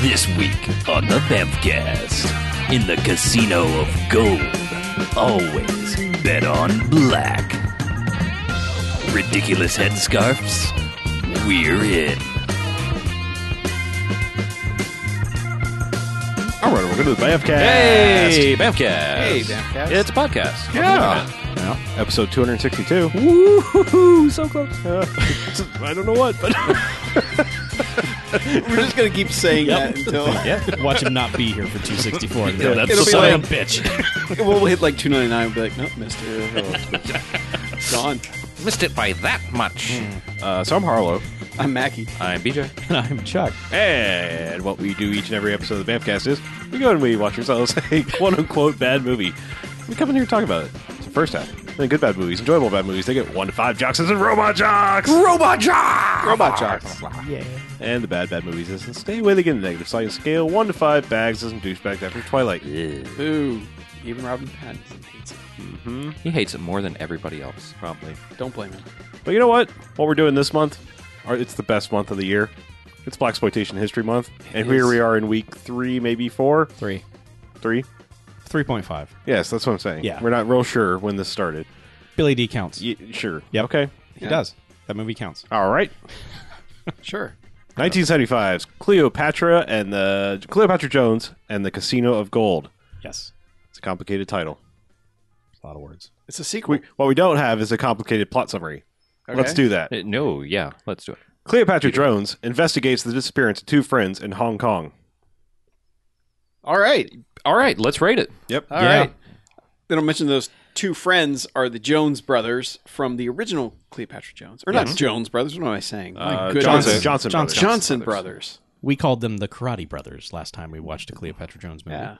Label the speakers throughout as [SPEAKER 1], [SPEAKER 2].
[SPEAKER 1] This week on the Bevcast, in the casino of gold, always bet on black. Ridiculous headscarves, we're in.
[SPEAKER 2] All right, we're going to the Bamfcast.
[SPEAKER 3] Hey, Bamcast. Hey,
[SPEAKER 4] Bamfcast.
[SPEAKER 3] It's a podcast.
[SPEAKER 2] Yeah. Yeah. Episode 262.
[SPEAKER 3] Woo, so close.
[SPEAKER 2] Uh, I don't know what, but
[SPEAKER 4] We're just gonna keep saying that until
[SPEAKER 5] Watch him not be here for 264.
[SPEAKER 3] Yeah, that's
[SPEAKER 4] It'll
[SPEAKER 3] a
[SPEAKER 4] be
[SPEAKER 3] son of a
[SPEAKER 4] like-
[SPEAKER 3] bitch.
[SPEAKER 4] we'll hit like 299 and be like, nope, missed it. It's Gone.
[SPEAKER 3] Missed it by that much.
[SPEAKER 2] uh, so I'm Harlow,
[SPEAKER 4] I'm Mackie.
[SPEAKER 3] I'm BJ.
[SPEAKER 5] And I'm Chuck.
[SPEAKER 2] and what we do each and every episode of the Bamfcast is we go and we watch ourselves a quote unquote bad movie. We come in here and talk about it. It's the first half. Then good bad movies, enjoyable bad movies. They get one to five jocks and robot jocks, robot jocks,
[SPEAKER 4] Robot jocks.
[SPEAKER 5] Yeah.
[SPEAKER 2] and the bad bad movies is stay away. They get a negative sliding scale, one to five bags as some douchebags after Twilight.
[SPEAKER 4] Boo. Even Robin Pattinson hates it.
[SPEAKER 3] He hates it more than everybody else, probably.
[SPEAKER 4] Don't blame him.
[SPEAKER 2] But you know what? What we're doing this month, or it's the best month of the year. It's Black Exploitation History Month, and here we are in week three, maybe four,
[SPEAKER 5] Three.
[SPEAKER 2] three.
[SPEAKER 5] 3.5.
[SPEAKER 2] Yes, that's what I'm saying.
[SPEAKER 5] Yeah.
[SPEAKER 2] we're not real sure when this started.
[SPEAKER 5] Billy D counts.
[SPEAKER 2] Y- sure.
[SPEAKER 5] Yep.
[SPEAKER 2] Okay.
[SPEAKER 5] He does. That movie counts.
[SPEAKER 2] All right.
[SPEAKER 4] Sure.
[SPEAKER 2] 1975's Cleopatra and the Cleopatra Jones and the Casino of Gold.
[SPEAKER 5] Yes.
[SPEAKER 2] It's a complicated title.
[SPEAKER 5] It's a lot of words.
[SPEAKER 4] It's a sequel.
[SPEAKER 2] We, what we don't have is a complicated plot summary. Let's do that.
[SPEAKER 3] Uh, no, yeah, let's do it.
[SPEAKER 2] Cleopatra Jones investigates the disappearance of two friends in Hong Kong.
[SPEAKER 4] All right.
[SPEAKER 3] All right, let's rate it.
[SPEAKER 2] Yep.
[SPEAKER 4] All
[SPEAKER 5] Yeah.
[SPEAKER 4] right. Then I'll mention those two friends are the Jones brothers from the original Cleopatra Jones. Or not Jones brothers. What am I saying? My
[SPEAKER 2] Uh,
[SPEAKER 4] goodness.
[SPEAKER 2] Johnson.
[SPEAKER 4] Johnson,
[SPEAKER 2] Johnson.
[SPEAKER 5] Johnson.
[SPEAKER 2] Brothers.
[SPEAKER 4] brothers.
[SPEAKER 5] We called them the Karate Brothers last time we watched a Cleopatra Jones movie.
[SPEAKER 4] Yeah.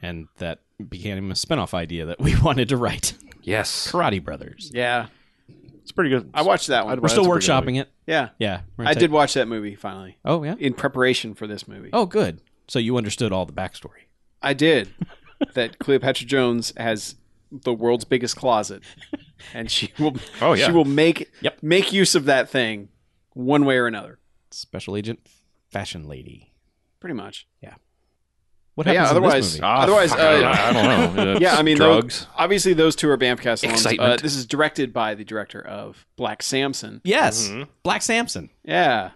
[SPEAKER 5] And that became a spinoff idea that we wanted to write
[SPEAKER 3] Yes.
[SPEAKER 5] Karate Brothers.
[SPEAKER 4] Yeah.
[SPEAKER 2] It's pretty good.
[SPEAKER 4] I watched that one.
[SPEAKER 2] I'd-
[SPEAKER 5] We're
[SPEAKER 2] Well,
[SPEAKER 5] still
[SPEAKER 2] that's a pretty good
[SPEAKER 5] workshopping it.
[SPEAKER 4] yeah.
[SPEAKER 5] Yeah. we're gonna
[SPEAKER 4] I
[SPEAKER 5] take-
[SPEAKER 4] did watch that movie finally
[SPEAKER 5] Oh, yeah.
[SPEAKER 4] in preparation for this movie.
[SPEAKER 5] Oh, good. So you understood all the backstory.
[SPEAKER 4] I did. that Cleopatra Jones has the world's biggest closet, and she will.
[SPEAKER 2] Oh, yeah.
[SPEAKER 4] She will make
[SPEAKER 5] Yep.
[SPEAKER 4] make use of that thing, one way or another.
[SPEAKER 5] Special Agent Fashion Lady.
[SPEAKER 4] Pretty much.
[SPEAKER 5] What
[SPEAKER 4] But
[SPEAKER 5] happens
[SPEAKER 4] yeah.
[SPEAKER 5] in this
[SPEAKER 4] Otherwise,
[SPEAKER 5] movie?
[SPEAKER 2] Ah,
[SPEAKER 4] otherwise,
[SPEAKER 2] fuck,
[SPEAKER 4] uh,
[SPEAKER 3] I don't know.
[SPEAKER 4] yeah. I mean, tho-
[SPEAKER 3] drugs.
[SPEAKER 4] obviously, those two are Bamcast alums. Uh,
[SPEAKER 3] Excitement.
[SPEAKER 4] this is directed by the director of Black Samson.
[SPEAKER 5] Yes.
[SPEAKER 2] mm-hmm.
[SPEAKER 5] Black Samson.
[SPEAKER 4] Yeah.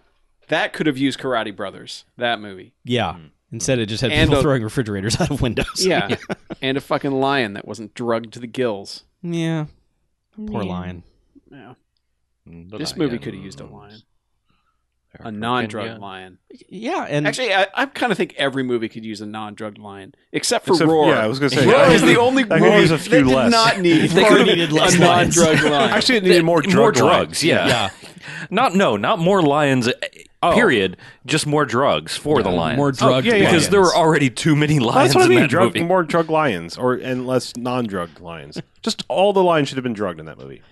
[SPEAKER 4] That could have used Karate Brothers. That movie.
[SPEAKER 5] Yeah. Instead, it just had
[SPEAKER 4] And
[SPEAKER 5] people
[SPEAKER 4] a-
[SPEAKER 5] throwing refrigerators out of windows.
[SPEAKER 4] Yeah. and a fucking lion that wasn't drugged to the gills.
[SPEAKER 5] yeah. Poor lion.
[SPEAKER 4] Yeah.
[SPEAKER 3] The
[SPEAKER 4] This movie
[SPEAKER 3] lion.
[SPEAKER 4] could have used a lion, a
[SPEAKER 3] African,
[SPEAKER 4] non-drug
[SPEAKER 3] yeah.
[SPEAKER 4] lion.
[SPEAKER 5] Yeah, and
[SPEAKER 4] Actually, I, I kind of think every movie could use a non-drugged lion, except for
[SPEAKER 2] Except-
[SPEAKER 4] Roar.
[SPEAKER 2] yeah, I was gonna say,
[SPEAKER 4] Roar
[SPEAKER 2] I
[SPEAKER 4] is the
[SPEAKER 2] could-
[SPEAKER 4] only
[SPEAKER 2] I could
[SPEAKER 4] movie
[SPEAKER 2] use a
[SPEAKER 4] they
[SPEAKER 2] few
[SPEAKER 4] did
[SPEAKER 2] less.
[SPEAKER 4] not need.
[SPEAKER 5] They could've needed less
[SPEAKER 4] a
[SPEAKER 5] lions.
[SPEAKER 4] non-drugged lion.
[SPEAKER 2] Actually, it needed more drug
[SPEAKER 3] more
[SPEAKER 2] lines.
[SPEAKER 3] drugs, yeah.
[SPEAKER 5] yeah,
[SPEAKER 3] Not no, not more lions. eh, Period. Just more drugs for the lions. Oh,
[SPEAKER 5] more drugged
[SPEAKER 2] yeah, yeah.
[SPEAKER 3] because
[SPEAKER 5] lions.
[SPEAKER 3] there were already too many
[SPEAKER 2] That's
[SPEAKER 3] lions
[SPEAKER 2] what I
[SPEAKER 3] in
[SPEAKER 2] mean.
[SPEAKER 3] that
[SPEAKER 2] Drug,
[SPEAKER 3] movie.
[SPEAKER 2] more drug lions, or and less non-drug lions. Just all the lions should have been drugged in that movie.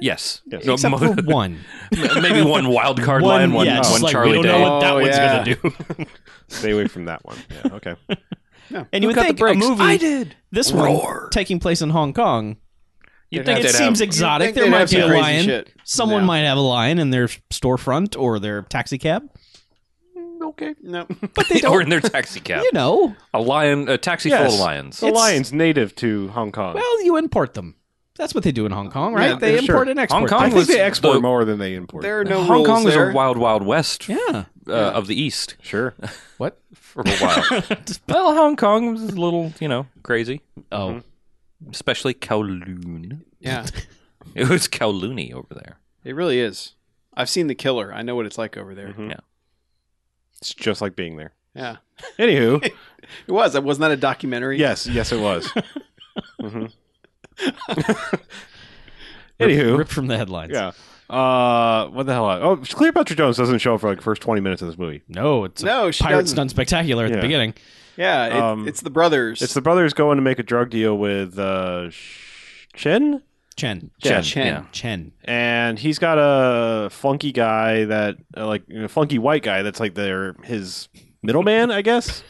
[SPEAKER 3] Yes.
[SPEAKER 2] Yes.
[SPEAKER 3] No,
[SPEAKER 5] except
[SPEAKER 3] mo-
[SPEAKER 5] for one.
[SPEAKER 3] maybe one wild card lion, one,
[SPEAKER 5] yeah, it's
[SPEAKER 3] one
[SPEAKER 5] just like,
[SPEAKER 3] Charlie
[SPEAKER 5] we don't
[SPEAKER 3] Day.
[SPEAKER 5] know what that
[SPEAKER 4] Oh,
[SPEAKER 5] one's
[SPEAKER 4] yeah.
[SPEAKER 5] gonna do.
[SPEAKER 2] Stay away from that one. Yeah, okay.
[SPEAKER 5] And you would
[SPEAKER 3] cut the
[SPEAKER 5] think a
[SPEAKER 3] brakes?
[SPEAKER 5] movie
[SPEAKER 3] I did.
[SPEAKER 5] this
[SPEAKER 3] Roar.
[SPEAKER 5] one taking place in Hong Kong.
[SPEAKER 3] You
[SPEAKER 4] They'd
[SPEAKER 3] think
[SPEAKER 5] it
[SPEAKER 3] they'd
[SPEAKER 5] seems
[SPEAKER 3] have,
[SPEAKER 5] exotic.
[SPEAKER 4] think
[SPEAKER 5] There
[SPEAKER 4] they'd
[SPEAKER 5] might
[SPEAKER 4] have
[SPEAKER 5] be
[SPEAKER 4] some
[SPEAKER 5] a
[SPEAKER 4] crazy
[SPEAKER 5] lion.
[SPEAKER 4] shit.
[SPEAKER 5] Someone
[SPEAKER 4] Yeah.
[SPEAKER 5] might have a lion in their storefront or their taxi cab.
[SPEAKER 4] okay, no.
[SPEAKER 3] or in their taxi cab.
[SPEAKER 5] You know,
[SPEAKER 3] A lion, a taxi full
[SPEAKER 2] Yes.
[SPEAKER 3] of lions.
[SPEAKER 2] The
[SPEAKER 5] It's-
[SPEAKER 2] lions native to Hong Kong.
[SPEAKER 5] well, you import them. That's what they do in Hong Kong, right?
[SPEAKER 4] Yeah,
[SPEAKER 5] they
[SPEAKER 2] yeah,
[SPEAKER 5] import
[SPEAKER 2] sure.
[SPEAKER 5] and export.
[SPEAKER 3] Kong
[SPEAKER 2] I
[SPEAKER 5] things.
[SPEAKER 2] think
[SPEAKER 3] was
[SPEAKER 2] they export
[SPEAKER 3] the-
[SPEAKER 2] more than they import.
[SPEAKER 4] There are no
[SPEAKER 3] Hong
[SPEAKER 4] rules
[SPEAKER 3] Kong was
[SPEAKER 4] there.
[SPEAKER 3] a wild, wild west
[SPEAKER 5] yeah.
[SPEAKER 3] uh, of the east
[SPEAKER 2] Sure.
[SPEAKER 5] What?
[SPEAKER 3] for a while. well, Hong Kong was a little, you know, crazy, Mm-hmm.
[SPEAKER 5] Oh,
[SPEAKER 3] especially Kowloon.
[SPEAKER 4] Yeah,
[SPEAKER 3] It was Kowloony over there.
[SPEAKER 4] it really is. I've seen The Killer. I know what it's like over there.
[SPEAKER 2] It's just like being there.
[SPEAKER 4] Yeah,
[SPEAKER 2] Anywho,
[SPEAKER 4] it was. It wasn't that a documentary?
[SPEAKER 2] yes, yes, it was. Mm-hmm. Mhm. Anywho,
[SPEAKER 5] ripped from the headlines.
[SPEAKER 2] yeah. Uh, what the hell? Oh, Cleopatra Jones doesn't show up for like the first twenty minutes of this movie.
[SPEAKER 5] No, it's a
[SPEAKER 4] No, she
[SPEAKER 5] Pirates
[SPEAKER 4] doesn't.
[SPEAKER 5] Done Spectacular at
[SPEAKER 2] Yeah.
[SPEAKER 5] the beginning.
[SPEAKER 4] Yeah, it,
[SPEAKER 2] Um,
[SPEAKER 4] it's the brothers.
[SPEAKER 2] It's the brothers going to make a drug deal with uh, Sh- Chen,
[SPEAKER 5] Chen.
[SPEAKER 3] Chen,
[SPEAKER 4] Chen.
[SPEAKER 3] yeah.
[SPEAKER 5] Chen.
[SPEAKER 2] and he's got a funky guy that uh, like a funky white guy that's like their his middleman, I guess.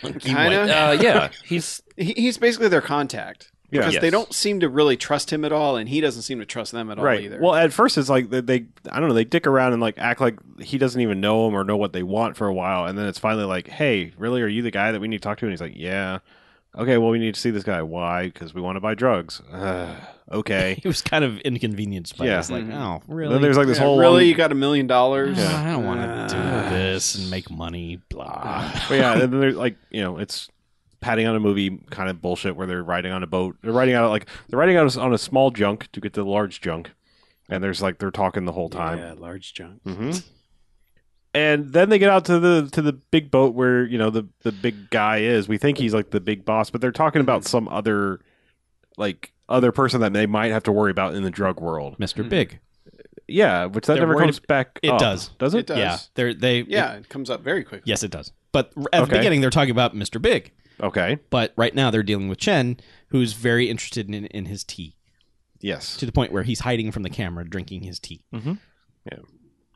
[SPEAKER 4] Kinda.
[SPEAKER 3] Uh, yeah, he's
[SPEAKER 4] He, he's basically their contact.
[SPEAKER 2] Yeah.
[SPEAKER 4] because they
[SPEAKER 3] Yes.
[SPEAKER 4] don't seem to really trust him at all, and he doesn't seem to trust them at all
[SPEAKER 2] right.
[SPEAKER 4] either.
[SPEAKER 2] Well, at first it's like they, they, I don't know, they dick around and like act like he doesn't even know him or know what they want for a while, and then it's finally like, hey, really, are you the guy that we need to talk to? And he's like, yeah. Okay, well, we need to see this guy. Why? Because we want to buy drugs. Uh, okay.
[SPEAKER 5] He was kind of inconvenienced by
[SPEAKER 2] Yeah.
[SPEAKER 5] yeah. this. Like,
[SPEAKER 4] Mm-hmm.
[SPEAKER 5] oh, really?
[SPEAKER 2] Then there's like this
[SPEAKER 4] Yeah,
[SPEAKER 2] whole
[SPEAKER 4] really,
[SPEAKER 2] long-
[SPEAKER 4] you got a million dollars?
[SPEAKER 5] I don't want to
[SPEAKER 4] Uh,
[SPEAKER 5] do this and make money. Blah.
[SPEAKER 4] Ah.
[SPEAKER 2] But yeah, and then there's like you know, it's patting on a movie kind of bullshit where they're riding on a boat. They're riding out like they're riding out on a small junk to get to the large junk, and there's like they're talking the whole time.
[SPEAKER 4] Yeah, large junk.
[SPEAKER 2] hmm And then they get out to the to the big boat where you know the the big guy is. We think he's like the big boss, but they're talking about some other like other person that they might have to worry about in the drug world.
[SPEAKER 5] Mr. Big.
[SPEAKER 2] Yeah, which that
[SPEAKER 5] They're
[SPEAKER 2] never
[SPEAKER 5] worried
[SPEAKER 2] comes back.
[SPEAKER 5] it
[SPEAKER 2] up,
[SPEAKER 5] does.
[SPEAKER 2] does it?
[SPEAKER 4] It does.
[SPEAKER 5] Yeah. They're, they.
[SPEAKER 4] Yeah, it comes up very quickly.
[SPEAKER 5] yes, it does. But at
[SPEAKER 2] Okay.
[SPEAKER 5] the beginning, they're talking about Mr. Big.
[SPEAKER 2] Okay.
[SPEAKER 5] But right now, they're dealing with Chen, who's very interested in, in his tea
[SPEAKER 2] Yes.
[SPEAKER 5] to the point where he's hiding from the camera, drinking his tea.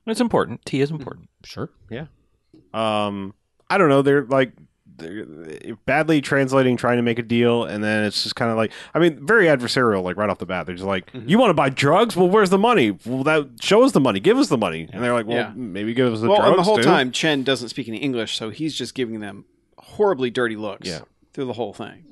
[SPEAKER 3] It's important. Tea is important.
[SPEAKER 5] Sure.
[SPEAKER 2] um i don't know they're like they're eh, badly translating trying to make a deal and then it's just kind of like i mean very adversarial like right off the bat they're just like
[SPEAKER 4] Mm-hmm.
[SPEAKER 2] you want to buy drugs well where's the money well that show us the money give us the money and they're like well
[SPEAKER 4] Yeah.
[SPEAKER 2] maybe give us the
[SPEAKER 4] well,
[SPEAKER 2] drugs
[SPEAKER 4] and the whole
[SPEAKER 2] dude.
[SPEAKER 4] time Chen doesn't speak any English, so he's just giving them horribly dirty looks
[SPEAKER 2] Yeah.
[SPEAKER 4] through the whole thing.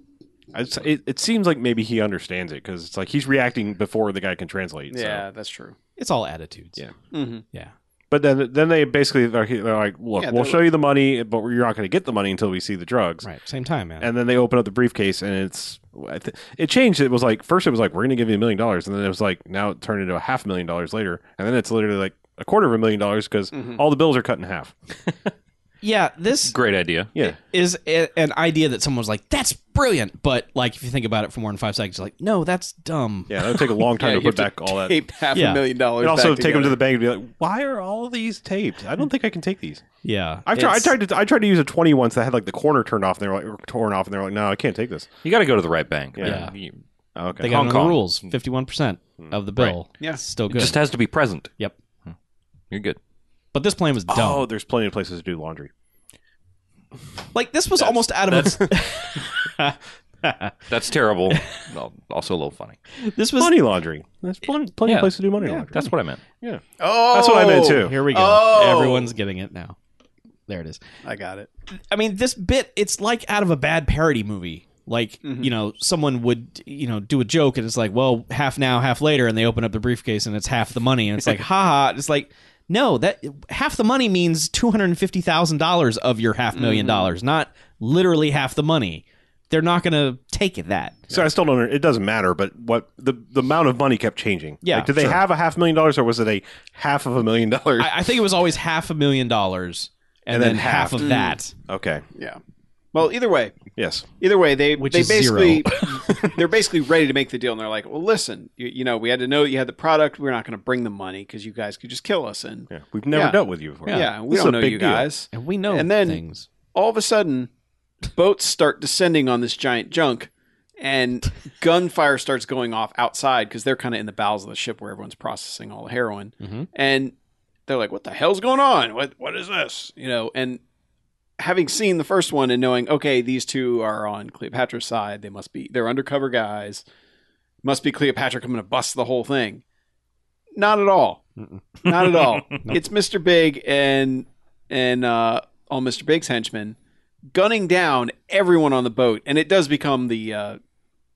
[SPEAKER 2] I just- it, it seems like maybe he understands it because it's like he's reacting before the guy can translate so. Uh,
[SPEAKER 4] Yeah, that's true.
[SPEAKER 5] It's all attitudes.
[SPEAKER 2] Yeah.
[SPEAKER 4] Mm-hmm.
[SPEAKER 5] Yeah.
[SPEAKER 2] but then then they basically they're, they're like look
[SPEAKER 4] Yeah,
[SPEAKER 2] we'll
[SPEAKER 4] they're-
[SPEAKER 2] show you the money but you're not going to get the money until we see the drugs
[SPEAKER 5] Right. Same time, man.
[SPEAKER 2] and then they open up the briefcase and it's I th- it changed it was like first it was like we're gonna give you a million dollars and then it was like now it turned into a half million dollars later and then it's literally like a quarter of a million dollars because all the bills are cut in half
[SPEAKER 5] yeah. This
[SPEAKER 3] Great idea.
[SPEAKER 2] yeah
[SPEAKER 5] is a, an idea that someone's like, that's brilliant. But like, if you think about it for more than five seconds, you're like, no, that's dumb.
[SPEAKER 2] yeah that would take a long time
[SPEAKER 4] Yeah,
[SPEAKER 2] to
[SPEAKER 4] you
[SPEAKER 2] put
[SPEAKER 4] have
[SPEAKER 2] back
[SPEAKER 4] to
[SPEAKER 2] all that
[SPEAKER 4] tape half
[SPEAKER 5] Yeah.
[SPEAKER 4] a million dollars.
[SPEAKER 2] and also
[SPEAKER 4] back
[SPEAKER 2] take them to
[SPEAKER 4] together.
[SPEAKER 2] the bank and be like why are all of these taped i don't think i can take these
[SPEAKER 5] Yeah.
[SPEAKER 2] I've tried, I
[SPEAKER 5] It's-
[SPEAKER 2] tried to I tried to use a 20 once that had like the corner turned off and they were like or torn off and they were like no I can't take this Oh,
[SPEAKER 3] You got to go to the right bank.
[SPEAKER 5] Yeah.
[SPEAKER 3] man. You-
[SPEAKER 2] okay
[SPEAKER 5] They got
[SPEAKER 3] Hong
[SPEAKER 5] under the
[SPEAKER 3] Kong.
[SPEAKER 5] rules. Fifty-one percent
[SPEAKER 2] Hmm.
[SPEAKER 5] of the bill.
[SPEAKER 4] Yeah.
[SPEAKER 5] It's still
[SPEAKER 3] It
[SPEAKER 5] good.
[SPEAKER 3] just has to be present.
[SPEAKER 5] yep.
[SPEAKER 3] You're good.
[SPEAKER 5] But this plan was dumb.
[SPEAKER 2] oh there's plenty of places to do laundry
[SPEAKER 5] like this was almost out of
[SPEAKER 3] That's terrible. Well, also a little funny.
[SPEAKER 5] this was.
[SPEAKER 2] money laundering there's plen- plenty
[SPEAKER 3] Yeah.
[SPEAKER 2] of places to do money
[SPEAKER 3] Yeah,
[SPEAKER 2] laundering
[SPEAKER 3] that's what I meant.
[SPEAKER 4] Oh,
[SPEAKER 2] That's what I meant, too.
[SPEAKER 5] Here we go.
[SPEAKER 4] Oh.
[SPEAKER 5] Everyone's getting it now. There it is.
[SPEAKER 4] I got it.
[SPEAKER 5] I mean, this bit, it's like out of a bad parody movie. Like,
[SPEAKER 4] Mm-hmm.
[SPEAKER 5] you know, someone would, you know, do a joke and it's like, well, half now, half later. And they open up the briefcase and it's half the money. And it's like, haha. It's like, no, that half the money means $250,000 of your half million
[SPEAKER 4] Mm-hmm.
[SPEAKER 5] dollars, not literally half the money. They're not going to take it that.
[SPEAKER 2] So I still don't. It doesn't matter, but what the the amount of money kept changing.
[SPEAKER 5] Yeah,
[SPEAKER 2] like, did they
[SPEAKER 5] sure.
[SPEAKER 2] have a half million dollars or was it a half of a million dollars?
[SPEAKER 5] I, I think it was always half a million dollars and,
[SPEAKER 2] And then
[SPEAKER 5] then,
[SPEAKER 2] half.
[SPEAKER 5] half, of
[SPEAKER 4] Mm.
[SPEAKER 5] that.
[SPEAKER 2] okay,
[SPEAKER 4] Yeah. Well, either way,
[SPEAKER 2] yes,
[SPEAKER 4] either way, they
[SPEAKER 5] Which
[SPEAKER 4] they
[SPEAKER 5] is
[SPEAKER 4] basically they're basically ready to make the deal, and they're like, "Well, listen, you, you know, we had to know that you had the product. We're not going to bring the money because you guys could just kill us." And yeah,
[SPEAKER 2] yeah. we've never
[SPEAKER 4] Yeah.
[SPEAKER 2] dealt with you before.
[SPEAKER 4] we
[SPEAKER 2] This is
[SPEAKER 4] don't
[SPEAKER 2] a
[SPEAKER 4] know
[SPEAKER 2] big
[SPEAKER 4] you
[SPEAKER 2] deal.
[SPEAKER 4] guys.
[SPEAKER 5] And we know
[SPEAKER 4] And then-
[SPEAKER 5] things.
[SPEAKER 4] All of a sudden, boats start descending on this giant junk, and gunfire starts going off outside because they're kind of in the bowels of the ship where everyone's processing all the heroin,
[SPEAKER 2] Mm-hmm.
[SPEAKER 5] Mhm.
[SPEAKER 4] and they're like, "What the hell's going on? What what is this?" You know, and having seen the first one and knowing, okay, these two are on Cleopatra's side, they must be they're undercover guys. Must be Cleopatra coming to bust the whole thing. Not at all. Not at all. It's Mr. Big and and uh all Mr. Big's henchmen gunning down everyone on the boat, and it does become the uh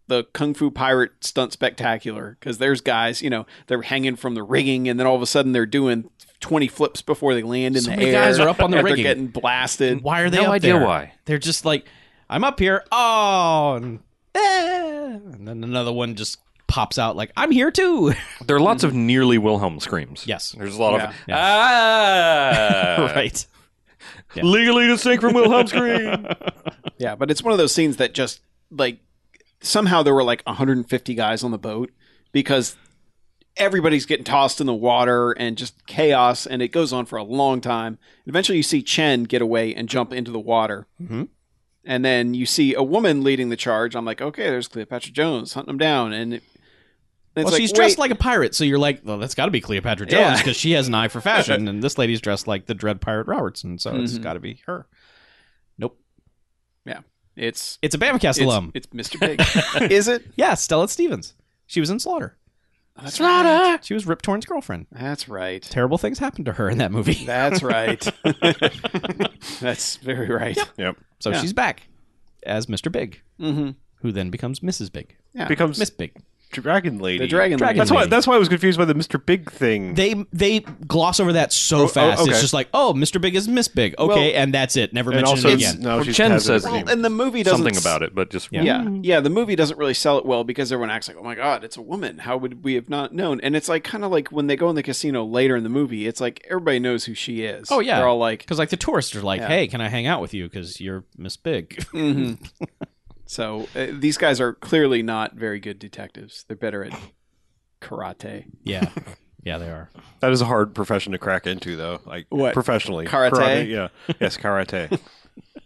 [SPEAKER 4] the Kung Fu Pirate stunt spectacular because there's guys, you know, they're hanging from the rigging, and then all of a sudden they're doing twenty flips before they land in
[SPEAKER 5] So
[SPEAKER 4] the
[SPEAKER 5] many
[SPEAKER 4] air.
[SPEAKER 5] guys are up on the
[SPEAKER 4] and
[SPEAKER 5] rigging.
[SPEAKER 4] They're getting blasted.
[SPEAKER 5] Why are they
[SPEAKER 3] No
[SPEAKER 5] up
[SPEAKER 3] idea
[SPEAKER 5] there?
[SPEAKER 3] why.
[SPEAKER 5] They're just like, I'm up here. Oh, and, eh, and then another one just pops out like, I'm here too.
[SPEAKER 3] There are lots of nearly Wilhelm screams.
[SPEAKER 5] Yes.
[SPEAKER 3] There's a lot
[SPEAKER 4] Yeah.
[SPEAKER 3] of
[SPEAKER 4] Uh,
[SPEAKER 3] ah
[SPEAKER 5] right.
[SPEAKER 3] legally distinct from Wilhelm scream.
[SPEAKER 4] Yeah, but it's one of those scenes that just like somehow there were like 150 guys on the boat because everybody's getting tossed in the water and just chaos, and it goes on for a long time. Eventually, you see Chen get away and jump into the water,
[SPEAKER 5] Mhm.
[SPEAKER 4] and then you see a woman leading the charge. I'm like, okay, there's Cleopatra Jones hunting them down, and, it, and it's
[SPEAKER 5] Well,
[SPEAKER 4] like,
[SPEAKER 5] she's
[SPEAKER 4] wait,
[SPEAKER 5] dressed like a pirate, so you're like, well, that's got to be Cleopatra Jones
[SPEAKER 4] Yeah.
[SPEAKER 5] because she has an eye for fashion, and this
[SPEAKER 4] Mm-hmm.
[SPEAKER 5] lady's dressed like the Dread Pirate Robertson, so it's
[SPEAKER 4] Mhm.
[SPEAKER 5] got to be her. Nope.
[SPEAKER 4] Yeah. It's
[SPEAKER 5] It's a Bamcast
[SPEAKER 4] it's,
[SPEAKER 5] alum.
[SPEAKER 4] it's Mr. Big. Is it?
[SPEAKER 5] yeah, Stella Stevens. She was in Slaughter.
[SPEAKER 4] That's right.
[SPEAKER 5] She was Rip Torn's girlfriend.
[SPEAKER 4] That's right.
[SPEAKER 5] Terrible things happened to her in that movie.
[SPEAKER 4] That's right. That's very right.
[SPEAKER 2] Yep.
[SPEAKER 5] so
[SPEAKER 4] yeah.
[SPEAKER 5] she's back as Mr. Big,
[SPEAKER 4] Mm-hmm.
[SPEAKER 5] who then becomes Mrs. Big.
[SPEAKER 4] Yeah.
[SPEAKER 2] Becomes
[SPEAKER 5] Miss Big.
[SPEAKER 2] Dragon Lady.
[SPEAKER 3] E.
[SPEAKER 4] the dragon.
[SPEAKER 5] Dragon
[SPEAKER 4] Lady.
[SPEAKER 2] That's why.
[SPEAKER 5] Lady.
[SPEAKER 2] That's why I was confused by the Mister Big thing.
[SPEAKER 5] They they gloss over that so fast.
[SPEAKER 2] oh, okay.
[SPEAKER 5] It's just like, oh, Mr. Big is Miss Big. Okay,
[SPEAKER 2] Well-
[SPEAKER 5] and that's it. Never
[SPEAKER 2] and
[SPEAKER 5] mention
[SPEAKER 2] also
[SPEAKER 5] it again.
[SPEAKER 2] now
[SPEAKER 3] Well,
[SPEAKER 2] she's
[SPEAKER 3] Chen
[SPEAKER 2] has a
[SPEAKER 3] says-
[SPEAKER 2] different
[SPEAKER 4] Well,
[SPEAKER 2] name.
[SPEAKER 4] and the movie doesn't
[SPEAKER 3] Something about it, but just
[SPEAKER 5] Yeah.
[SPEAKER 4] Yeah, yeah. The movie doesn't really sell it well because everyone acts like, "Oh my god, it's a woman. How would we have not known?" And it's like kind of like when they go in the casino later in the movie. It's like everybody knows who she is.
[SPEAKER 5] Oh, yeah.
[SPEAKER 4] they're all like,
[SPEAKER 5] Because like the tourists are like,
[SPEAKER 4] Yeah.
[SPEAKER 5] hey, can I hang out with you? Because you're Miss Big.
[SPEAKER 4] Mhm. so uh, these guys are clearly not very good detectives. They're better at karate.
[SPEAKER 5] yeah, yeah, they are.
[SPEAKER 2] That is a hard profession to crack into, though. Like
[SPEAKER 4] What?
[SPEAKER 2] professionally,
[SPEAKER 4] Karate?
[SPEAKER 2] yeah, yes, karate.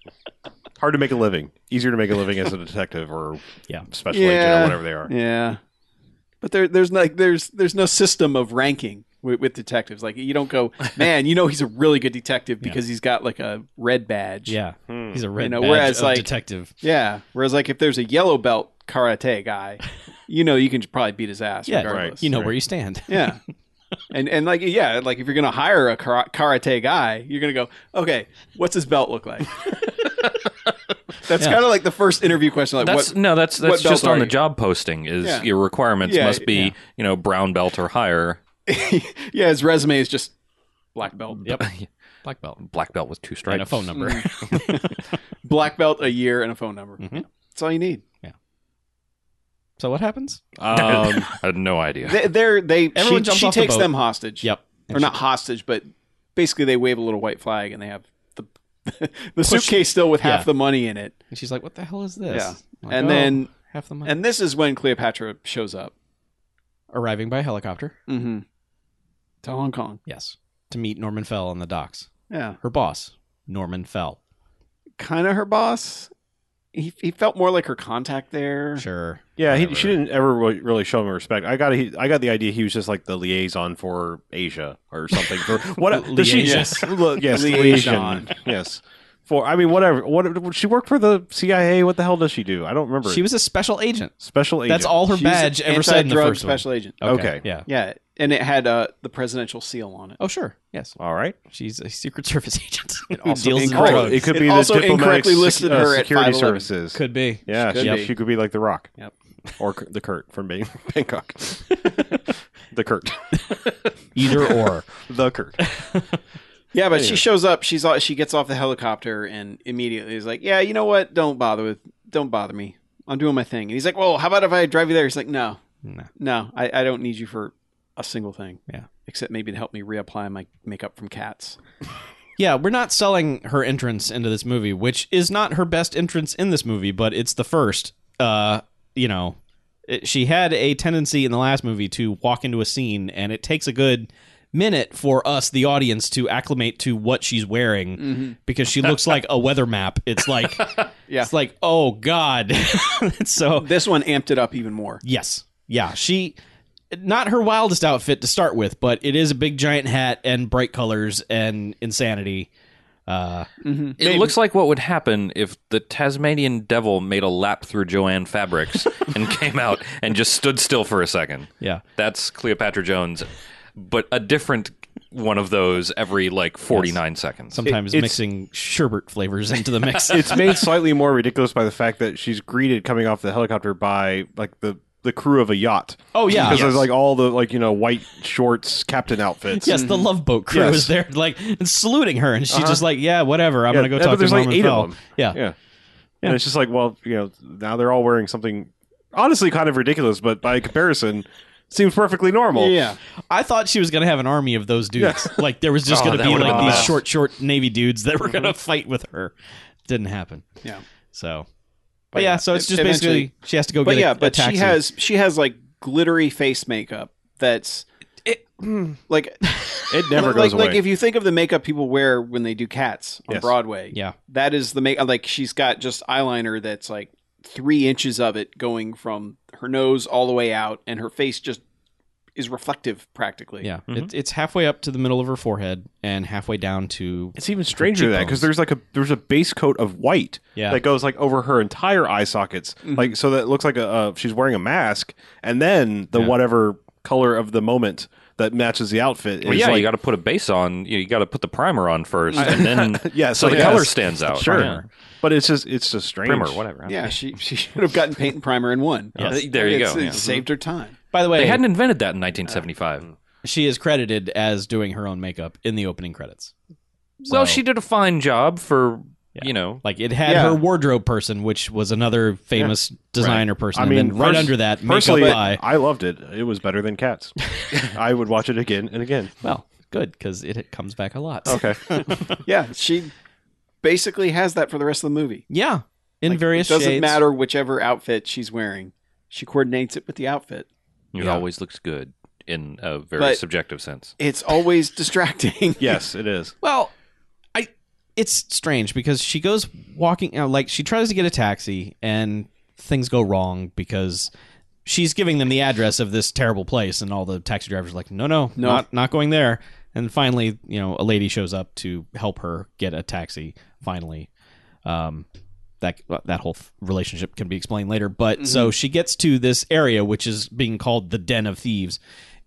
[SPEAKER 2] hard to make a living. Easier to make a living as a detective or
[SPEAKER 5] Yeah.
[SPEAKER 2] special agent
[SPEAKER 4] Yeah.
[SPEAKER 2] or whatever they are.
[SPEAKER 4] Yeah, but there, there's like there's there's no system of ranking with, with detectives. Like you don't go, man, you know he's a really good detective because he's got like a red badge.
[SPEAKER 5] Yeah,
[SPEAKER 2] Hmm.
[SPEAKER 5] he's a red
[SPEAKER 4] You know,
[SPEAKER 5] badge
[SPEAKER 4] whereas,
[SPEAKER 5] of
[SPEAKER 4] like-
[SPEAKER 5] detective.
[SPEAKER 4] yeah. Whereas like if there's a yellow belt karate guy, you know you can probably beat his ass.
[SPEAKER 5] Yeah,
[SPEAKER 4] regardless.
[SPEAKER 5] you know where you stand.
[SPEAKER 4] Yeah. And and like yeah, like if you're gonna hire a kara- karate guy, you're gonna go, okay, what's his belt look like? That's
[SPEAKER 5] Yeah.
[SPEAKER 4] kind of like the first interview question. Like
[SPEAKER 3] That's
[SPEAKER 4] what?
[SPEAKER 3] no, that's
[SPEAKER 4] what
[SPEAKER 3] that's
[SPEAKER 4] belt
[SPEAKER 3] just on
[SPEAKER 4] are
[SPEAKER 3] the
[SPEAKER 4] you?
[SPEAKER 3] job posting. Is
[SPEAKER 4] Yeah.
[SPEAKER 3] your requirements
[SPEAKER 4] Yeah,
[SPEAKER 3] must be
[SPEAKER 4] yeah.
[SPEAKER 3] you know brown belt or higher.
[SPEAKER 4] yeah, his resume is just black belt.
[SPEAKER 5] Yep, black belt
[SPEAKER 3] Black belt with two stripes
[SPEAKER 5] and a phone number.
[SPEAKER 4] Mm. Black belt, a year, and a phone number.
[SPEAKER 5] Mhm.
[SPEAKER 4] Yeah. That's all you need.
[SPEAKER 5] so what happens?
[SPEAKER 2] Um,
[SPEAKER 3] I had no idea.
[SPEAKER 4] They, they're they.
[SPEAKER 5] Everyone
[SPEAKER 4] she,
[SPEAKER 5] jumps
[SPEAKER 4] she
[SPEAKER 5] off the
[SPEAKER 4] takes
[SPEAKER 5] boat.
[SPEAKER 4] them hostage.
[SPEAKER 5] Yep,
[SPEAKER 4] or not hostage, but basically they wave a little white flag and they have the the
[SPEAKER 5] Push-
[SPEAKER 4] suitcase still with half
[SPEAKER 5] Yeah.
[SPEAKER 4] the money in it.
[SPEAKER 5] And she's like, "What the hell is this?"
[SPEAKER 4] Yeah.
[SPEAKER 5] I'm like,
[SPEAKER 4] and
[SPEAKER 5] "Oh,
[SPEAKER 4] then
[SPEAKER 5] half the money
[SPEAKER 4] and this is when Cleopatra shows up
[SPEAKER 5] arriving by helicopter.
[SPEAKER 4] mm-hmm. to Hong Kong.
[SPEAKER 5] Yes, to meet Norman Fell on the docks.
[SPEAKER 4] Yeah,
[SPEAKER 5] Her boss, Norman Fell.
[SPEAKER 4] kind of her boss. He he felt more like her contact there.
[SPEAKER 5] Sure.
[SPEAKER 2] yeah, he,
[SPEAKER 5] Whatever.
[SPEAKER 2] she didn't ever really, really show him respect. I got he, I got the idea he was just like the liaison for Asia or something. For what? does she,
[SPEAKER 5] Liaison.
[SPEAKER 2] yes, li- yes,
[SPEAKER 4] Liaison.
[SPEAKER 2] liaison. Yes. For I mean, whatever. What she worked for the CIA? What the hell does she do? I don't remember.
[SPEAKER 5] She was a special agent.
[SPEAKER 2] special agent.
[SPEAKER 5] That's all her
[SPEAKER 4] She's
[SPEAKER 5] badge ever said in the
[SPEAKER 4] anti-drug
[SPEAKER 5] first one. Oh.
[SPEAKER 4] special agent.
[SPEAKER 2] Okay.
[SPEAKER 5] Yeah.
[SPEAKER 4] Yeah, and it had uh, the presidential seal on it.
[SPEAKER 5] Oh sure. Yes.
[SPEAKER 2] All right.
[SPEAKER 5] She's a Secret Service agent. It
[SPEAKER 4] also
[SPEAKER 5] deals in
[SPEAKER 4] incorrect-
[SPEAKER 5] drugs.
[SPEAKER 2] it could
[SPEAKER 4] It
[SPEAKER 2] be
[SPEAKER 4] also
[SPEAKER 2] the diplomatic
[SPEAKER 4] incorrectly
[SPEAKER 2] sec-
[SPEAKER 4] listed
[SPEAKER 2] uh,
[SPEAKER 4] her at
[SPEAKER 2] security
[SPEAKER 4] 511.
[SPEAKER 2] services.
[SPEAKER 5] Could be.
[SPEAKER 2] Yeah,
[SPEAKER 4] Could
[SPEAKER 2] she,
[SPEAKER 4] be.
[SPEAKER 2] she could be like the Rock.
[SPEAKER 4] Yep.
[SPEAKER 2] Or K- the Kurt from Bang- Bangkok. the Kurt.
[SPEAKER 5] Either or.
[SPEAKER 2] The Kurt.
[SPEAKER 4] Yeah, but she shows up. She's all, she gets off the helicopter and immediately is like, "Yeah, you know what? Don't bother with. Don't bother me. I'm doing my thing." And he's like, "Well, how about if I drive you there?" He's like, "No,
[SPEAKER 5] No.
[SPEAKER 4] no, I, I don't need you for a single thing.
[SPEAKER 5] Yeah.
[SPEAKER 4] except maybe to help me reapply my makeup from Cats.
[SPEAKER 5] Yeah, we're not selling her entrance into this movie, which is not her best entrance in this movie, but it's the first. Uh, you know, it, she had a tendency in the last movie to walk into a scene, and it takes a good minute for us, the audience, to acclimate to what she's wearing because she looks like a weather map. It's like,
[SPEAKER 4] Yeah.
[SPEAKER 5] it's like, oh god. so
[SPEAKER 4] This one amped it up even more.
[SPEAKER 5] Yes. Yeah. She not her wildest outfit to start with, but it is a big giant hat and bright colors and insanity. Uh
[SPEAKER 3] It looks like what would happen if the Tasmanian devil made a lap through Joanne Fabrics and came out and just stood still for a second.
[SPEAKER 5] yeah.
[SPEAKER 3] That's Cleopatra Jones, but a different one of those every like 49 seconds.
[SPEAKER 5] Sometimes
[SPEAKER 2] it's-
[SPEAKER 5] mixing sherbet flavors into the mix.
[SPEAKER 2] It's made slightly more ridiculous by the fact that she's greeted coming off the helicopter by like the the crew of a yacht.
[SPEAKER 5] Oh, yeah.
[SPEAKER 2] Because there's
[SPEAKER 5] Yes.
[SPEAKER 2] like all the like, you know, white shorts, captain outfits.
[SPEAKER 5] yes, the love boat crew
[SPEAKER 2] Yes.
[SPEAKER 5] is there like and saluting her and she's just like, Yeah, whatever, I'm gonna go
[SPEAKER 2] yeah,
[SPEAKER 5] talk
[SPEAKER 2] but there's
[SPEAKER 5] to
[SPEAKER 2] like
[SPEAKER 5] Norman
[SPEAKER 2] eight
[SPEAKER 5] Fell.
[SPEAKER 2] of them.
[SPEAKER 5] Yeah.
[SPEAKER 2] Yeah. And it's just like, well, you know, now they're all wearing something honestly kind of ridiculous, but by comparison, seems perfectly normal.
[SPEAKER 4] Yeah,
[SPEAKER 5] I thought she was gonna have an army of those dudes. Like there was just
[SPEAKER 3] Oh,
[SPEAKER 5] gonna
[SPEAKER 3] that
[SPEAKER 5] be
[SPEAKER 3] would've
[SPEAKER 5] like
[SPEAKER 3] been the
[SPEAKER 5] these
[SPEAKER 3] best.
[SPEAKER 5] short, short navy dudes that were gonna fight with her. Didn't happen.
[SPEAKER 4] yeah.
[SPEAKER 5] So but yeah, so it's
[SPEAKER 4] ev-
[SPEAKER 5] just
[SPEAKER 4] eventually-
[SPEAKER 5] basically she has to go
[SPEAKER 4] But
[SPEAKER 5] get a-
[SPEAKER 4] yeah,
[SPEAKER 5] a
[SPEAKER 4] but she
[SPEAKER 5] taxi.
[SPEAKER 4] has she has like glittery face makeup that's like
[SPEAKER 2] It never
[SPEAKER 4] like,
[SPEAKER 2] goes away.
[SPEAKER 4] like if you think of the makeup people wear when they do Cats on
[SPEAKER 2] Yes.
[SPEAKER 4] Broadway.
[SPEAKER 5] Yeah.
[SPEAKER 4] that is the make like she's got just eyeliner that's like three inches of it going from her nose all the way out and her face just is reflective practically.
[SPEAKER 5] Yeah, it, it's halfway up to the middle of her forehead and halfway down to.
[SPEAKER 2] It's even stranger than that because there's like a there's a base coat of white
[SPEAKER 5] Yeah.
[SPEAKER 2] that goes like over her entire eye sockets, like so that it looks like a uh, she's wearing a mask, and then the whatever color of the moment that matches the outfit.
[SPEAKER 3] Well,
[SPEAKER 2] is
[SPEAKER 3] yeah,
[SPEAKER 2] like,
[SPEAKER 3] you got to put a base on. You, got to put the primer on first, and then
[SPEAKER 2] yeah,
[SPEAKER 3] so
[SPEAKER 2] so
[SPEAKER 3] the
[SPEAKER 2] yes.
[SPEAKER 3] color stands out.
[SPEAKER 2] sure,
[SPEAKER 3] Yeah.
[SPEAKER 2] but it's just it's just strange.
[SPEAKER 3] primer, whatever.
[SPEAKER 4] Yeah, she she should have gotten paint and primer in one.
[SPEAKER 3] Yes. There you
[SPEAKER 4] It's-
[SPEAKER 3] go,
[SPEAKER 4] It
[SPEAKER 3] yeah. Mm.
[SPEAKER 4] saved her time.
[SPEAKER 5] By the way,
[SPEAKER 3] They hadn't invented that in 1975.
[SPEAKER 5] she is credited as doing her own makeup in the opening credits.
[SPEAKER 3] well, she did a fine job for
[SPEAKER 5] Yeah.
[SPEAKER 3] you know.
[SPEAKER 5] Like it had
[SPEAKER 4] Yeah.
[SPEAKER 5] her wardrobe person, which was another famous designer person.
[SPEAKER 2] I
[SPEAKER 5] and
[SPEAKER 2] mean,
[SPEAKER 5] then right
[SPEAKER 2] pers-
[SPEAKER 5] under that,
[SPEAKER 2] Personally,
[SPEAKER 5] makeup by.
[SPEAKER 2] I loved it. It was better than Cats. I would watch it again and again.
[SPEAKER 5] Well, good because it, it comes back a lot.
[SPEAKER 2] Okay,
[SPEAKER 4] Yeah, she basically has that for the rest of the movie.
[SPEAKER 5] Yeah, in various
[SPEAKER 4] it doesn't
[SPEAKER 5] shades.
[SPEAKER 4] matter whichever outfit she's wearing. She coordinates it with the outfit.
[SPEAKER 3] It
[SPEAKER 5] Yeah.
[SPEAKER 3] always looks good in a very
[SPEAKER 4] But-
[SPEAKER 3] subjective sense.
[SPEAKER 4] It's always distracting.
[SPEAKER 2] yes, it is.
[SPEAKER 5] Well, I it's strange because she goes walking out like she tries to get a taxi and things go wrong because she's giving them the address of this terrible place and all the taxi drivers are like, "No, no,
[SPEAKER 4] No.
[SPEAKER 5] not not going there." And finally, you know, a lady shows up to help her get a taxi finally. Um that, that whole relationship can be explained later, but so she gets to this area which is being called the Den of Thieves,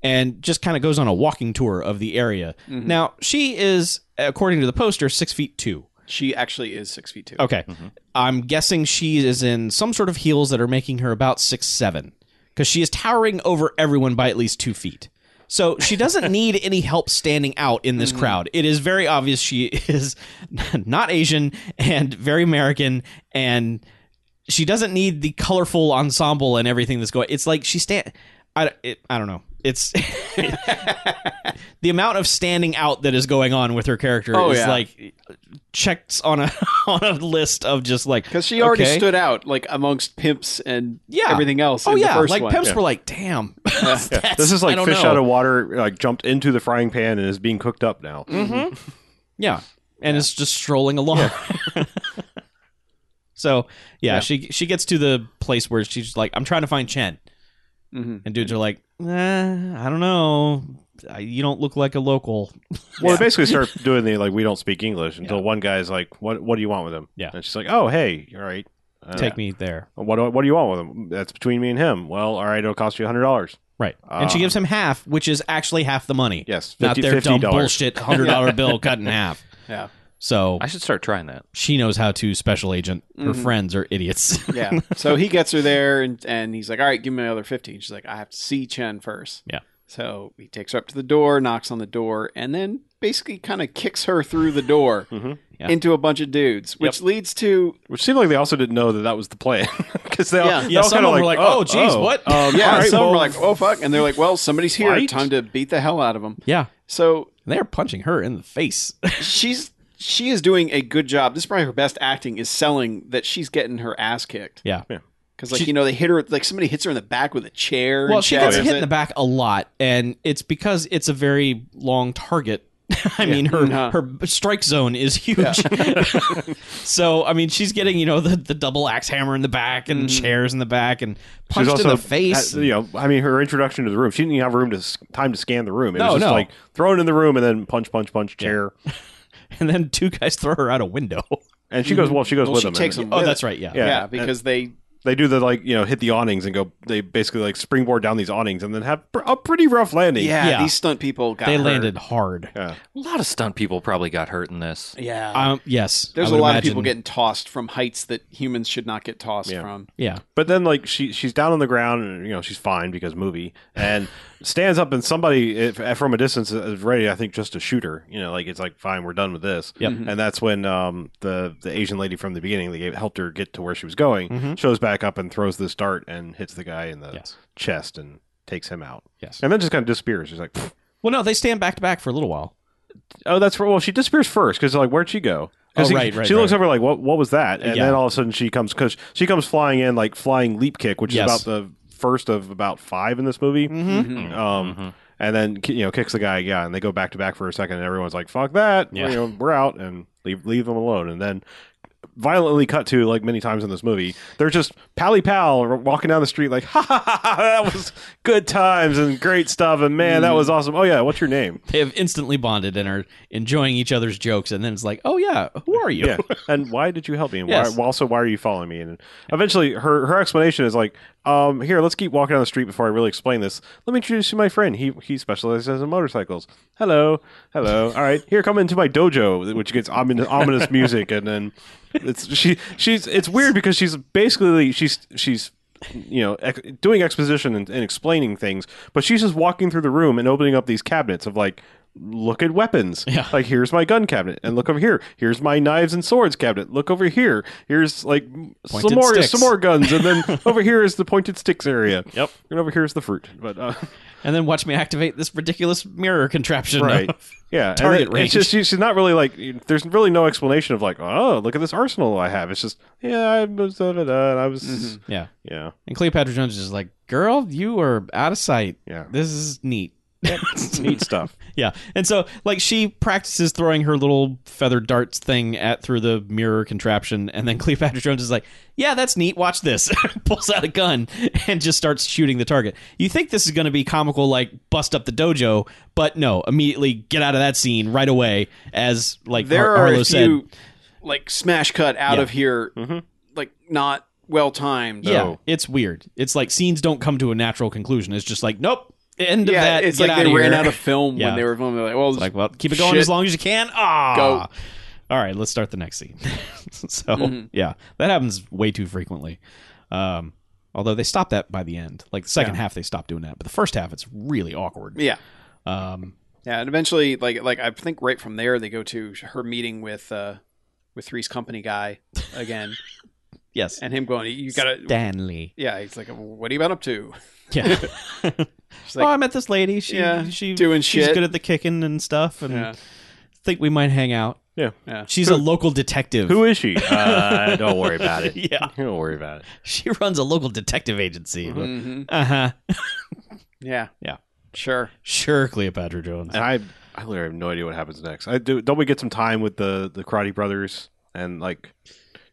[SPEAKER 5] and just kind of goes on a walking tour of the area. Now, she is, according to the poster, six feet two.
[SPEAKER 4] She actually is six feet two.
[SPEAKER 5] Okay. I'm guessing she is in some sort of heels that are making her about six seven because she is towering over everyone by at least two feet. So she doesn't need any help standing out in
[SPEAKER 4] Mm.
[SPEAKER 5] this crowd. It is very obvious she is not Asian and very American and she doesn't need the colorful ensemble and everything that's going. It's like she stand. I, it, I don't know. It's the amount of standing out that is going on with her character
[SPEAKER 4] Oh,
[SPEAKER 5] is
[SPEAKER 4] yeah.
[SPEAKER 5] like checks on a on a list of just like
[SPEAKER 4] Because she already
[SPEAKER 5] okay.
[SPEAKER 4] stood out like amongst pimps and
[SPEAKER 5] Yeah.
[SPEAKER 4] everything else.
[SPEAKER 5] Oh
[SPEAKER 4] in
[SPEAKER 5] yeah,
[SPEAKER 4] the first
[SPEAKER 5] like
[SPEAKER 4] one.
[SPEAKER 5] pimps were like, damn. That's-
[SPEAKER 2] This is
[SPEAKER 5] I
[SPEAKER 2] like
[SPEAKER 5] don't
[SPEAKER 2] fish
[SPEAKER 5] know.
[SPEAKER 2] out of water, like jumped into the frying pan and is being cooked up now.
[SPEAKER 3] Mm.
[SPEAKER 5] Yeah. And it's just strolling along. so yeah, she she gets to the place where she's like, I'm trying to find Chen.
[SPEAKER 4] Mhm.
[SPEAKER 5] And dudes are like, eh, I don't know. I, you don't look like a local.
[SPEAKER 2] Well, they basically start doing the like we don't speak English until one guy's like, "What what do you want with him?"
[SPEAKER 5] Yeah.
[SPEAKER 2] and she's like, "Oh, hey, all right, uh,
[SPEAKER 5] Take me there.
[SPEAKER 2] What do, what do you want with him? That's between me and him. Well, all right, it'll cost you hundred dollars.
[SPEAKER 5] Right. and she gives him half, which is actually half the money.
[SPEAKER 2] Yes,
[SPEAKER 5] Not
[SPEAKER 2] 50
[SPEAKER 5] their dumb
[SPEAKER 2] $50.
[SPEAKER 5] bullshit hundred dollar bill cut in half.
[SPEAKER 4] yeah,
[SPEAKER 5] So
[SPEAKER 3] I should start trying that.
[SPEAKER 5] she knows how to special agent. Her friends are idiots.
[SPEAKER 4] Mm-hmm. yeah. So he gets her there, and and he's like, "All right, give me another 15. She's like, "I have to see Chen first.
[SPEAKER 5] Yeah.
[SPEAKER 4] So he takes her up to the door, knocks on the door, and then basically kind of kicks her through the door
[SPEAKER 5] Mm-hmm. Yeah.
[SPEAKER 4] into a bunch of dudes, which leads to
[SPEAKER 2] Which seemed like they also didn't know that that was the plan because they all,
[SPEAKER 4] Yeah.
[SPEAKER 2] they
[SPEAKER 5] Yeah,
[SPEAKER 2] all
[SPEAKER 5] some
[SPEAKER 2] kinda
[SPEAKER 5] of them were like, "Oh, geez, what?"
[SPEAKER 2] um,
[SPEAKER 4] yeah.
[SPEAKER 2] all right,
[SPEAKER 4] some
[SPEAKER 2] well,
[SPEAKER 4] were like, "Oh fuck," and they're like, "Well, somebody's here.
[SPEAKER 2] Right?
[SPEAKER 4] Time to beat the hell out of them."
[SPEAKER 5] yeah.
[SPEAKER 4] So
[SPEAKER 5] They're punching her in the face.
[SPEAKER 4] she's she is doing a good job. This is probably her best acting is selling that she's getting her ass kicked.
[SPEAKER 5] yeah.
[SPEAKER 4] Because like you know they hit her like somebody hits her in the back with a chair.
[SPEAKER 5] Well,
[SPEAKER 4] and
[SPEAKER 5] she gets
[SPEAKER 4] shatters
[SPEAKER 5] hit in
[SPEAKER 4] it.
[SPEAKER 5] the back a lot, and it's because it's a very long target. I mean, her
[SPEAKER 4] Mhm.
[SPEAKER 5] her strike zone is huge. so, I mean, she's getting you know the, the double axe hammer in the back and
[SPEAKER 4] Mm-hmm.
[SPEAKER 5] chairs in the back and
[SPEAKER 2] She was
[SPEAKER 5] punched in the face.
[SPEAKER 2] you know, I mean, her introduction to the room. She didn't even have room to s- time to scan the room. It
[SPEAKER 5] No,
[SPEAKER 2] was just
[SPEAKER 5] no.
[SPEAKER 2] like thrown in the room and then punch, punch, punch, chair.
[SPEAKER 5] and then two guys throw her out a window.
[SPEAKER 2] And she goes, well, she goes
[SPEAKER 4] Well,
[SPEAKER 2] with
[SPEAKER 4] she
[SPEAKER 2] him.
[SPEAKER 4] takes
[SPEAKER 2] and,
[SPEAKER 4] him.
[SPEAKER 5] Oh,
[SPEAKER 4] with
[SPEAKER 5] that's
[SPEAKER 4] her.
[SPEAKER 5] right. Yeah.
[SPEAKER 2] Yeah.
[SPEAKER 4] Yeah, because they
[SPEAKER 2] they do the like you know hit the awnings and go they basically like springboard down these awnings and then have pr- a pretty rough landing
[SPEAKER 4] yeah,
[SPEAKER 5] Yeah.
[SPEAKER 4] these stunt people got
[SPEAKER 5] They
[SPEAKER 4] hurt.
[SPEAKER 5] landed hard.
[SPEAKER 2] yeah
[SPEAKER 3] A lot of stunt people probably got hurt in this.
[SPEAKER 4] Yeah,
[SPEAKER 5] Um, yes.
[SPEAKER 4] there's
[SPEAKER 5] I
[SPEAKER 4] a
[SPEAKER 5] would
[SPEAKER 4] lot of
[SPEAKER 5] imagine.
[SPEAKER 4] people getting tossed from heights that humans should not get tossed from.
[SPEAKER 5] Yeah.
[SPEAKER 2] but then like she she's down on the ground and you know she's fine because movie and stands up and somebody if, from a distance uh, is ready i think just to shoot her you know like it's like fine we're done with this
[SPEAKER 5] Yep.
[SPEAKER 2] and that's when um the the asian lady from the beginning that gave, helped her get to where she was going shows back up and throws this dart and hits the guy in the
[SPEAKER 5] Mm-hmm. Yes.
[SPEAKER 2] chest and takes him out
[SPEAKER 5] Yes.
[SPEAKER 2] and then just kind of disappears she's like "Pfft."
[SPEAKER 5] Well, no, they stand back to back for a little while.
[SPEAKER 2] Oh, that's right. Well, she disappears first because like, where'd she go? 'Cause
[SPEAKER 5] Oh,
[SPEAKER 2] he-
[SPEAKER 5] right, right,
[SPEAKER 2] She looks
[SPEAKER 5] right.
[SPEAKER 2] over like, what? What was that? And
[SPEAKER 5] Yeah.
[SPEAKER 2] then all of a sudden she comes because she comes flying in like flying leap kick, which
[SPEAKER 5] Yes. Mm-hmm.
[SPEAKER 2] is about the first of about five in this movie. Um, and then ki- you know kicks the guy, yeah, and they go back to back for a second, and everyone's like, fuck that,
[SPEAKER 5] Yeah.
[SPEAKER 2] you know, we're out and leave leave them alone. And then violently cut to like many times in this movie. They're just pally pal r- walking down the street like ha ha ha, ha that was good times and great stuff and man
[SPEAKER 5] Mm-hmm.
[SPEAKER 2] that was awesome. Oh yeah, what's your name?
[SPEAKER 5] They have instantly bonded and are enjoying each other's jokes, and then it's like, oh yeah, who are you?
[SPEAKER 2] Yeah, and why did you help me? And
[SPEAKER 5] Yes.
[SPEAKER 2] why, also, why are you following me? And eventually, her her explanation is like, um, here, let's keep walking down the street before I really explain this. Let me introduce you to my friend. He he specializes in motorcycles. Hello, hello. All right, here, come into my dojo, which gets ominous, ominous music, and then it's she she's it's weird because she's basically she's she's you know ex- doing exposition and, and explaining things but she's just walking through the room and opening up these cabinets of like look at weapons
[SPEAKER 5] Yeah.
[SPEAKER 2] like here's my gun cabinet and look over here here's my knives and swords cabinet look over here here's like some
[SPEAKER 5] Pointed
[SPEAKER 2] more
[SPEAKER 5] sticks.
[SPEAKER 2] some more guns and then over here is the pointed sticks area yep and over here is the fruit but uh,
[SPEAKER 5] And then watch me activate this ridiculous mirror contraption.
[SPEAKER 2] right yeah
[SPEAKER 5] Target
[SPEAKER 2] and it-
[SPEAKER 5] range.
[SPEAKER 2] it's just she, she's not really like there's really no explanation of like oh look at this arsenal i have it's just yeah i was da, da, da, and i was
[SPEAKER 5] yeah.
[SPEAKER 2] yeah
[SPEAKER 5] And Cleopatra Jones is like, girl, you are out of sight.
[SPEAKER 2] Yeah.
[SPEAKER 5] This is neat.
[SPEAKER 2] neat stuff
[SPEAKER 5] Yeah. And so like she practices throwing her little feather darts thing at through the mirror contraption and then Cleopatra Jones is like, "Yeah, that's neat. Watch this." Pulls out a gun and just starts shooting the target. You think this is going to be comical like bust up the dojo, but no, immediately get out of that scene right away as like
[SPEAKER 4] there
[SPEAKER 5] Har-
[SPEAKER 4] are
[SPEAKER 5] Harlow
[SPEAKER 4] a
[SPEAKER 5] said.
[SPEAKER 4] few like smash cut out
[SPEAKER 5] Yeah. Mm-hmm.
[SPEAKER 4] of here, like not well timed.
[SPEAKER 5] Yeah, it's weird. It's like scenes don't come to a natural conclusion. It's just like, nope, end of
[SPEAKER 4] yeah.
[SPEAKER 5] that.
[SPEAKER 4] it's
[SPEAKER 5] get
[SPEAKER 4] like
[SPEAKER 5] outta
[SPEAKER 4] they ran
[SPEAKER 5] here.
[SPEAKER 4] out of film
[SPEAKER 5] Yeah.
[SPEAKER 4] when they were filming. They're like, well,
[SPEAKER 5] Like, well, keep it going
[SPEAKER 4] shit.
[SPEAKER 5] as long as you can. Ah,
[SPEAKER 4] Go.
[SPEAKER 5] All right, let's start the next scene. so
[SPEAKER 4] Mm-hmm.
[SPEAKER 5] yeah, that happens way too frequently. Um, although they stop that by the end, like the second half, they stop doing that, but the first half, it's really awkward.
[SPEAKER 4] yeah,
[SPEAKER 5] Um,
[SPEAKER 4] yeah. And eventually, like, like I think right from there, they go to her meeting with uh with Three's Company guy again,
[SPEAKER 5] yes,
[SPEAKER 4] and him going, "You gotta."
[SPEAKER 5] Stanley.
[SPEAKER 4] yeah, he's like, "What are you been up to?"
[SPEAKER 5] Yeah.
[SPEAKER 4] She's like,
[SPEAKER 5] oh, I met this lady. She,
[SPEAKER 4] Yeah,
[SPEAKER 5] she
[SPEAKER 4] doing
[SPEAKER 5] she's
[SPEAKER 4] shit.
[SPEAKER 5] good at the kicking and stuff, and
[SPEAKER 4] Yeah.
[SPEAKER 5] think we might hang out.
[SPEAKER 2] yeah
[SPEAKER 4] yeah.
[SPEAKER 5] She's a local detective.
[SPEAKER 2] who is she uh, don't worry about it
[SPEAKER 5] Yeah.
[SPEAKER 2] don't worry about it
[SPEAKER 5] She runs a local detective agency.
[SPEAKER 4] Mhm.
[SPEAKER 5] Uh huh.
[SPEAKER 4] Yeah.
[SPEAKER 5] Yeah.
[SPEAKER 4] Sure.
[SPEAKER 5] Sure, Cleopatra Jones.
[SPEAKER 2] And I, I literally have no idea what happens next. I do. Don't we get some time with the the Karate Brothers and like?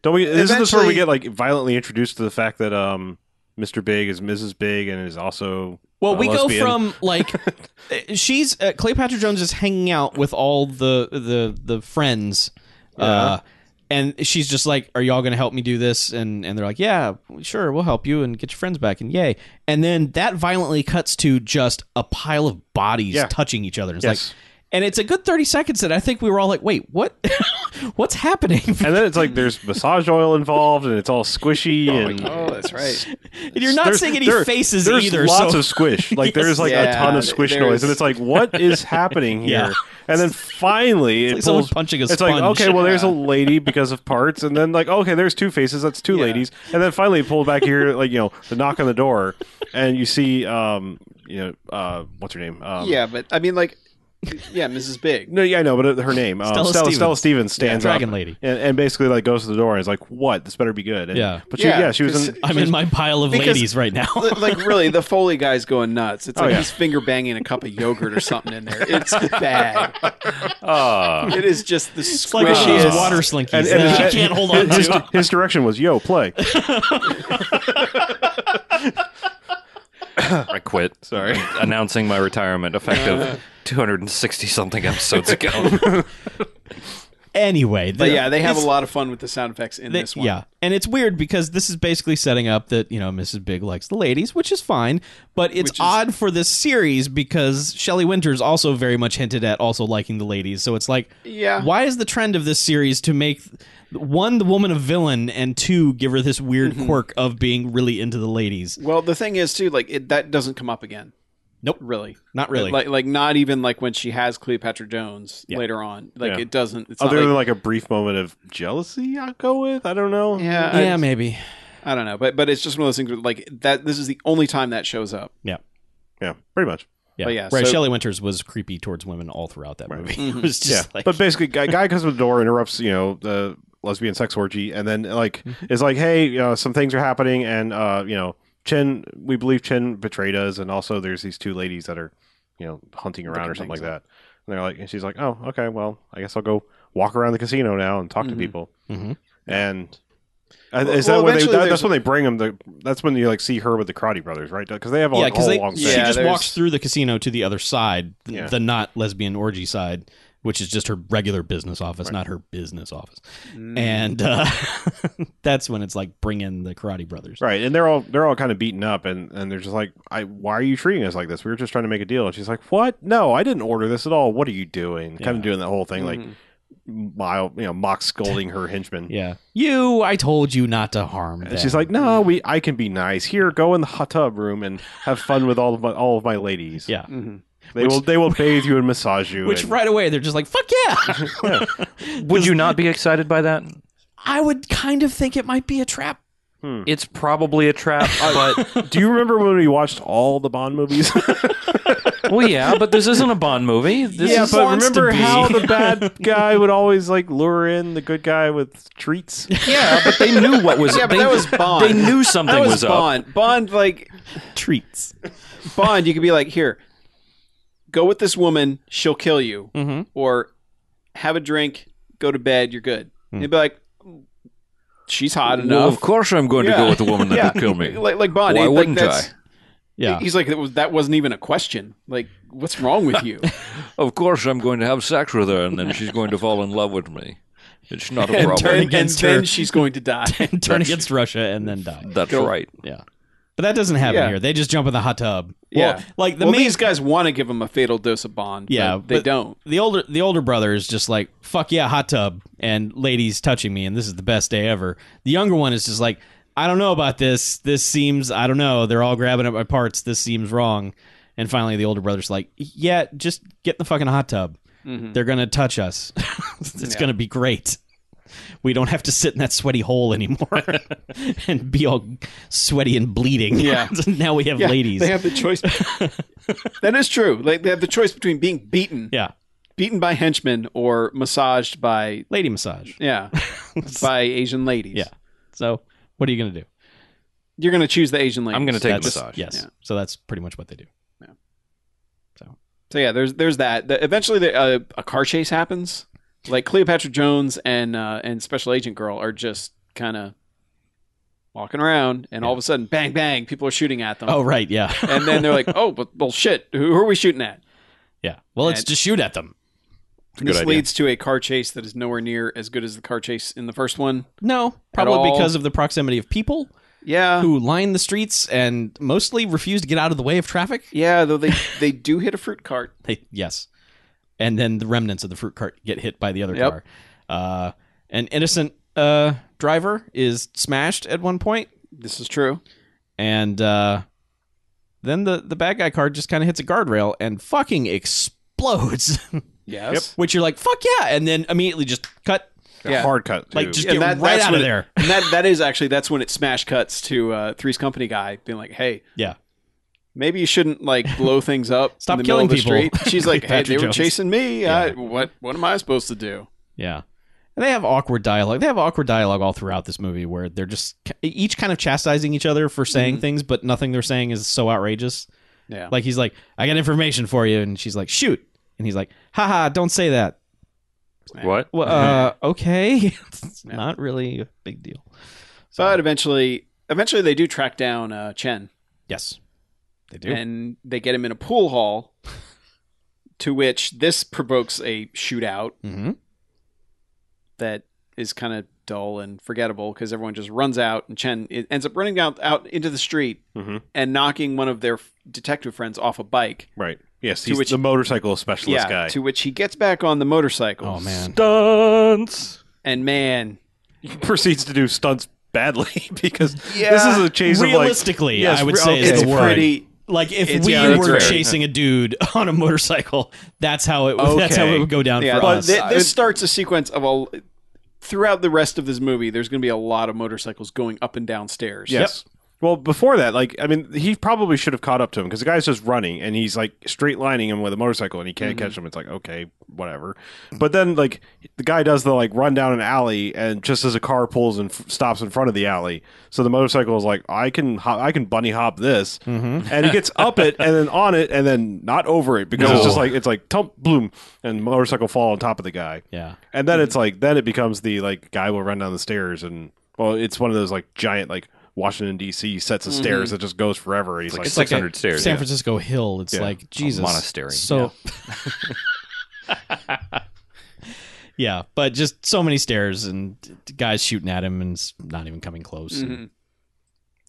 [SPEAKER 2] Don't we? Isn't this where we
[SPEAKER 4] Eventually-
[SPEAKER 2] get like violently introduced to the fact that um, Mr. Big is Mrs. Big and is also
[SPEAKER 5] Well,
[SPEAKER 2] a
[SPEAKER 5] we go
[SPEAKER 2] lesbian?
[SPEAKER 5] from like uh, she's uh, Cleopatra Jones is hanging out with all the the the friends, uh, and she's just like, "Are y'all going to help me do this?" And and they're like, "Yeah, sure, we'll help you and get your friends back." And yay! And then that violently cuts to just a pile of bodies
[SPEAKER 2] Yeah.
[SPEAKER 5] touching each other. It's
[SPEAKER 2] Yes.
[SPEAKER 5] like, and it's a good thirty seconds that I think we were all like, "Wait, what? What's happening?"
[SPEAKER 2] and then it's like there's massage oil involved and it's all squishy and
[SPEAKER 4] Oh, that's right.
[SPEAKER 5] And you're not
[SPEAKER 2] There's-
[SPEAKER 5] seeing any
[SPEAKER 2] there-
[SPEAKER 5] faces
[SPEAKER 2] there's
[SPEAKER 5] either.
[SPEAKER 2] Lots
[SPEAKER 5] so
[SPEAKER 2] of squish. Like
[SPEAKER 5] Yes.
[SPEAKER 2] there's like a
[SPEAKER 4] Yeah,
[SPEAKER 2] ton of squish
[SPEAKER 4] there's-
[SPEAKER 2] noise, and it's like, what is happening here?
[SPEAKER 5] Yeah.
[SPEAKER 2] And then finally, it
[SPEAKER 5] like someone
[SPEAKER 2] pulls
[SPEAKER 5] punching a
[SPEAKER 2] It's like
[SPEAKER 5] sponge.
[SPEAKER 2] okay, well, there's a lady because of parts, and then like okay, there's two faces. That's two
[SPEAKER 4] Yeah.
[SPEAKER 2] ladies, and then finally pulled back here, like you know, the knock on the door, and you see, um, you know, uh, what's her name? Um,
[SPEAKER 4] Yeah, but I mean, like, yeah, Mrs. Big.
[SPEAKER 2] No, yeah, I know, but uh, her name, um, Stella,
[SPEAKER 5] Stella
[SPEAKER 2] Stella Stevens,
[SPEAKER 5] Stevens.
[SPEAKER 2] stands
[SPEAKER 5] Yeah, Dragon
[SPEAKER 2] up,
[SPEAKER 5] Lady.
[SPEAKER 2] and, and basically like goes to the door and is like, "What? This better be good." And-
[SPEAKER 5] Yeah.
[SPEAKER 2] but she, yeah,
[SPEAKER 4] Yeah,
[SPEAKER 2] she was in.
[SPEAKER 4] 'cause-
[SPEAKER 5] I'm in my pile of
[SPEAKER 4] Because-
[SPEAKER 5] ladies right now.
[SPEAKER 4] Li- like really, the Foley guy's going nuts.
[SPEAKER 5] Oh,
[SPEAKER 4] It's like
[SPEAKER 2] yeah.
[SPEAKER 4] he's finger banging a cup of yogurt or something in there. It's bad.
[SPEAKER 3] Ah.
[SPEAKER 4] It is just the
[SPEAKER 5] Uh. It's like she
[SPEAKER 4] squishiest.
[SPEAKER 5] is water slinkies
[SPEAKER 2] And- and-
[SPEAKER 5] that
[SPEAKER 2] and-
[SPEAKER 5] she can't hold on
[SPEAKER 2] his,
[SPEAKER 5] to.
[SPEAKER 2] his direction was, "Yo, play."
[SPEAKER 3] I quit. Sorry. Announcing my retirement effective 260 something episodes ago.
[SPEAKER 5] Anyway,
[SPEAKER 4] But yeah, they have a
[SPEAKER 5] it's-
[SPEAKER 4] lot of fun with the sound effects in
[SPEAKER 5] they-
[SPEAKER 4] this one.
[SPEAKER 5] Yeah, and it's weird because this is basically setting up that you know Mrs. Big likes the ladies, which is fine, but it's odd for this series because Shelley Winters also very much hinted at also liking the ladies. So it's like,
[SPEAKER 4] Yeah.
[SPEAKER 5] why is the trend of this series to make one the woman a villain and two give her this weird
[SPEAKER 4] Mm-hmm.
[SPEAKER 5] quirk of being really into the ladies?
[SPEAKER 4] Well, the thing is too, like it, that doesn't come up again.
[SPEAKER 5] Nope.
[SPEAKER 4] Really.
[SPEAKER 5] Not really.
[SPEAKER 4] Like, like not even like when she has Cleopatra Jones
[SPEAKER 5] Yeah.
[SPEAKER 4] later on. Like
[SPEAKER 2] Yeah.
[SPEAKER 4] it doesn't. It's
[SPEAKER 2] Other
[SPEAKER 4] not
[SPEAKER 2] than
[SPEAKER 4] like,
[SPEAKER 2] like a brief moment of jealousy, I'll go with. I don't know.
[SPEAKER 4] yeah, I-
[SPEAKER 5] yeah, maybe.
[SPEAKER 4] I don't know, but but it's just one of those things. Where, like that, this is the only time that shows up.
[SPEAKER 5] Yeah.
[SPEAKER 2] Yeah, pretty much.
[SPEAKER 5] Yeah.
[SPEAKER 4] But yeah,
[SPEAKER 5] right.
[SPEAKER 4] so- Mm-hmm.
[SPEAKER 5] Shelley Winters was creepy towards women all throughout that movie. it was
[SPEAKER 2] Yeah,
[SPEAKER 5] just like,
[SPEAKER 2] but basically, guy, guy comes to the door, interrupts, you know, the lesbian sex orgy, and then like
[SPEAKER 4] Mm-hmm.
[SPEAKER 2] is like, hey, you know, some things are happening, and uh, you know, Chen, we believe Chen betrayed us, and also there's these two ladies that are, you know, hunting around or something like
[SPEAKER 4] things
[SPEAKER 2] that, and they're like, and she's like, oh, okay, well, I guess I'll go walk around the casino now and talk to people.
[SPEAKER 5] Mhm.
[SPEAKER 2] And I- is that when
[SPEAKER 4] Mm-hmm. Well,
[SPEAKER 2] they?
[SPEAKER 4] eventually
[SPEAKER 2] that-
[SPEAKER 4] there's-
[SPEAKER 2] that's when they bring them. The that's when you like see her with the Karate Brothers, right? Because they have a
[SPEAKER 5] yeah,
[SPEAKER 2] whole
[SPEAKER 5] because they
[SPEAKER 2] long
[SPEAKER 5] she
[SPEAKER 2] thing.
[SPEAKER 4] Yeah,
[SPEAKER 5] just
[SPEAKER 4] there's-
[SPEAKER 5] walks through the casino to the other side, th-
[SPEAKER 2] Yeah.
[SPEAKER 5] the not lesbian orgy side, which is just her regular business office, not her business office.
[SPEAKER 4] Mm-hmm.
[SPEAKER 5] And uh, that's when it's like bring in the Karate Brothers.
[SPEAKER 2] Right, and they're all they're all kind of beaten up, and and they're just like, "I why are you treating us like this? We were just trying to make a deal." And she's like, "What? No, I didn't order this at all. What are you doing?" Kind of doing that whole thing, like mild, you know, mock scolding her henchman.
[SPEAKER 5] Mm-hmm. Yeah, you. I told you not to harm.
[SPEAKER 2] And
[SPEAKER 5] them.
[SPEAKER 2] she's like,
[SPEAKER 5] Mm-hmm.
[SPEAKER 2] "No, we I can be nice. Here, go in the hot tub room and have fun with all of my, all of my ladies.
[SPEAKER 5] yeah.
[SPEAKER 2] they will they will bathe you and massage you.
[SPEAKER 5] Which
[SPEAKER 2] and-
[SPEAKER 5] right away they're just like, fuck yeah.
[SPEAKER 3] Would you not be excited by that?
[SPEAKER 5] I would kind of think it might be a trap.
[SPEAKER 3] It's probably a trap, but
[SPEAKER 2] Do you remember when we watched all the Bond movies?
[SPEAKER 3] well, yeah, but this isn't a Bond movie. This
[SPEAKER 2] yeah,
[SPEAKER 3] is
[SPEAKER 2] but
[SPEAKER 5] wants to
[SPEAKER 2] remember
[SPEAKER 5] be.
[SPEAKER 2] how the bad guy would always like lure in the good guy with treats?
[SPEAKER 3] yeah, but they knew what was.
[SPEAKER 4] Yeah, but
[SPEAKER 3] they,
[SPEAKER 4] that was Bond.
[SPEAKER 3] They knew something
[SPEAKER 4] That was,
[SPEAKER 3] was up.
[SPEAKER 4] Bond. Bond, like
[SPEAKER 5] Treats.
[SPEAKER 4] Bond, you could be like, here, go with this woman, she'll kill you, or have a drink, go to bed, you're good. And You'd be like, she's hot enough.
[SPEAKER 3] Well, of course I'm going to
[SPEAKER 4] Yeah.
[SPEAKER 3] go with the woman that
[SPEAKER 4] Yeah.
[SPEAKER 3] will kill me.
[SPEAKER 4] Like, like Bond,
[SPEAKER 3] Why
[SPEAKER 4] like,
[SPEAKER 3] wouldn't
[SPEAKER 4] that's-
[SPEAKER 5] Yeah.
[SPEAKER 4] He's like, that, was, that wasn't even a question. Like, what's wrong with you?
[SPEAKER 3] Of course I'm going to have sex with her, and then she's going to fall in love with me. It's not a
[SPEAKER 5] And
[SPEAKER 3] problem.
[SPEAKER 5] turn
[SPEAKER 4] and, and
[SPEAKER 5] against her.
[SPEAKER 4] then she's going to die.
[SPEAKER 5] Turn against Russia and then die.
[SPEAKER 3] That's right.
[SPEAKER 5] Yeah. But that doesn't happen
[SPEAKER 4] Yeah.
[SPEAKER 5] here. They just jump in the hot tub.
[SPEAKER 4] yeah.
[SPEAKER 5] Well, like the
[SPEAKER 4] well,
[SPEAKER 5] main
[SPEAKER 4] these guys want to give him a fatal dose of Bond.
[SPEAKER 5] Yeah,
[SPEAKER 4] but they
[SPEAKER 5] but-
[SPEAKER 4] don't.
[SPEAKER 5] the older the older brother is just like fuck yeah hot tub and ladies touching me and this is the best day ever the younger one is just like i don't know about this this seems i don't know they're all grabbing at my parts this seems wrong and finally the older brother's like yeah just get in the fucking hot tub they're gonna touch us it's gonna be great we don't have to sit in that sweaty hole anymore and be all sweaty and bleeding
[SPEAKER 4] Yeah.
[SPEAKER 5] now we have
[SPEAKER 4] Yeah,
[SPEAKER 5] ladies
[SPEAKER 4] They have the choice. that is true. Like they have the choice between being beaten,
[SPEAKER 5] yeah
[SPEAKER 4] beaten by henchmen, or massaged by
[SPEAKER 5] lady massage
[SPEAKER 4] yeah, by Asian ladies.
[SPEAKER 5] yeah so what are you gonna do
[SPEAKER 4] you're gonna choose the Asian ladies.
[SPEAKER 3] I'm going to take a
[SPEAKER 5] That's-
[SPEAKER 3] massage.
[SPEAKER 5] Yes.
[SPEAKER 4] Yeah.
[SPEAKER 5] So that's pretty much what they do.
[SPEAKER 4] So yeah, there's there's that. The- eventually, the, uh, a car chase happens. Like Cleopatra Jones and uh, and Special Agent Girl are just kind of walking around, and all of a sudden, bang bang, people are shooting at them.
[SPEAKER 5] Oh right, yeah,
[SPEAKER 4] And then they're like, "Oh, but well, shit. Who, who are we shooting at?"
[SPEAKER 5] yeah. Well, it's
[SPEAKER 4] And-
[SPEAKER 5] just shoot at them.
[SPEAKER 4] This leads to a car chase that is nowhere near as good as the car chase in the first one.
[SPEAKER 5] No, probably
[SPEAKER 4] all.
[SPEAKER 5] because of the proximity of people
[SPEAKER 4] Yeah,
[SPEAKER 5] who line the streets and mostly refuse to get out of the way of traffic.
[SPEAKER 4] Yeah, though they they do hit a fruit cart.
[SPEAKER 5] They, yes, and then the remnants of the fruit cart get hit by the other
[SPEAKER 4] Yep.
[SPEAKER 5] car. Uh, an innocent uh, driver is smashed at one point,
[SPEAKER 4] This is true.
[SPEAKER 5] and uh, then the the bad guy car just kind of hits a guardrail and fucking explodes.
[SPEAKER 4] Yes.
[SPEAKER 5] Which you're like, fuck yeah, and then immediately just cut,
[SPEAKER 4] Yeah.
[SPEAKER 2] Hard cut.
[SPEAKER 5] like
[SPEAKER 2] too.
[SPEAKER 5] just
[SPEAKER 4] And
[SPEAKER 5] get
[SPEAKER 4] that-
[SPEAKER 5] right
[SPEAKER 4] that's
[SPEAKER 5] out
[SPEAKER 4] when
[SPEAKER 5] of
[SPEAKER 4] it-
[SPEAKER 5] there.
[SPEAKER 4] And that that is actually that's when it smash cuts to uh Three's Company guy being like, "Hey,
[SPEAKER 5] Yeah.
[SPEAKER 4] maybe you shouldn't like blow things up
[SPEAKER 5] Stop
[SPEAKER 4] in the middle
[SPEAKER 5] killing
[SPEAKER 4] of the
[SPEAKER 5] people.
[SPEAKER 4] street." She's like, "Hey,
[SPEAKER 5] Patrick
[SPEAKER 4] they were
[SPEAKER 5] Jones.
[SPEAKER 4] chasing me. I, what what am I supposed to do?"
[SPEAKER 5] Yeah. And they have awkward dialogue. They have awkward dialogue all throughout this movie where they're just each kind of chastising each other for saying things, but nothing they're saying is so outrageous.
[SPEAKER 4] Yeah.
[SPEAKER 5] Like he's like, "I got information for you," and she's like, "Shoot," and he's like, "Haha, don't say that."
[SPEAKER 3] What?
[SPEAKER 5] Well, uh, okay, it's not really a big deal.
[SPEAKER 4] but eventually eventually they do track down uh Chen
[SPEAKER 5] Yes, they do.
[SPEAKER 4] and they get him in a pool hall to which this provokes a shootout
[SPEAKER 5] hmm
[SPEAKER 4] that is kind of dull and forgettable because everyone just runs out and Chen it ends up running out, out into the street
[SPEAKER 5] Mm-hmm.
[SPEAKER 2] Mhm.
[SPEAKER 4] and knocking one of their f- detective friends off a bike.
[SPEAKER 2] Right. Yes,
[SPEAKER 4] To
[SPEAKER 2] he's
[SPEAKER 4] which-
[SPEAKER 2] the motorcycle specialist
[SPEAKER 4] yeah,
[SPEAKER 2] guy.
[SPEAKER 4] to which he gets back on the motorcycle.
[SPEAKER 5] Oh man,
[SPEAKER 3] Stunts.
[SPEAKER 4] And man,
[SPEAKER 2] proceeds to do stunts badly because
[SPEAKER 4] Yeah.
[SPEAKER 2] this is a chase of like
[SPEAKER 5] realistically,
[SPEAKER 2] Yes,
[SPEAKER 5] I would
[SPEAKER 2] re-
[SPEAKER 5] say
[SPEAKER 2] okay.
[SPEAKER 5] is
[SPEAKER 4] it's
[SPEAKER 5] the word.
[SPEAKER 4] pretty.
[SPEAKER 5] like if
[SPEAKER 4] It's-
[SPEAKER 5] we
[SPEAKER 4] yeah, that's
[SPEAKER 5] were
[SPEAKER 4] right.
[SPEAKER 5] chasing a dude on a motorcycle, that's how it. would That's how
[SPEAKER 2] Okay.
[SPEAKER 5] it would go down
[SPEAKER 4] Yeah,
[SPEAKER 5] for
[SPEAKER 4] but
[SPEAKER 5] us.
[SPEAKER 4] thi- this starts a sequence of all throughout the rest of this movie. There's going to be a lot of motorcycles going up and down stairs.
[SPEAKER 2] yes. Well, before that, like I mean, he probably should have caught up to him because the guy's just running and he's like straight lining him with a motorcycle and he can't catch him. It's like okay, whatever. But then like the guy does the like run down an alley and just as a car pulls and f- stops in front of the alley, so the motorcycle is like I can hop, I can bunny hop this, and he gets up it and then on it and then not over it because it's just like it's like tump bloom and motorcycle fall on top of the guy.
[SPEAKER 5] Yeah.
[SPEAKER 2] And then
[SPEAKER 5] Mm-hmm.
[SPEAKER 2] it's like then it becomes the like guy will run down the stairs and well it's one of those like giant like Washington D.C. sets of
[SPEAKER 5] Mm-hmm.
[SPEAKER 2] stairs that just goes forever. And he's like,
[SPEAKER 3] It's like
[SPEAKER 5] a
[SPEAKER 3] 600 stairs,
[SPEAKER 5] San
[SPEAKER 3] yeah.
[SPEAKER 5] Francisco Hill. It's
[SPEAKER 2] Yeah.
[SPEAKER 5] like Jesus
[SPEAKER 3] monastery,
[SPEAKER 5] So. Yeah, but just so many stairs and guys shooting at him and it's not even coming close.
[SPEAKER 4] Mm-hmm.
[SPEAKER 5] and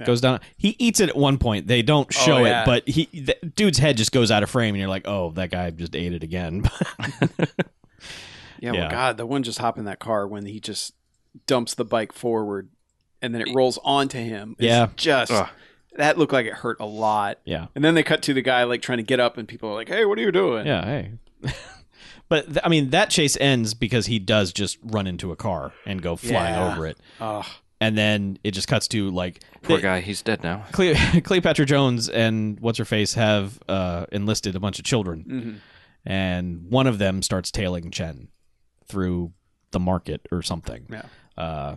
[SPEAKER 5] Goes down. He eats it at one point. They don't show
[SPEAKER 4] yeah.
[SPEAKER 5] it, but he the dude's head just goes out of frame, and you're like, "Oh, that guy just ate it again."
[SPEAKER 4] Yeah,
[SPEAKER 5] Yeah.
[SPEAKER 4] well, God, the one just hopped in that car when he just dumps the bike forward and then it rolls onto him. It's
[SPEAKER 5] Yeah.
[SPEAKER 4] just
[SPEAKER 2] Ugh.
[SPEAKER 4] that looked like it hurt a lot.
[SPEAKER 5] yeah,
[SPEAKER 4] And then they cut to the guy like trying to get up, and people are like, "Hey, what are you doing?"
[SPEAKER 5] yeah. Hey, but th- I mean, that chase ends because he does just run into a car and go flying
[SPEAKER 4] Yeah.
[SPEAKER 5] over it,
[SPEAKER 4] Ugh.
[SPEAKER 5] and then it just cuts to like
[SPEAKER 3] Poor
[SPEAKER 5] they-
[SPEAKER 3] guy, he's dead now.
[SPEAKER 5] Cle- Cleopatra Jones and what's her face have uh, enlisted a bunch of children,
[SPEAKER 4] Mm-hmm.
[SPEAKER 5] and one of them starts tailing Chen through the market or something.
[SPEAKER 4] Yeah.
[SPEAKER 5] Uh,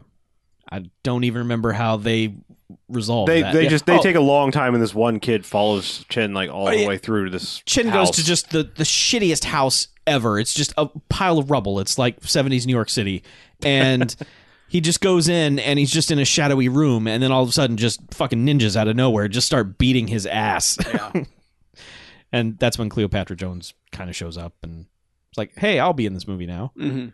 [SPEAKER 5] I don't even remember how they resolve.
[SPEAKER 2] they
[SPEAKER 5] that.
[SPEAKER 2] they
[SPEAKER 5] Yeah.
[SPEAKER 2] just they
[SPEAKER 5] Oh,
[SPEAKER 2] take a long time, and this one kid follows Chin like all the
[SPEAKER 5] yeah.
[SPEAKER 2] way through to this.
[SPEAKER 5] Chin
[SPEAKER 2] house.
[SPEAKER 5] goes to just the the shittiest house ever. It's just a pile of rubble. It's like '70s New York City, and. He just goes in and he's just in a shadowy room, and then all of a sudden, just fucking ninjas out of nowhere just start beating his ass.
[SPEAKER 4] Yeah.
[SPEAKER 5] And that's when Cleopatra Jones kind of shows up and it's like, hey, I'll be in this movie now.
[SPEAKER 4] hmm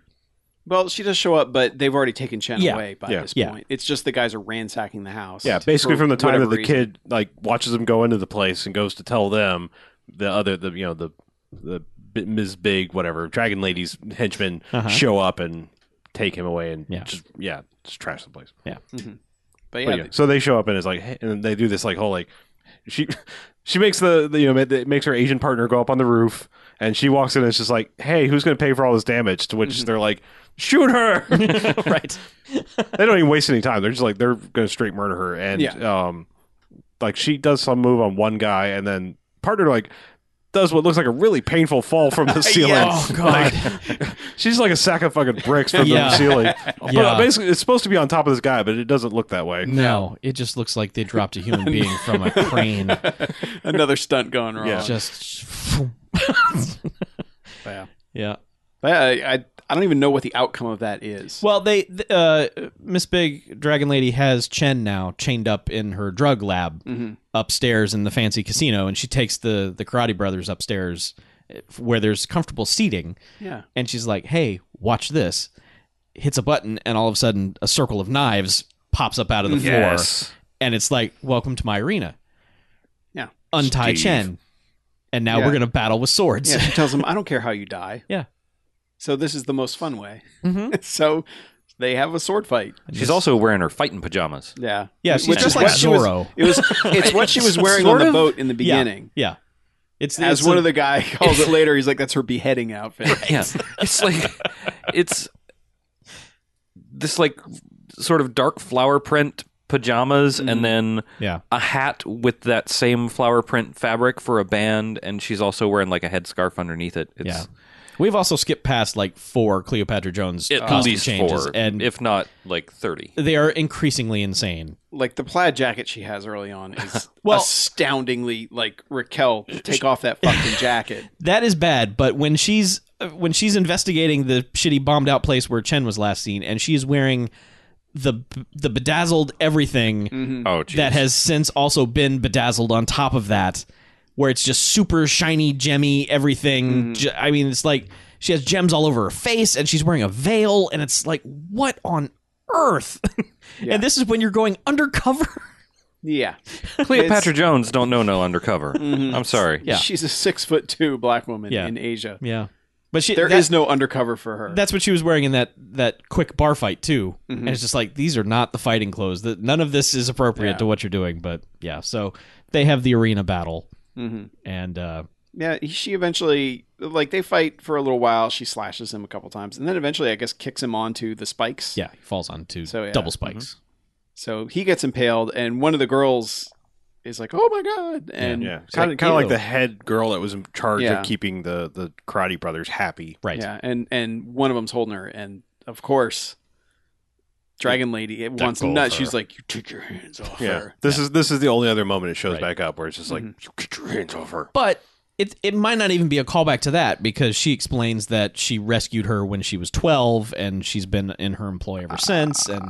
[SPEAKER 4] Well, she does show up, but they've already taken Chen
[SPEAKER 5] Yeah.
[SPEAKER 4] away by
[SPEAKER 2] Yeah.
[SPEAKER 4] this
[SPEAKER 5] Yeah.
[SPEAKER 4] point. It's just the guys are ransacking the house.
[SPEAKER 2] yeah, basically
[SPEAKER 4] for
[SPEAKER 2] from the time that
[SPEAKER 4] whatever
[SPEAKER 2] the
[SPEAKER 4] reason.
[SPEAKER 2] kid like watches him go into the place and goes to tell them the other the you know the the B- Ms. Big whatever Dragon Lady's henchmen
[SPEAKER 5] Uh-huh.
[SPEAKER 2] show up and take him away and
[SPEAKER 5] Yeah.
[SPEAKER 2] just yeah just trash the place.
[SPEAKER 4] But yeah,
[SPEAKER 2] But yeah, so they show up and it's like, hey, and they do this like whole like, she, she makes the, the you know it makes her Asian partner go up on the roof, and she walks in and it's just like, hey, who's gonna pay for all this damage? To which they're like, shoot her.
[SPEAKER 5] Mm-hmm. right.
[SPEAKER 2] they don't even waste any time. They're just like they're gonna straight murder her, and
[SPEAKER 4] Yeah.
[SPEAKER 2] um, like she does some move on one guy, and then partner like. Does what looks like a really painful fall from the ceiling.
[SPEAKER 5] Oh, God.
[SPEAKER 2] Like, she's like a sack of fucking bricks from
[SPEAKER 5] Yeah.
[SPEAKER 2] the ceiling. But
[SPEAKER 5] Yeah.
[SPEAKER 2] basically, it's supposed to be on top of this guy, but it doesn't look that way.
[SPEAKER 5] No, it just looks like they dropped a human being from a crane.
[SPEAKER 4] another stunt gone wrong.
[SPEAKER 2] Oh, Yeah.
[SPEAKER 5] Just.
[SPEAKER 4] But yeah.
[SPEAKER 5] yeah.
[SPEAKER 4] But yeah, I, I I don't even know what the outcome of that is.
[SPEAKER 5] Well, they. th- Uh, Miss Big Dragon Lady has Chen now chained up in her drug lab
[SPEAKER 4] Mm-hmm.
[SPEAKER 5] upstairs in the fancy casino, and she takes the, the Karate Brothers upstairs eh, where there's comfortable seating.
[SPEAKER 4] yeah.
[SPEAKER 5] and she's like, "Hey, watch this." Hits a button, and all of a sudden, a circle of knives pops up out of the
[SPEAKER 4] Mm-hmm.
[SPEAKER 5] floor, and it's like, "Welcome to my arena."
[SPEAKER 4] Yeah.
[SPEAKER 5] untie
[SPEAKER 2] Steve.
[SPEAKER 5] Chen, and now
[SPEAKER 4] Yeah.
[SPEAKER 5] we're gonna battle with swords.
[SPEAKER 4] Yeah, she tells him, "I don't care how you die."
[SPEAKER 5] Yeah.
[SPEAKER 4] So this is the most fun way.
[SPEAKER 5] Mhm.
[SPEAKER 4] so they have a sword fight.
[SPEAKER 3] She's also wearing her fighting pajamas.
[SPEAKER 4] Yeah.
[SPEAKER 5] Yeah,
[SPEAKER 4] Which
[SPEAKER 5] she's
[SPEAKER 4] is
[SPEAKER 5] just
[SPEAKER 4] what
[SPEAKER 5] like
[SPEAKER 4] she was-
[SPEAKER 5] Zorro.
[SPEAKER 4] It was. It's what she was wearing on
[SPEAKER 5] Sort
[SPEAKER 4] the
[SPEAKER 5] of.
[SPEAKER 4] boat in the
[SPEAKER 5] Yeah.
[SPEAKER 4] beginning.
[SPEAKER 5] Yeah, it's
[SPEAKER 4] As
[SPEAKER 5] it's
[SPEAKER 4] one
[SPEAKER 5] a-
[SPEAKER 4] of the guy calls it later, he's like, "That's her beheading outfit."
[SPEAKER 3] Yeah, it's like it's this like sort of dark flower print pajamas,
[SPEAKER 5] Mm-hmm.
[SPEAKER 3] and then
[SPEAKER 5] yeah.
[SPEAKER 3] a hat with that same flower print fabric for a band, and she's also wearing like a headscarf underneath it. It's,
[SPEAKER 5] Yeah. We've also skipped past like four Cleopatra Jones
[SPEAKER 3] at
[SPEAKER 5] costume
[SPEAKER 3] least
[SPEAKER 5] changes,
[SPEAKER 3] four,
[SPEAKER 5] and
[SPEAKER 3] if not like thirty.
[SPEAKER 5] they are increasingly insane.
[SPEAKER 4] Like the plaid jacket she has early on is
[SPEAKER 5] Well-
[SPEAKER 4] astoundingly like Raquel. Take off that fucking jacket.
[SPEAKER 5] That is bad, but when she's uh, when she's investigating the shitty bombed out place where Chen was last seen and she is wearing the the bedazzled everything
[SPEAKER 3] Oh, geez.
[SPEAKER 5] that has since also been bedazzled on top of that where it's just super shiny gemmy
[SPEAKER 4] Mm-hmm.
[SPEAKER 5] everything J- I mean it's like she has gems all over her face and she's wearing a veil and it's like what on earth and this is when you're going undercover
[SPEAKER 4] Yeah.
[SPEAKER 3] Cleopatra Jones don't know no undercover. I'm sorry.
[SPEAKER 5] Yeah.
[SPEAKER 4] She's a six foot two black woman
[SPEAKER 5] Yeah.
[SPEAKER 4] in Asia.
[SPEAKER 5] yeah but she
[SPEAKER 4] There is
[SPEAKER 5] that-
[SPEAKER 4] no undercover for her.
[SPEAKER 5] That's what she was wearing in that that quick bar fight too.
[SPEAKER 4] Mm-hmm.
[SPEAKER 5] And it's just like these are not the fighting clothes. That none of this is appropriate
[SPEAKER 4] Yeah.
[SPEAKER 5] to what you're doing. But yeah, so they have the arena battle,
[SPEAKER 4] mm-hmm.
[SPEAKER 5] and uh,
[SPEAKER 4] Yeah, he- she eventually like they fight for a little while. She slashes him a couple times, and then eventually, I guess, kicks him onto the spikes.
[SPEAKER 5] yeah, he falls onto
[SPEAKER 4] So, yeah. Mm-hmm.
[SPEAKER 5] double spikes.
[SPEAKER 4] So he gets impaled, and one of the girls is like, "Oh my god!" And
[SPEAKER 2] Yeah,
[SPEAKER 4] it's
[SPEAKER 2] kind of kind of like
[SPEAKER 5] ew.
[SPEAKER 2] the head girl that was in charge
[SPEAKER 4] Yeah.
[SPEAKER 2] of keeping the the Karate Brothers happy.
[SPEAKER 5] Right.
[SPEAKER 4] Yeah, and and one of them's holding her, and of course, Dragon Lady it wants
[SPEAKER 2] Deckles
[SPEAKER 4] nuts.
[SPEAKER 2] her.
[SPEAKER 4] She's like, "You take your hands off
[SPEAKER 2] Yeah, Mm-hmm.
[SPEAKER 4] her."
[SPEAKER 2] this is this is the only other moment it shows
[SPEAKER 5] Right.
[SPEAKER 2] back up where it's just like "You get your hands off her.
[SPEAKER 5] But it it might not even be a callback to that because she explains that she rescued her when she was twelve and she's been in her employ ever since. And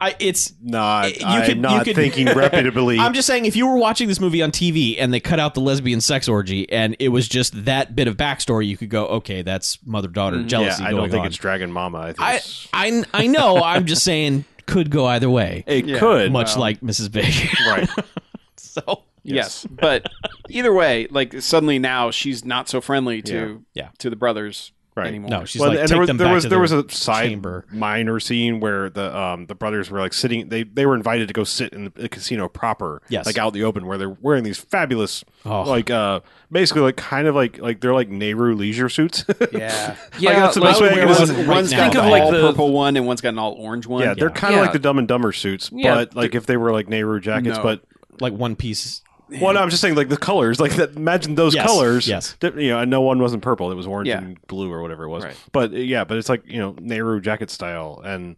[SPEAKER 5] I it's
[SPEAKER 2] Not,
[SPEAKER 5] You could-
[SPEAKER 2] I'm
[SPEAKER 5] you
[SPEAKER 2] not
[SPEAKER 5] could-
[SPEAKER 2] thinking reputably.
[SPEAKER 5] I'm just saying if you were watching this movie on TV and they cut out the lesbian sex orgy and it was just that bit of backstory, you could go, okay, that's mother daughter
[SPEAKER 2] Mm, yeah,
[SPEAKER 5] jealousy
[SPEAKER 2] I
[SPEAKER 5] going
[SPEAKER 2] don't think
[SPEAKER 5] on.
[SPEAKER 2] it's Dragon Mama. I think
[SPEAKER 5] I,
[SPEAKER 2] it's-
[SPEAKER 5] I I know. I'm just saying could go either way.
[SPEAKER 2] it um,
[SPEAKER 4] Yeah.
[SPEAKER 2] could
[SPEAKER 5] much like Mrs. Big.
[SPEAKER 2] right.
[SPEAKER 5] so
[SPEAKER 4] Yes. but either way, like suddenly now she's not so friendly to
[SPEAKER 5] Yeah. Yeah.
[SPEAKER 4] to the brothers
[SPEAKER 2] Right.
[SPEAKER 4] anymore.
[SPEAKER 5] no, she's
[SPEAKER 2] Well,
[SPEAKER 5] like
[SPEAKER 2] and
[SPEAKER 5] take
[SPEAKER 2] there was
[SPEAKER 5] them
[SPEAKER 2] there
[SPEAKER 5] back
[SPEAKER 2] was
[SPEAKER 5] to
[SPEAKER 2] there was
[SPEAKER 5] their
[SPEAKER 2] a side
[SPEAKER 5] chamber.
[SPEAKER 2] minor scene where the um the brothers were like sitting they they were invited to go sit in the, the casino proper
[SPEAKER 5] Yes.
[SPEAKER 2] like out in the open where they're wearing these fabulous
[SPEAKER 5] Oh.
[SPEAKER 2] like uh basically like kind of like like they're like Nehru leisure suits
[SPEAKER 4] yeah.
[SPEAKER 3] Yeah,
[SPEAKER 2] that's the
[SPEAKER 3] like-
[SPEAKER 2] best way I
[SPEAKER 5] wear
[SPEAKER 2] can
[SPEAKER 5] one
[SPEAKER 4] One's,
[SPEAKER 2] describe
[SPEAKER 5] right
[SPEAKER 4] one's
[SPEAKER 5] now.
[SPEAKER 4] got
[SPEAKER 5] Think
[SPEAKER 4] an
[SPEAKER 5] of,
[SPEAKER 4] all
[SPEAKER 3] like, the-
[SPEAKER 4] purple one, and one's got an all orange one.
[SPEAKER 2] yeah they're kind of
[SPEAKER 3] Yeah.
[SPEAKER 2] like the Dumb and Dumber suits
[SPEAKER 3] Yeah.
[SPEAKER 2] but like if they were like Nehru jackets
[SPEAKER 4] No.
[SPEAKER 2] but
[SPEAKER 5] like one piece.
[SPEAKER 2] well no, I'm just saying like the colors like that imagine those
[SPEAKER 5] Yes,
[SPEAKER 2] colors
[SPEAKER 5] yes.
[SPEAKER 2] Di- you know and no one wasn't purple it was orange
[SPEAKER 4] Yeah.
[SPEAKER 2] and blue or whatever it was
[SPEAKER 3] Right.
[SPEAKER 2] but uh, yeah but it's like you know Nehru jacket style and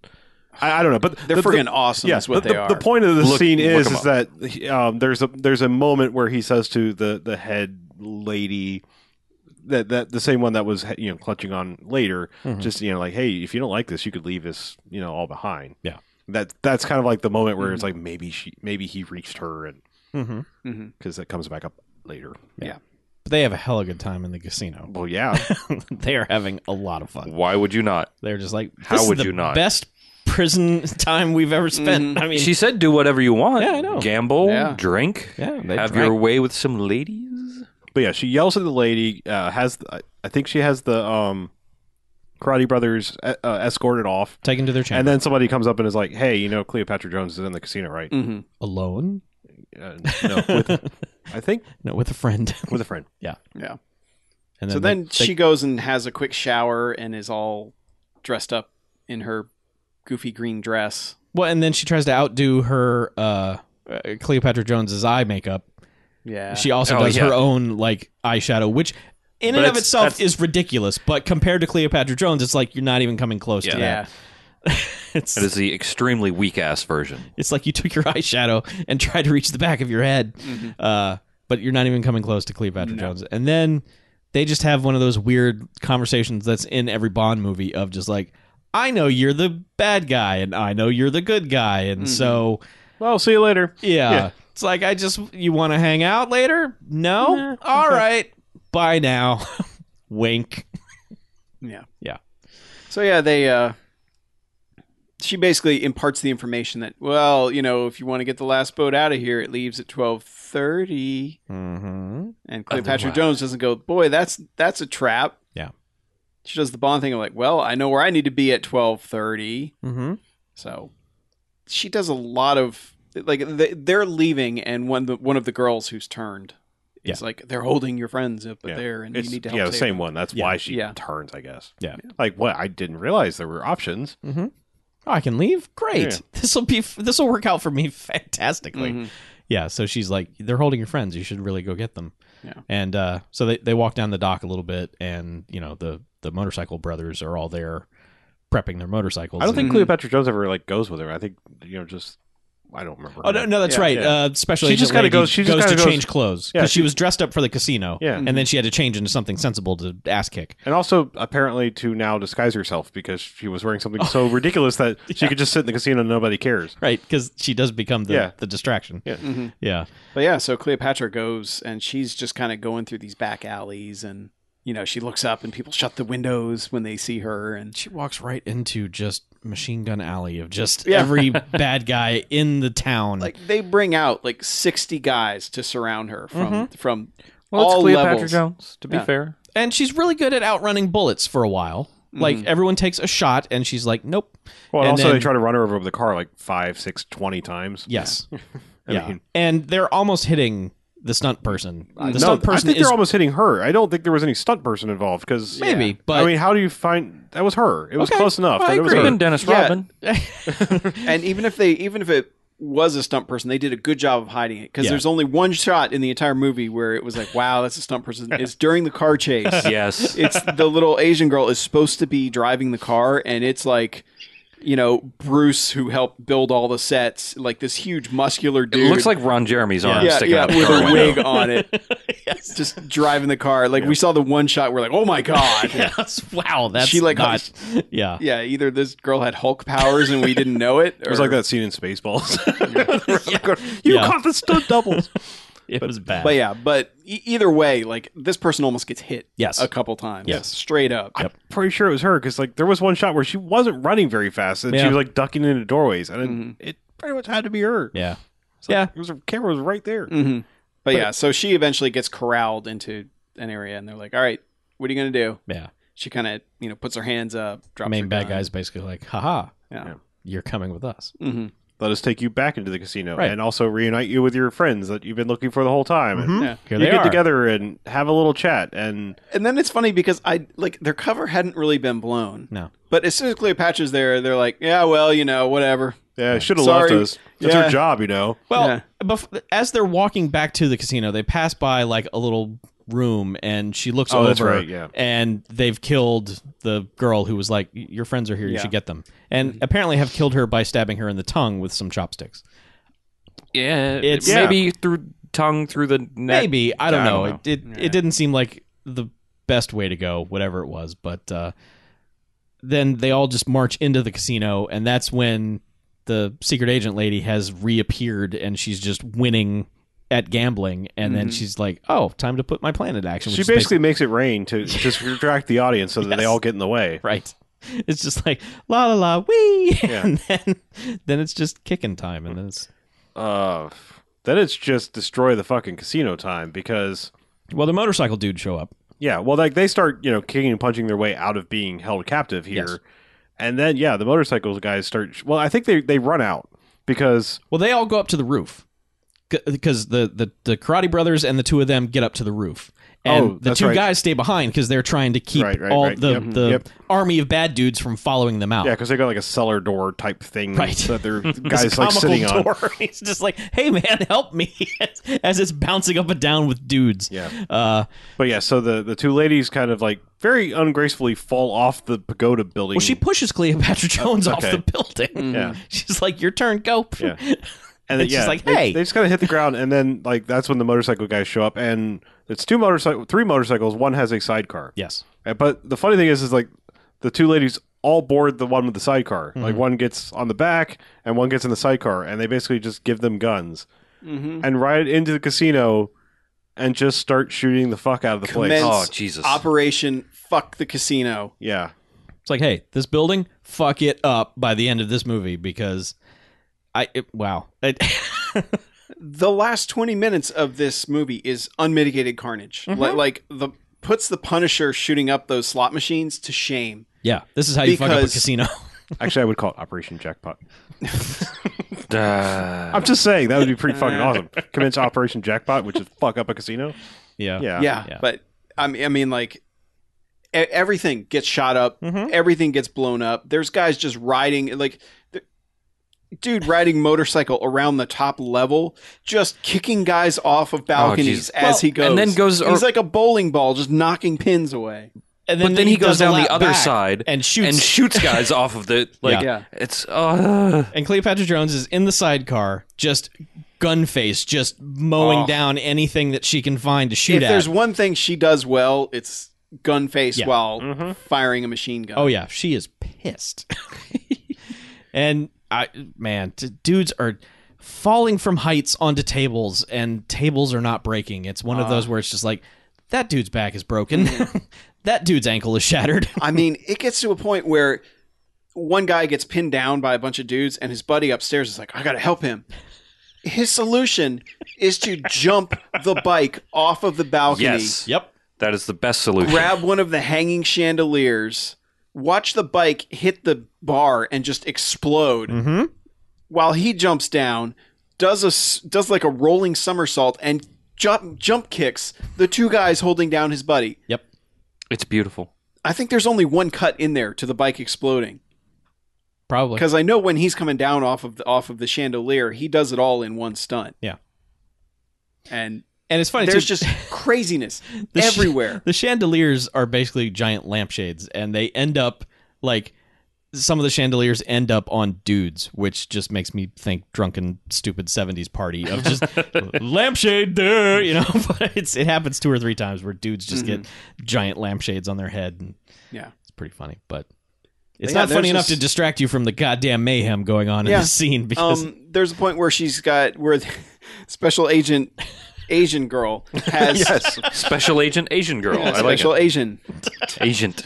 [SPEAKER 2] I, I don't know but
[SPEAKER 4] they're
[SPEAKER 2] the- the-
[SPEAKER 4] friggin' awesome.
[SPEAKER 2] Yes,
[SPEAKER 4] That's what
[SPEAKER 2] the,
[SPEAKER 4] they
[SPEAKER 2] the-
[SPEAKER 4] are.
[SPEAKER 2] the point of the
[SPEAKER 3] Look-
[SPEAKER 2] scene
[SPEAKER 3] look
[SPEAKER 2] is,
[SPEAKER 3] 'em
[SPEAKER 2] is that he- um, there's a there's a moment where he says to the the head lady that that the same one that was you know clutching on later, just you know like hey, if you don't like this, you could leave this you know all behind.
[SPEAKER 5] Yeah.
[SPEAKER 2] that that's kind of like the moment where it's like maybe she maybe he reached her and
[SPEAKER 5] Mm-hmm.
[SPEAKER 4] Mhm.
[SPEAKER 2] because that comes back up later.
[SPEAKER 5] But they have a hell of a good time in the casino.
[SPEAKER 2] Well, yeah,
[SPEAKER 5] they are having a lot of fun.
[SPEAKER 3] Why would you not?
[SPEAKER 5] They're just like,
[SPEAKER 3] How
[SPEAKER 5] this is
[SPEAKER 3] would
[SPEAKER 5] the
[SPEAKER 3] you not?
[SPEAKER 5] Best prison time we've ever spent. I mean,
[SPEAKER 3] She said, "Do whatever you want.
[SPEAKER 5] Yeah, I know.
[SPEAKER 3] Gamble,
[SPEAKER 4] Yeah.
[SPEAKER 3] drink,
[SPEAKER 5] Yeah, they
[SPEAKER 3] have
[SPEAKER 5] drank.
[SPEAKER 3] your way with some ladies."
[SPEAKER 2] but yeah, she yells at the lady. Uh, has I- I think she has the um, Karate Brothers uh, uh, escorted off.
[SPEAKER 5] taken to their
[SPEAKER 2] And
[SPEAKER 5] chamber
[SPEAKER 2] then somebody comes up and is like, "Hey, you know Cleopatra Jones is in the casino, right?"
[SPEAKER 4] Mhm.
[SPEAKER 5] alone.
[SPEAKER 2] Uh, no, with, I think
[SPEAKER 5] No, with a friend.
[SPEAKER 2] with a friend.
[SPEAKER 4] Yeah.
[SPEAKER 5] And
[SPEAKER 4] So
[SPEAKER 5] they-
[SPEAKER 4] then
[SPEAKER 5] they-
[SPEAKER 4] she goes and has a quick shower and is all dressed up in her goofy green dress.
[SPEAKER 5] well, and then she tries to outdo her uh, uh, Cleopatra Jones's eye makeup.
[SPEAKER 4] Yeah.
[SPEAKER 5] She also
[SPEAKER 3] Oh,
[SPEAKER 5] does
[SPEAKER 3] yeah.
[SPEAKER 5] her own like eyeshadow, which in
[SPEAKER 2] But
[SPEAKER 5] and of
[SPEAKER 2] it's-
[SPEAKER 5] itself
[SPEAKER 2] that's-
[SPEAKER 5] is ridiculous. But compared to Cleopatra Jones, it's like you're not even coming close to
[SPEAKER 3] Yeah.
[SPEAKER 5] that.
[SPEAKER 4] yeah.
[SPEAKER 5] It's
[SPEAKER 3] That is the extremely weak ass version.
[SPEAKER 5] it's like you took your eyeshadow and tried to reach the back of your head, uh, but you're not even coming close to Cleopatra Jones. And then they just have one of those weird conversations that's in every Bond movie of just like, I know you're the bad guy and I know you're the good guy, and so
[SPEAKER 2] Well, see you later.
[SPEAKER 5] yeah.
[SPEAKER 2] Yeah.
[SPEAKER 5] It's like I just you want to hang out later? No, all right, bye now. Wink.
[SPEAKER 4] Yeah.
[SPEAKER 5] Yeah.
[SPEAKER 4] So yeah, they uh she basically imparts the information that well, you know, if you want to get the last boat out of here, it leaves at 12:30
[SPEAKER 5] Mm-hmm.
[SPEAKER 4] and Cleopatra
[SPEAKER 3] Otherwise.
[SPEAKER 4] Jones doesn't go, "Boy, that's that's a trap."
[SPEAKER 5] Yeah.
[SPEAKER 4] She does the Bond thing of like, "Well, I know where I need to be at 12:30."
[SPEAKER 5] Mm-hmm.
[SPEAKER 4] So she does a lot of like they- they're leaving and one the one of the girls who's turned
[SPEAKER 5] Yeah.
[SPEAKER 4] is like they're holding your friends up
[SPEAKER 2] Yeah.
[SPEAKER 4] there and
[SPEAKER 2] It's-
[SPEAKER 4] you need to help
[SPEAKER 2] yeah, the
[SPEAKER 4] save
[SPEAKER 2] same one. That's
[SPEAKER 5] Yeah.
[SPEAKER 2] why she
[SPEAKER 4] Yeah.
[SPEAKER 2] turns, I guess.
[SPEAKER 5] Yeah.
[SPEAKER 2] Like what? I didn't realize there were options.
[SPEAKER 5] Oh, I can leave. Great. This will be. This will work out for me fantastically.
[SPEAKER 4] Mhm.
[SPEAKER 5] Yeah. So she's like, they're holding your friends. You should really go get them.
[SPEAKER 4] Yeah.
[SPEAKER 5] And uh, so they they walk down the dock a little bit, and you know the the motorcycle brothers are all there, prepping their motorcycles.
[SPEAKER 2] I don't
[SPEAKER 5] And-
[SPEAKER 4] Mm-hmm.
[SPEAKER 2] think Cleopatra Jones ever like goes with her. I think you know just I don't remember.
[SPEAKER 5] Oh no, no, that's
[SPEAKER 4] Yeah,
[SPEAKER 5] right.
[SPEAKER 2] yeah.
[SPEAKER 5] Uh, special
[SPEAKER 2] She
[SPEAKER 5] agent
[SPEAKER 2] just kinda
[SPEAKER 5] lady
[SPEAKER 2] goes- she just
[SPEAKER 5] goes to
[SPEAKER 2] kinda goes-
[SPEAKER 5] change clothes because
[SPEAKER 2] Yeah,
[SPEAKER 5] she, was dressed up for the casino.
[SPEAKER 2] Yeah.
[SPEAKER 5] And then she had to change into something sensible to ass kick.
[SPEAKER 2] And also apparently to now disguise herself because she was wearing something so ridiculous that she could just sit in the casino and nobody cares.
[SPEAKER 5] Right, because she does become the,
[SPEAKER 2] Yeah.
[SPEAKER 5] the distraction.
[SPEAKER 2] Yeah.
[SPEAKER 4] Mhm.
[SPEAKER 5] Yeah.
[SPEAKER 4] But yeah, so Cleopatra goes and she's just kind of going through these back alleys and you know, she looks up and people shut the windows when they see her and
[SPEAKER 5] She walks right into just machine gun alley of just
[SPEAKER 4] Yeah.
[SPEAKER 5] every bad guy in the town.
[SPEAKER 4] like they bring out like 60 guys to surround her from from
[SPEAKER 3] Mm-hmm. Well, it's
[SPEAKER 4] all
[SPEAKER 3] Cleopatra
[SPEAKER 4] levels.
[SPEAKER 3] Jones. To be
[SPEAKER 4] Yeah.
[SPEAKER 3] fair,
[SPEAKER 5] and she's really good at outrunning bullets for a while.
[SPEAKER 2] Mm.
[SPEAKER 5] Like everyone takes a shot and she's like, Nope.
[SPEAKER 2] Well, and
[SPEAKER 5] And
[SPEAKER 2] also
[SPEAKER 5] then-
[SPEAKER 2] they try to run her over with the car like five, six, twenty times.
[SPEAKER 5] Yes.
[SPEAKER 2] I
[SPEAKER 5] yeah.
[SPEAKER 2] mean-
[SPEAKER 5] and they're almost hitting the stunt person. The
[SPEAKER 2] no,
[SPEAKER 5] stunt person
[SPEAKER 2] I think
[SPEAKER 5] is
[SPEAKER 2] they're almost hitting her. I don't think there was any stunt person involved because
[SPEAKER 5] Maybe, but-
[SPEAKER 2] I mean, how do you find that was her? It was
[SPEAKER 5] Okay.
[SPEAKER 2] close enough.
[SPEAKER 5] I
[SPEAKER 2] that it was
[SPEAKER 5] agree.
[SPEAKER 2] her.
[SPEAKER 3] Even Dennis
[SPEAKER 4] Yeah.
[SPEAKER 3] Rodman.
[SPEAKER 4] and even if they even if it was a stunt person they did a good job of hiding it because
[SPEAKER 5] Yeah.
[SPEAKER 4] there's only one shot in the entire movie where it was like wow that's a stunt person it's during the car chase
[SPEAKER 3] Yes.
[SPEAKER 4] it's the little asian girl is supposed to be driving the car and it's like you know bruce who helped build all the sets like this huge muscular dude
[SPEAKER 3] It looks like Ron Jeremy's arm
[SPEAKER 4] yeah,
[SPEAKER 3] sticking
[SPEAKER 4] yeah,
[SPEAKER 3] out the
[SPEAKER 4] with
[SPEAKER 3] car
[SPEAKER 4] a
[SPEAKER 3] window.
[SPEAKER 4] wig on it, just driving the car. Like we saw the one shot, we're like, "Oh my god!"
[SPEAKER 5] Yes. Wow, that's
[SPEAKER 4] She, like,
[SPEAKER 5] not, yeah.
[SPEAKER 4] Yeah, either this girl had Hulk powers and we didn't know it, or
[SPEAKER 2] It was like that scene in Spaceballs.
[SPEAKER 5] You
[SPEAKER 2] you
[SPEAKER 5] Yeah. caught
[SPEAKER 2] caught the stunt doubles.
[SPEAKER 5] It was bad.
[SPEAKER 4] But yeah, but e- either way, like this person almost gets hit.
[SPEAKER 5] Yes.
[SPEAKER 4] a couple times.
[SPEAKER 5] Yes.
[SPEAKER 4] straight up.
[SPEAKER 5] Yep.
[SPEAKER 2] Pretty sure it was her because like there was one shot where she wasn't running very fast and
[SPEAKER 5] Yeah. Mm-hmm.
[SPEAKER 2] she was like ducking into doorways and it, it pretty much had to be her.
[SPEAKER 5] yeah.
[SPEAKER 2] It's like,
[SPEAKER 5] Yeah. Mm.
[SPEAKER 2] it was her camera was right there.
[SPEAKER 4] Mm-hmm. But, yeah, so she eventually gets corralled into an area, and they're like, "All right, what are you gonna do?"
[SPEAKER 5] Yeah.
[SPEAKER 4] She kind of you know puts her hands up, drops
[SPEAKER 5] Main
[SPEAKER 4] her
[SPEAKER 5] bad
[SPEAKER 4] gun.
[SPEAKER 5] guy's basically like, haha,
[SPEAKER 4] Yeah.
[SPEAKER 5] you're coming with us.
[SPEAKER 4] hmm
[SPEAKER 2] Let us take you back into the casino
[SPEAKER 5] Right.
[SPEAKER 2] and also reunite you with your friends that you've been looking for the whole time. And
[SPEAKER 4] Yeah.
[SPEAKER 2] you
[SPEAKER 5] Here they
[SPEAKER 2] get
[SPEAKER 5] are.
[SPEAKER 2] together and have a little chat and
[SPEAKER 4] And then it's funny because I like their cover hadn't really been blown.
[SPEAKER 5] No.
[SPEAKER 4] But as soon as Cleopatra's there, they're like, "Yeah, well, you know, whatever."
[SPEAKER 2] yeah, should have left
[SPEAKER 4] Sorry.
[SPEAKER 2] us. That's
[SPEAKER 4] Yeah.
[SPEAKER 2] her job, you know.
[SPEAKER 5] Well,
[SPEAKER 4] Yeah.
[SPEAKER 5] bef- as they're walking back to the casino, they pass by like a little room, and she looks
[SPEAKER 2] Oh,
[SPEAKER 5] over.
[SPEAKER 2] that's right, yeah.
[SPEAKER 5] And they've killed the girl who was like, "Your friends are here. You
[SPEAKER 4] Yeah. Mm-hmm.
[SPEAKER 5] should get them." And apparently, have killed her by stabbing her in the tongue with some chopsticks.
[SPEAKER 3] Yeah,
[SPEAKER 5] It's-
[SPEAKER 3] maybe through tongue through the neck.
[SPEAKER 5] Maybe I don't
[SPEAKER 3] I
[SPEAKER 5] know.
[SPEAKER 3] don't
[SPEAKER 5] It it, it didn't seem like the best way to go, whatever it was. But uh, then they all just march into the casino, and that's when the secret agent lady has reappeared, and she's just winning at gambling. And then she's like, "Oh, time to put my plan into action." which
[SPEAKER 2] She
[SPEAKER 5] is
[SPEAKER 2] basically
[SPEAKER 5] basically
[SPEAKER 2] makes it rain to just distract the audience so that they
[SPEAKER 5] Yes.
[SPEAKER 2] all get in the way.
[SPEAKER 5] right. It's just like la la la wee,
[SPEAKER 2] Yeah.
[SPEAKER 5] and then then it's just kicking time, and then it's
[SPEAKER 2] Uh, then it's just destroy the fucking casino time because
[SPEAKER 5] well the motorcycle dude show up.
[SPEAKER 2] yeah, well, like they start you know kicking and punching their way out of being held captive here,
[SPEAKER 5] Yes.
[SPEAKER 2] and then yeah, the motorcycles guys start. Well, I think they they run out because
[SPEAKER 5] Well, they all go up to the roof because the, the the Karate Brothers and the two of them get up to the roof, and
[SPEAKER 2] Oh,
[SPEAKER 5] the
[SPEAKER 2] that's
[SPEAKER 5] two
[SPEAKER 2] right.
[SPEAKER 5] guys stay behind because they're trying to keep
[SPEAKER 2] Right, right,
[SPEAKER 5] all
[SPEAKER 2] right.
[SPEAKER 5] the
[SPEAKER 2] Yep,
[SPEAKER 5] the
[SPEAKER 2] yep.
[SPEAKER 5] army of bad dudes from following them out.
[SPEAKER 2] yeah, because they got like a cellar door type thing
[SPEAKER 5] Oh. Right.
[SPEAKER 2] that their
[SPEAKER 5] This
[SPEAKER 2] guys like
[SPEAKER 5] comical
[SPEAKER 2] sitting on.
[SPEAKER 5] door. He's just like, "Hey, man, help me!" as, as it's bouncing up and down with dudes.
[SPEAKER 2] Yeah.
[SPEAKER 5] Uh,
[SPEAKER 2] But yeah, so the the two ladies kind of like very ungracefully fall off the pagoda building.
[SPEAKER 5] well, she pushes Cleopatra Jones
[SPEAKER 2] Oh, okay. Mm-hmm.
[SPEAKER 5] off the building.
[SPEAKER 2] Yeah.
[SPEAKER 5] She's like, "Your turn, go."
[SPEAKER 2] Yeah.
[SPEAKER 5] And
[SPEAKER 2] and then,
[SPEAKER 5] she's
[SPEAKER 2] yeah,
[SPEAKER 5] like,
[SPEAKER 2] they-
[SPEAKER 5] "Hey."
[SPEAKER 2] they, just kind of hit the ground, and then like that's when the motorcycle guys show up, and it's two motorcycle, three motorcycles. One has a sidecar.
[SPEAKER 5] Yes.
[SPEAKER 2] Uh, But the funny thing is, is like the two ladies all board the one with the sidecar.
[SPEAKER 5] Mm-hmm.
[SPEAKER 2] Like one gets on the back and one gets in the sidecar, and they basically just give them guns
[SPEAKER 4] Mm-hmm.
[SPEAKER 2] and ride into the casino and just start shooting the fuck out of the place.
[SPEAKER 4] Commence
[SPEAKER 3] Oh, Jesus.
[SPEAKER 4] Operation Fuck the Casino.
[SPEAKER 2] Yeah,
[SPEAKER 5] It's like, hey, this building, fuck it up by the end of this movie because I it, wow, it,
[SPEAKER 4] The last twenty minutes of this movie is unmitigated carnage.
[SPEAKER 3] Mm-hmm.
[SPEAKER 4] Like, like the puts the Punisher shooting up those slot machines to shame.
[SPEAKER 5] yeah, this is how you fuck up a
[SPEAKER 4] Because-
[SPEAKER 5] casino.
[SPEAKER 2] actually, I would call it Operation Jackpot.
[SPEAKER 3] Uh,
[SPEAKER 2] I'm just saying that would be pretty fucking awesome. Commence Operation Jackpot, which is fuck up a casino.
[SPEAKER 5] yeah,
[SPEAKER 2] Yeah,
[SPEAKER 4] yeah,
[SPEAKER 5] yeah.
[SPEAKER 4] but I mean, I mean, like e- everything gets shot up,
[SPEAKER 3] Mm-hmm.
[SPEAKER 4] everything gets blown up. There's guys just riding, like, th- dude riding motorcycle around the top level, just kicking guys off of balconies
[SPEAKER 3] geez.
[SPEAKER 4] as
[SPEAKER 3] Well,
[SPEAKER 4] he goes,
[SPEAKER 3] and then goes-
[SPEAKER 4] He's like a bowling ball, just knocking pins away.
[SPEAKER 5] And
[SPEAKER 3] but then he goes
[SPEAKER 5] does a
[SPEAKER 3] down
[SPEAKER 5] lap
[SPEAKER 3] the other
[SPEAKER 5] back
[SPEAKER 3] side
[SPEAKER 5] and shoots.
[SPEAKER 3] and
[SPEAKER 5] And,
[SPEAKER 3] shoots guys off of the like.
[SPEAKER 4] Yeah.
[SPEAKER 3] It's uh,
[SPEAKER 5] Cleopatra Jones is in the sidecar, just gun face, just mowing
[SPEAKER 4] Oh.
[SPEAKER 5] down anything that she can find to shoot
[SPEAKER 4] if
[SPEAKER 5] at.
[SPEAKER 4] there's one thing she does well, it's gun face
[SPEAKER 5] Yeah.
[SPEAKER 4] while firing a machine gun.
[SPEAKER 5] oh yeah, she is pissed. and I man, d- dudes are falling from heights onto tables, and tables are not breaking. It's one of
[SPEAKER 4] Uh.
[SPEAKER 5] those where it's just like that dude's back is broken, that dude's ankle is shattered.
[SPEAKER 4] I mean, it gets to a point where one guy gets pinned down by a bunch of dudes, and his buddy upstairs is like, I gotta help him. His solution is to jump the bike off of the balcony,
[SPEAKER 3] yes.
[SPEAKER 5] yep.
[SPEAKER 3] That is the best solution.
[SPEAKER 4] grab one of the hanging chandeliers, watch the bike hit the bar and just explode
[SPEAKER 5] Mm-hmm.
[SPEAKER 4] while he jumps down, does a s- does like a rolling somersault and jump jump kicks the two guys holding down his buddy.
[SPEAKER 5] Yep.
[SPEAKER 3] It's beautiful.
[SPEAKER 4] I think there's only one cut in there to the bike exploding
[SPEAKER 5] Probably.
[SPEAKER 4] because I know when he's coming down off of the off of the chandelier, he does it all in one stunt.
[SPEAKER 5] Yeah.
[SPEAKER 4] and
[SPEAKER 5] And it's funny.
[SPEAKER 4] there's
[SPEAKER 5] too,
[SPEAKER 4] just craziness
[SPEAKER 5] the sh-
[SPEAKER 4] everywhere.
[SPEAKER 5] the chandeliers are basically giant lampshades, and they end up like some of the chandeliers end up on dudes, which just makes me think drunken, stupid seventies party of just lampshade, duh, you know. But it's it happens two or three times where dudes just get
[SPEAKER 4] Mm-hmm.
[SPEAKER 5] giant lampshades on their head, and
[SPEAKER 4] Yeah.
[SPEAKER 5] it's pretty funny, but. It's
[SPEAKER 4] Yeah,
[SPEAKER 5] not funny
[SPEAKER 4] there's
[SPEAKER 5] enough
[SPEAKER 4] this-
[SPEAKER 5] to distract you from the goddamn mayhem going on
[SPEAKER 4] Yeah.
[SPEAKER 5] in this scene because
[SPEAKER 4] Um, there's a point where she's got where the special agent Asian girl has
[SPEAKER 2] yes.
[SPEAKER 3] Special agent Asian girl. Oh, I like
[SPEAKER 4] special
[SPEAKER 3] it.
[SPEAKER 4] Asian
[SPEAKER 3] Agent.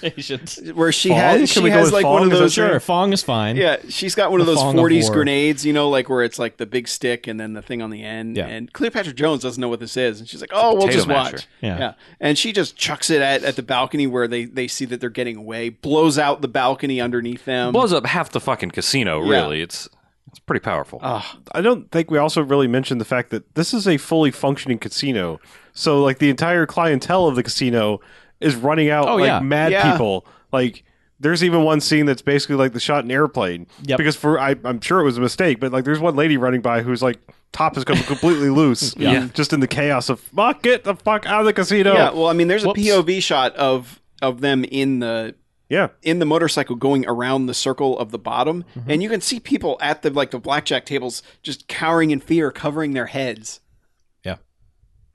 [SPEAKER 4] where she
[SPEAKER 2] Fong? Can
[SPEAKER 4] has she
[SPEAKER 2] we go
[SPEAKER 4] has
[SPEAKER 2] with
[SPEAKER 4] like one
[SPEAKER 2] Fong?
[SPEAKER 4] of
[SPEAKER 2] Is that
[SPEAKER 4] those
[SPEAKER 5] sure, Fong is fine.
[SPEAKER 4] Yeah, she's got one of
[SPEAKER 5] The
[SPEAKER 4] those
[SPEAKER 5] Fong of
[SPEAKER 4] 40s
[SPEAKER 5] War.
[SPEAKER 4] grenades, you know, like where it's like the big stick and then the thing on the end.
[SPEAKER 5] Yeah.
[SPEAKER 4] And Cleopatra Jones doesn't know what this is. And she's like, oh, we'll
[SPEAKER 3] potato
[SPEAKER 4] just
[SPEAKER 3] masher."
[SPEAKER 4] watch.
[SPEAKER 5] Yeah.
[SPEAKER 4] And she just chucks it at, at the balcony where they, they see that they're getting away, blows out the balcony underneath them.
[SPEAKER 3] Blows up half the fucking casino,
[SPEAKER 4] Yeah.
[SPEAKER 3] really. It's it's pretty powerful.
[SPEAKER 2] I don't think we also really mentioned the fact that this is a fully functioning casino. So like the entire clientele of the casino is running out
[SPEAKER 5] Oh,
[SPEAKER 2] like
[SPEAKER 5] yeah.
[SPEAKER 2] mad
[SPEAKER 4] Yeah.
[SPEAKER 2] people. Like there's even one scene that's basically like the shot in airplane.
[SPEAKER 5] Yep.
[SPEAKER 2] Because for I, I'm sure it was a mistake, but like there's one lady running by who's like top is com- completely loose.
[SPEAKER 3] Yeah.
[SPEAKER 2] Just in the chaos of fuck get the fuck out of the casino.
[SPEAKER 4] yeah. Well, I mean, there's
[SPEAKER 5] Whoops.
[SPEAKER 4] a POV shot of of them in the
[SPEAKER 2] yeah.
[SPEAKER 4] in the motorcycle going around the circle of the bottom
[SPEAKER 5] Mm-hmm.
[SPEAKER 4] and you can see people at the like the blackjack tables just cowering in fear covering their heads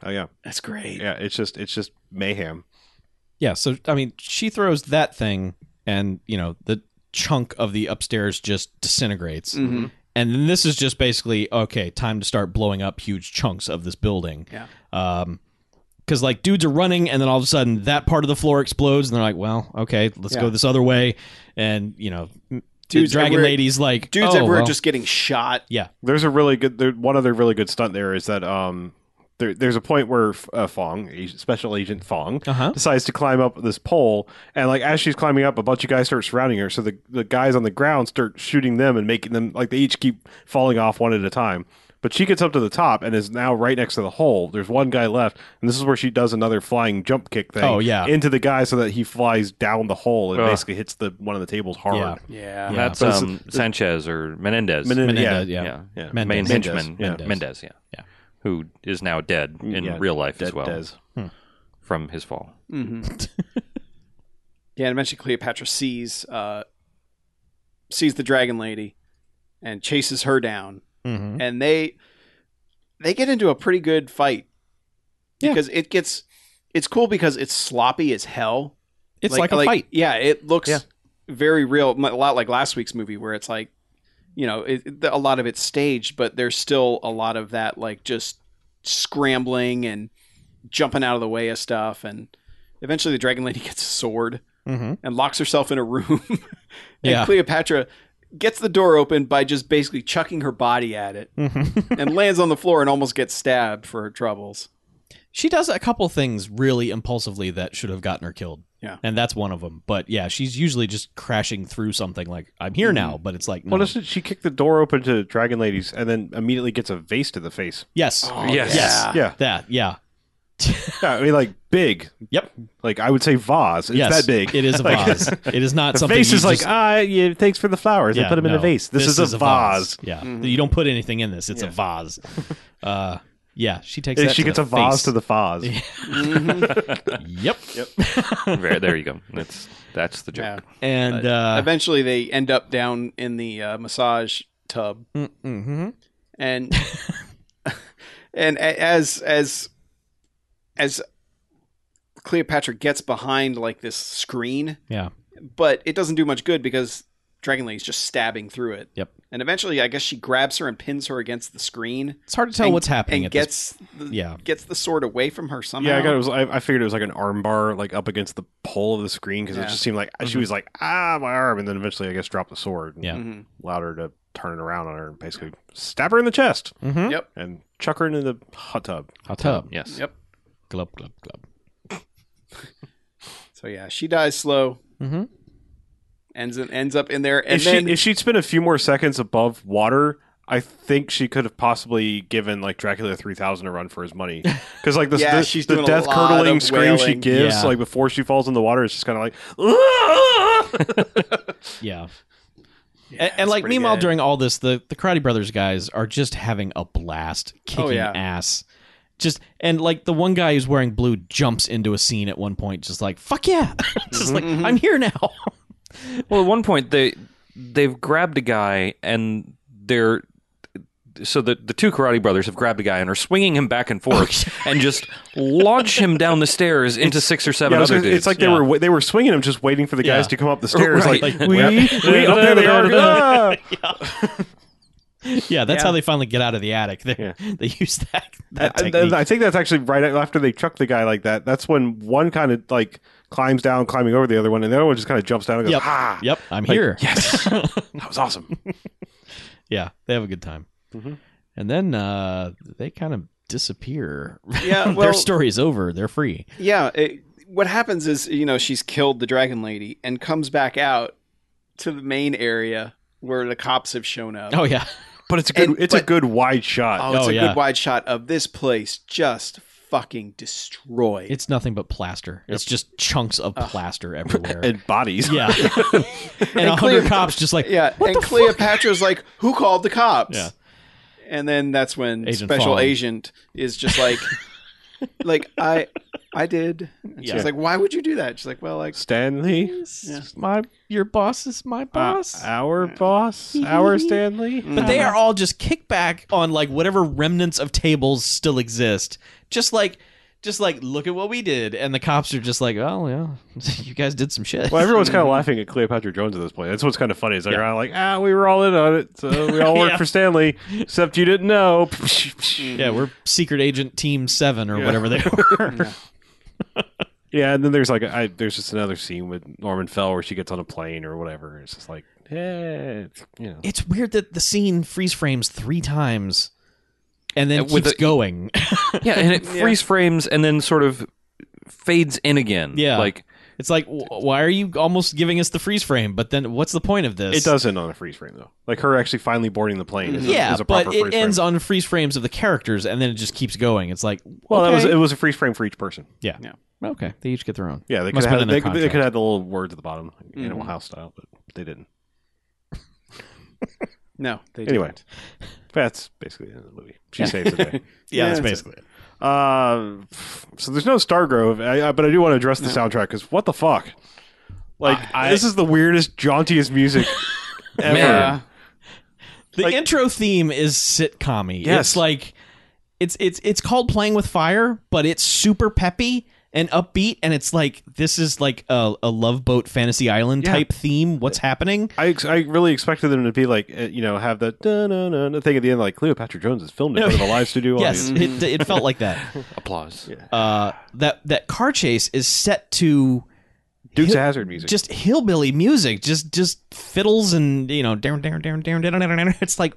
[SPEAKER 2] Oh yeah.
[SPEAKER 4] that's great
[SPEAKER 2] Yeah. It's just it's just mayhem.
[SPEAKER 5] Yeah, so I mean, she throws that thing, and you know the chunk of the upstairs just disintegrates,
[SPEAKER 4] Mm-hmm.
[SPEAKER 5] and then this is just basically okay, time to start blowing up huge chunks of this building.
[SPEAKER 4] Yeah.
[SPEAKER 5] Um, because like dudes are running, and then all of a sudden that part of the floor explodes, and they're like, "Well, okay, let's go
[SPEAKER 4] Yeah.
[SPEAKER 5] this other way," and you know, dudes,
[SPEAKER 4] Dudes
[SPEAKER 5] dragon
[SPEAKER 4] everywhere-
[SPEAKER 5] ladies like
[SPEAKER 4] dudes
[SPEAKER 5] oh,
[SPEAKER 4] everywhere
[SPEAKER 5] well,
[SPEAKER 4] just getting shot
[SPEAKER 5] yeah,
[SPEAKER 2] There's a really good there, one other really good stunt there is that um there, there's a point where uh, Fong, Ag- Special Agent Fong,
[SPEAKER 5] Uh-huh.
[SPEAKER 2] decides to climb up this pole, and like as she's climbing up, a bunch of guys start surrounding her. So the the guys on the ground start shooting them and making them like they each keep falling off one at a time. But she gets up to the top and is now right next to the hole. There's one guy left, and this is where she does another flying jump kick thing.
[SPEAKER 5] Oh, yeah.
[SPEAKER 2] into the guy so that he flies down the hole and
[SPEAKER 3] Ugh.
[SPEAKER 2] basically hits the one of the tables hard.
[SPEAKER 4] yeah
[SPEAKER 5] Yeah.
[SPEAKER 3] That's
[SPEAKER 2] But it's-
[SPEAKER 3] um, Sanchez or Menendez.
[SPEAKER 2] Menendez,
[SPEAKER 5] Menendez,
[SPEAKER 2] yeah.
[SPEAKER 5] yeah.
[SPEAKER 3] yeah.
[SPEAKER 2] Yeah.
[SPEAKER 5] Mendes.
[SPEAKER 3] Main
[SPEAKER 5] Mendes,
[SPEAKER 3] henchman.
[SPEAKER 2] yeah.
[SPEAKER 3] Mendes. Mendes, yeah.
[SPEAKER 5] Yeah.
[SPEAKER 3] Who is now dead in
[SPEAKER 2] Yeah,
[SPEAKER 3] real life as
[SPEAKER 2] Dead-
[SPEAKER 3] well Hmm.
[SPEAKER 2] Dez.
[SPEAKER 3] from his fall.
[SPEAKER 5] Mm-hmm.
[SPEAKER 4] Yeah, and eventually Cleopatra sees uh, sees the dragon lady and chases her down,
[SPEAKER 5] hmm
[SPEAKER 4] and they they get into a pretty good fight
[SPEAKER 5] Yeah.
[SPEAKER 4] because it gets it's cool because it's sloppy as hell.
[SPEAKER 5] it's like, a fight.
[SPEAKER 4] Yeah, it looks
[SPEAKER 3] Yeah.
[SPEAKER 4] very real, m- a lot like last week's movie where it's like you know it, it- a lot of it's staged, but there's still a lot of that like just scrambling and jumping out of the way of stuff, and eventually the dragon lady gets a sword
[SPEAKER 5] Mm-hmm.
[SPEAKER 4] and locks herself in a room. and
[SPEAKER 5] Yeah.
[SPEAKER 4] Cleopatra gets the door open by just basically chucking her body at it
[SPEAKER 5] Mm-hmm.
[SPEAKER 4] and lands on the floor and almost gets stabbed for her troubles.
[SPEAKER 5] she does a couple things really impulsively that should have gotten her killed.
[SPEAKER 4] Yeah.
[SPEAKER 5] And that's one of them. But yeah, she's usually just crashing through something like, I'm here now, but it's like, no.
[SPEAKER 2] Well, doesn't she kicked the door open to Dragon Ladies and then immediately gets a vase to the face?
[SPEAKER 5] yes.
[SPEAKER 3] yes.
[SPEAKER 5] Yes.
[SPEAKER 2] Yeah.
[SPEAKER 5] That, yeah.
[SPEAKER 2] Yeah, I mean, like big.
[SPEAKER 5] Yep.
[SPEAKER 2] Like I would say vase. It's
[SPEAKER 5] yes.
[SPEAKER 2] that big.
[SPEAKER 5] It is a
[SPEAKER 2] Like,
[SPEAKER 5] vase. it is not
[SPEAKER 2] the
[SPEAKER 5] something
[SPEAKER 2] vase
[SPEAKER 5] you
[SPEAKER 2] is like
[SPEAKER 5] just-
[SPEAKER 2] ah, yeah, thanks for the flowers. I
[SPEAKER 5] yeah,
[SPEAKER 2] put them in a
[SPEAKER 5] no.
[SPEAKER 2] vase. This, is, a, vase. Mm-hmm.
[SPEAKER 5] Yeah. You don't put anything in this. It's a vase. Uh, yeah. She takes
[SPEAKER 2] And
[SPEAKER 5] that
[SPEAKER 2] She
[SPEAKER 5] to
[SPEAKER 2] gets
[SPEAKER 5] the
[SPEAKER 2] a vase
[SPEAKER 5] face.
[SPEAKER 2] to the vase.
[SPEAKER 4] Mm-hmm.
[SPEAKER 5] Yep.
[SPEAKER 3] There, there you go. That's that's the joke.
[SPEAKER 4] Yeah.
[SPEAKER 5] And uh,
[SPEAKER 4] Eventually, they end up down in the uh, massage tub,
[SPEAKER 5] mhm.
[SPEAKER 4] and and a- as as as Cleopatra gets behind like this screen,
[SPEAKER 5] yeah.
[SPEAKER 4] but it doesn't do much good because Dragon Lady's just stabbing through it.
[SPEAKER 5] Yep.
[SPEAKER 4] And eventually, I guess she grabs her and pins her against the screen.
[SPEAKER 5] It's hard to tell
[SPEAKER 4] and-
[SPEAKER 5] what's happening
[SPEAKER 4] and
[SPEAKER 5] at this
[SPEAKER 4] gets the,
[SPEAKER 5] yeah.
[SPEAKER 4] gets the sword away from her somehow.
[SPEAKER 2] Yeah, I got it. Was I, I figured it was like an arm bar, like up against the pole of the screen, because
[SPEAKER 4] Yeah.
[SPEAKER 2] it just seemed like she was like ah, my arm, and then eventually I guess dropped the sword. And
[SPEAKER 5] Mm-hmm. Yeah.
[SPEAKER 4] Mhm.
[SPEAKER 2] Allowed her to turn it around on her and basically stab her in the chest
[SPEAKER 5] Mhm.
[SPEAKER 4] Yep.
[SPEAKER 2] and chuck her into the hot tub.
[SPEAKER 5] hot tub.
[SPEAKER 3] Yes.
[SPEAKER 4] Yep.
[SPEAKER 5] Glub, glub, glub.
[SPEAKER 4] So yeah, she dies slow.
[SPEAKER 5] Mhm.
[SPEAKER 4] Ends ends up in there, and
[SPEAKER 2] if
[SPEAKER 4] then
[SPEAKER 2] she if she'd spent a few more seconds above water, I think she could have possibly given like Dracula 3000 a run for his money because like the,
[SPEAKER 4] Yeah,
[SPEAKER 2] the,
[SPEAKER 4] she's
[SPEAKER 2] the
[SPEAKER 4] doing a
[SPEAKER 2] death
[SPEAKER 4] lot
[SPEAKER 2] curdling
[SPEAKER 4] of
[SPEAKER 2] scream she
[SPEAKER 4] wailing.
[SPEAKER 2] gives
[SPEAKER 5] Yeah.
[SPEAKER 2] like before she falls in the water is just kind of like
[SPEAKER 5] Yeah. and, and like,
[SPEAKER 4] pretty
[SPEAKER 5] meanwhile,
[SPEAKER 4] good.
[SPEAKER 5] during all this, the the Karate Brothers guys are just having a blast, kicking
[SPEAKER 4] yeah.
[SPEAKER 5] ass. Just and like the one guy who's wearing blue jumps into a scene at one point, just like fuck yeah, just like I'm here now.
[SPEAKER 3] Well, at one point they they've grabbed a guy and they're so the the two karate brothers have grabbed a guy and are swinging him back and forth and just launch him down the stairs into six or seven
[SPEAKER 2] yeah, I was
[SPEAKER 3] other
[SPEAKER 2] gonna-
[SPEAKER 3] dudes.
[SPEAKER 2] it's like they
[SPEAKER 5] Yeah.
[SPEAKER 2] were they were swinging him just waiting for the guys
[SPEAKER 5] Yeah.
[SPEAKER 2] to come up the stairs
[SPEAKER 3] Right.
[SPEAKER 2] like,
[SPEAKER 5] Like,
[SPEAKER 2] we, we up there they are Ah!
[SPEAKER 5] yeah, that's how they finally get out of the attic. They
[SPEAKER 2] Yeah.
[SPEAKER 5] they use that that
[SPEAKER 2] I,
[SPEAKER 5] technique.
[SPEAKER 2] I think that's actually right after they chuck the guy like that. That's when one kind of like climbs down, climbing over the other one, and the other one just kind of jumps down and goes,
[SPEAKER 5] yep,
[SPEAKER 2] "Ha!
[SPEAKER 5] yep, I'm here.
[SPEAKER 2] ah, Yes, that was awesome."
[SPEAKER 5] Yeah, they have a good time.
[SPEAKER 2] Mhm.
[SPEAKER 5] And then uh, they kind of disappear.
[SPEAKER 4] Yeah,
[SPEAKER 5] Their
[SPEAKER 4] well-
[SPEAKER 5] story is over. They're free.
[SPEAKER 4] Yeah. It, what happens is, you know, she's killed the dragon lady and comes back out to the main area where the cops have shown up.
[SPEAKER 5] Oh yeah,
[SPEAKER 2] But it's a good,
[SPEAKER 4] And-
[SPEAKER 2] it's a
[SPEAKER 4] but-
[SPEAKER 2] good wide shot.
[SPEAKER 4] Oh, it's
[SPEAKER 5] Oh,
[SPEAKER 4] a
[SPEAKER 5] yeah.
[SPEAKER 4] good wide shot of this place just fucking destroyed.
[SPEAKER 5] it's nothing but plaster. It's just chunks of plaster everywhere.
[SPEAKER 2] And bodies.
[SPEAKER 5] Uh, Yeah. and, a hundred cops just like
[SPEAKER 4] yeah,
[SPEAKER 5] What
[SPEAKER 4] and
[SPEAKER 5] the
[SPEAKER 4] Cleopatra's like, "Who called the cops?"
[SPEAKER 5] Yeah.
[SPEAKER 4] and then that's when
[SPEAKER 5] Agent
[SPEAKER 4] Special
[SPEAKER 5] Fong.
[SPEAKER 4] Agent is just like, "Like I, I did." And
[SPEAKER 5] Yeah.
[SPEAKER 4] She's like, "Why would you do that?" She's like, "Well, like,
[SPEAKER 2] Stanley,
[SPEAKER 5] my your boss is my boss.
[SPEAKER 2] Uh, our boss, our Stanley.
[SPEAKER 5] but they are all just kickback on like whatever remnants of tables still exist. Just like just like look at what we did and the cops are just like, "Oh, yeah. you guys did some shit."
[SPEAKER 2] Well, everyone's kind of laughing at Cleopatra Jones at this point. That's what's kind of funny. Is they're kind of like, ah, we were all in on it, so we all worked
[SPEAKER 5] Yeah.
[SPEAKER 2] for Stanley, except you didn't know.
[SPEAKER 5] yeah, we're secret agent team 7 or whatever they were.
[SPEAKER 2] Yeah, and then there's like I, there's just another scene with Norman Fell where she gets on a plane or whatever. It's just like, eh, it's, you know,
[SPEAKER 5] It's weird that the scene freeze frames 3 times and then
[SPEAKER 3] Uh, with
[SPEAKER 5] keeps
[SPEAKER 3] the-
[SPEAKER 5] going.
[SPEAKER 3] yeah, and it freeze frames and then sort of fades in again.
[SPEAKER 5] Yeah.
[SPEAKER 3] like
[SPEAKER 5] It's like, wh- why are you almost giving us the freeze frame? But then, what's the point of this?
[SPEAKER 2] it does end on a freeze frame though. Like her actually finally boarding the plane. Is a,
[SPEAKER 5] yeah,
[SPEAKER 2] is a proper
[SPEAKER 5] but it
[SPEAKER 2] freeze
[SPEAKER 5] ends
[SPEAKER 2] frame.
[SPEAKER 5] on freeze frames of the characters, and then it just keeps going. It's like,
[SPEAKER 2] Well, that was
[SPEAKER 5] okay.
[SPEAKER 2] it was a freeze frame for each person.
[SPEAKER 5] yeah.
[SPEAKER 4] Yeah.
[SPEAKER 5] okay. They each get their own.
[SPEAKER 2] Yeah, they could
[SPEAKER 5] Must
[SPEAKER 2] have
[SPEAKER 5] have been
[SPEAKER 2] they,
[SPEAKER 5] in
[SPEAKER 2] could-
[SPEAKER 5] their
[SPEAKER 2] they could
[SPEAKER 5] contract.
[SPEAKER 2] have the little words at the bottom, like Animal House style, but they didn't.
[SPEAKER 4] no." They
[SPEAKER 2] Anyway.
[SPEAKER 4] didn't.
[SPEAKER 2] That's basically the end of the movie. She saves the day.
[SPEAKER 5] Yeah, that's
[SPEAKER 4] that's
[SPEAKER 5] basically it.
[SPEAKER 2] Uh, so there's no Stargrove, I, I, but I do want to address the soundtrack because what the fuck? Like this is the weirdest, jauntiest music ever.
[SPEAKER 3] man,
[SPEAKER 5] The
[SPEAKER 2] Like-
[SPEAKER 5] intro theme is sitcom
[SPEAKER 2] Yes.
[SPEAKER 5] It's like, it's it's it's called Playing with Fire, but it's super peppy and upbeat, and it's like this is like a, a Love Boat Fantasy Island
[SPEAKER 2] Yeah.
[SPEAKER 5] type theme. What's happening?
[SPEAKER 2] I, ex- I really expected them to be like uh, you know have the da-na-na-na thing at the end like Cleopatra Jones is filmed in front of a live studio
[SPEAKER 5] Yes,
[SPEAKER 2] audience.
[SPEAKER 5] it, it felt like that.
[SPEAKER 3] applause.
[SPEAKER 5] Uh, that that car chase is set to
[SPEAKER 2] Duke's
[SPEAKER 5] Hill-
[SPEAKER 2] Hazard music.
[SPEAKER 5] just hillbilly music, just just fiddles and you know down down down down down down. down. It's like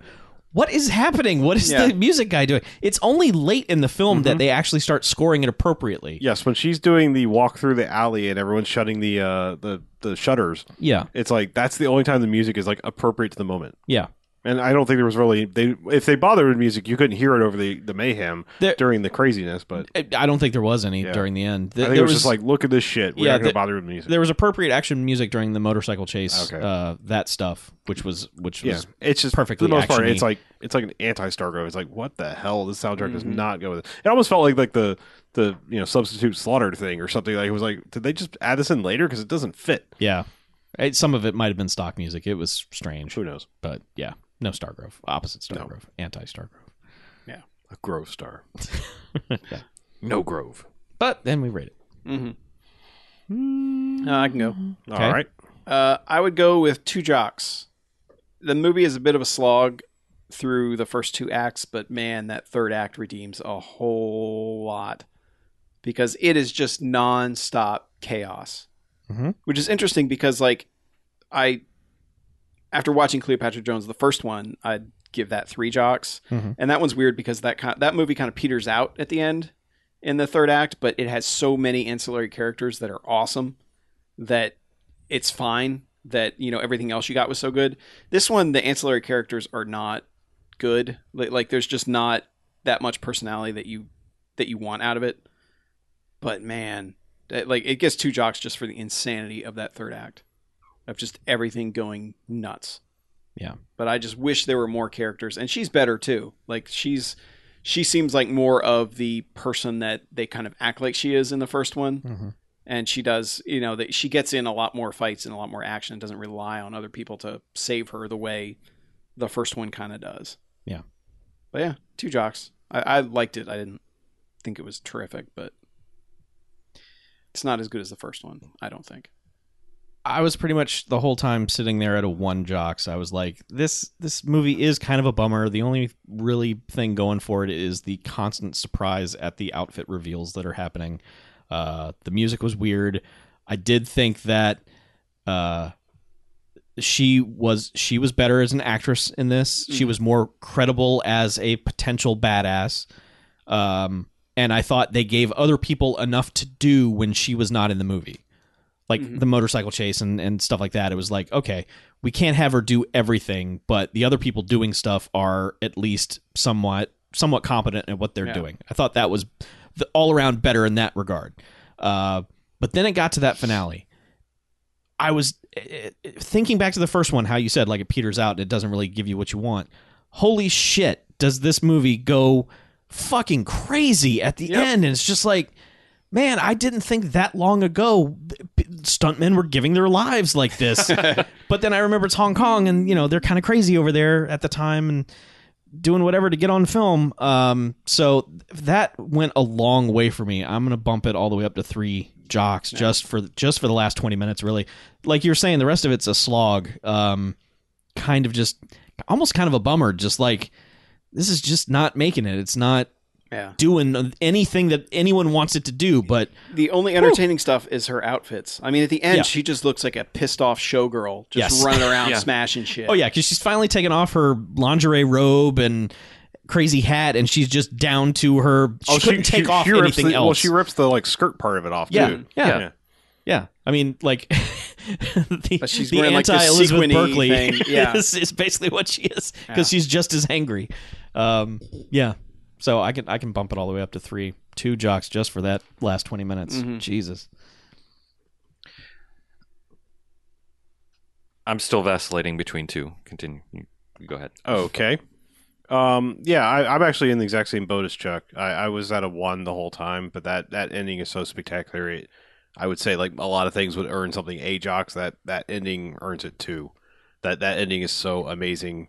[SPEAKER 5] what is happening? What is
[SPEAKER 4] Yeah.
[SPEAKER 5] the music guy doing? It's only late in the film
[SPEAKER 2] Mm-hmm.
[SPEAKER 5] that they actually start scoring it appropriately.
[SPEAKER 2] yes, when she's doing the walk through the alley and everyone's shutting the uh, the the shutters,
[SPEAKER 5] Yeah,
[SPEAKER 2] it's like that's the only time the music is like appropriate to the moment.
[SPEAKER 5] yeah.
[SPEAKER 2] And I don't think there was really they if they bothered with music, you couldn't hear it over the the mayhem
[SPEAKER 5] There-
[SPEAKER 2] during the craziness. But
[SPEAKER 5] I I don't think there was any
[SPEAKER 2] Yeah.
[SPEAKER 5] during the end.
[SPEAKER 2] I
[SPEAKER 5] Th-
[SPEAKER 2] think
[SPEAKER 5] there
[SPEAKER 2] it was, just like look at this shit. We're
[SPEAKER 5] Yeah,
[SPEAKER 2] not going
[SPEAKER 5] the-
[SPEAKER 2] to bother with music.
[SPEAKER 5] there was appropriate action music during the motorcycle chase.
[SPEAKER 2] Okay.
[SPEAKER 5] Uh, that stuff, which was which
[SPEAKER 2] yeah,
[SPEAKER 5] was
[SPEAKER 2] it's just for
[SPEAKER 5] perfectly
[SPEAKER 2] the most part.
[SPEAKER 5] action-y.
[SPEAKER 2] It's like it's like an anti Stargrove. It's like what the hell? This soundtrack does
[SPEAKER 5] Mm-hmm.
[SPEAKER 2] not go with it. It almost felt like like the the you know substitute slaughter thing or something. Like it was like did they just add this in later because it doesn't fit?
[SPEAKER 5] yeah. It- some of it might have been stock music. It was strange,
[SPEAKER 2] Who knows?
[SPEAKER 5] but yeah, no Stargrove. Opposite Stargrove, anti Stargrove.
[SPEAKER 2] A Grove star.
[SPEAKER 3] No Grove.
[SPEAKER 5] But then we rate it.
[SPEAKER 4] Uh, I can go.
[SPEAKER 5] Okay.
[SPEAKER 2] All right.
[SPEAKER 4] Uh, I would go with two jocks. The movie is a bit of a slog through the first two acts, but man, that third act redeems a whole lot because it is just nonstop chaos,
[SPEAKER 5] Mhm.
[SPEAKER 4] which is interesting because like I, after watching Cleopatra Jones, the first one, I'd give that three jocks,
[SPEAKER 5] Mhm.
[SPEAKER 4] and that one's weird because that kind that movie kind of peters out at the end in the third act, but it has so many ancillary characters that are awesome that it's fine that you know everything else you got was so good. This one, the ancillary characters are not good. Like, like there's just not that much personality that you that you want out of it. But man, that- like it gets two jocks just for the insanity of that third act, of just everything going nuts.
[SPEAKER 5] Yeah.
[SPEAKER 4] But I just wish there were more characters, and she's better too. Like she's she seems like more of the person that they kind of act like she is in the first one
[SPEAKER 2] Mm-hmm.
[SPEAKER 4] and she does you know that she gets in a lot more fights and a lot more action and doesn't rely on other people to save her the way the first one kind of does
[SPEAKER 5] Yeah.
[SPEAKER 4] but yeah two jocks I, I liked it i didn't think it was terrific but it's not as good as the first one i don't think
[SPEAKER 5] I was pretty much the whole time sitting there at a one jocks. I was like, this this movie is kind of a bummer. The only really thing going for it is the constant surprise at the outfit reveals that are happening. Uh, the music was weird. I did think that uh, she was she was better as an actress in this. She was more credible as a potential badass. Um, and I thought they gave other people enough to do when she was not in the movie like the motorcycle chase and, and stuff like that. It was like, okay, we can't have her do everything, but the other people doing stuff are at least somewhat somewhat competent at what they're
[SPEAKER 4] Yeah.
[SPEAKER 5] doing. I thought that was the, all around better in that regard. Uh, but then it got to that finale. I was eh, eh, thinking back to the first one, how you said like it peters out and it doesn't really give you what you want. Holy shit! Does this movie go fucking crazy at the
[SPEAKER 4] Yep.
[SPEAKER 5] end? And it's just like man, I didn't think that long ago p- stuntmen were giving their lives like this. but then I remember it's Hong Kong, and you know they're kind of crazy over there at the time and doing whatever to get on film. Um, so that went a long way for me. I'm gonna bump it all the way up to three jocks just for just for the last 20 minutes. Really, like you're saying, the rest of it's a slog. Um, kind of just almost kind of a bummer. Just like this is just not making it. It's not
[SPEAKER 4] yeah
[SPEAKER 5] doing anything that anyone wants it to do, but
[SPEAKER 4] the only entertaining stuff is her outfits i mean at the end
[SPEAKER 5] Yeah.
[SPEAKER 4] she just looks like a pissed off showgirl just
[SPEAKER 5] Yes.
[SPEAKER 4] running around
[SPEAKER 3] Yeah.
[SPEAKER 4] smashing shit
[SPEAKER 5] Oh yeah, because she's finally taken off her lingerie robe and crazy hat, and she's just down to her.
[SPEAKER 2] Oh,
[SPEAKER 5] Oh, She couldn't take off
[SPEAKER 2] rips
[SPEAKER 5] anything
[SPEAKER 2] the-
[SPEAKER 5] else.
[SPEAKER 2] Well, she rips the like skirt part of it off
[SPEAKER 5] yeah,
[SPEAKER 2] too.
[SPEAKER 5] yeah, yeah,
[SPEAKER 3] Yeah.
[SPEAKER 5] I mean, like the,
[SPEAKER 4] But she's
[SPEAKER 5] the
[SPEAKER 4] wearing, like, this
[SPEAKER 5] anti-Elizabeth
[SPEAKER 4] sequiny
[SPEAKER 5] Berkeley
[SPEAKER 4] thing, yeah.
[SPEAKER 5] is, is basically what she is because she's just as angry. Um, yeah, so I can I can bump it all the way up to three, two jocks just for that last twenty minutes.
[SPEAKER 4] Mm-hmm.
[SPEAKER 5] Jesus,
[SPEAKER 3] I'm still vacillating between two. Continue. You- you Go ahead.
[SPEAKER 2] Okay. Um, yeah, I, I'm actually in the exact same boat as Chuck. I, I was at a one the whole time, but that, that ending is so spectacular. It, I would say like a lot of things would earn something a jocks. That that ending earns it too. That that ending is so amazing.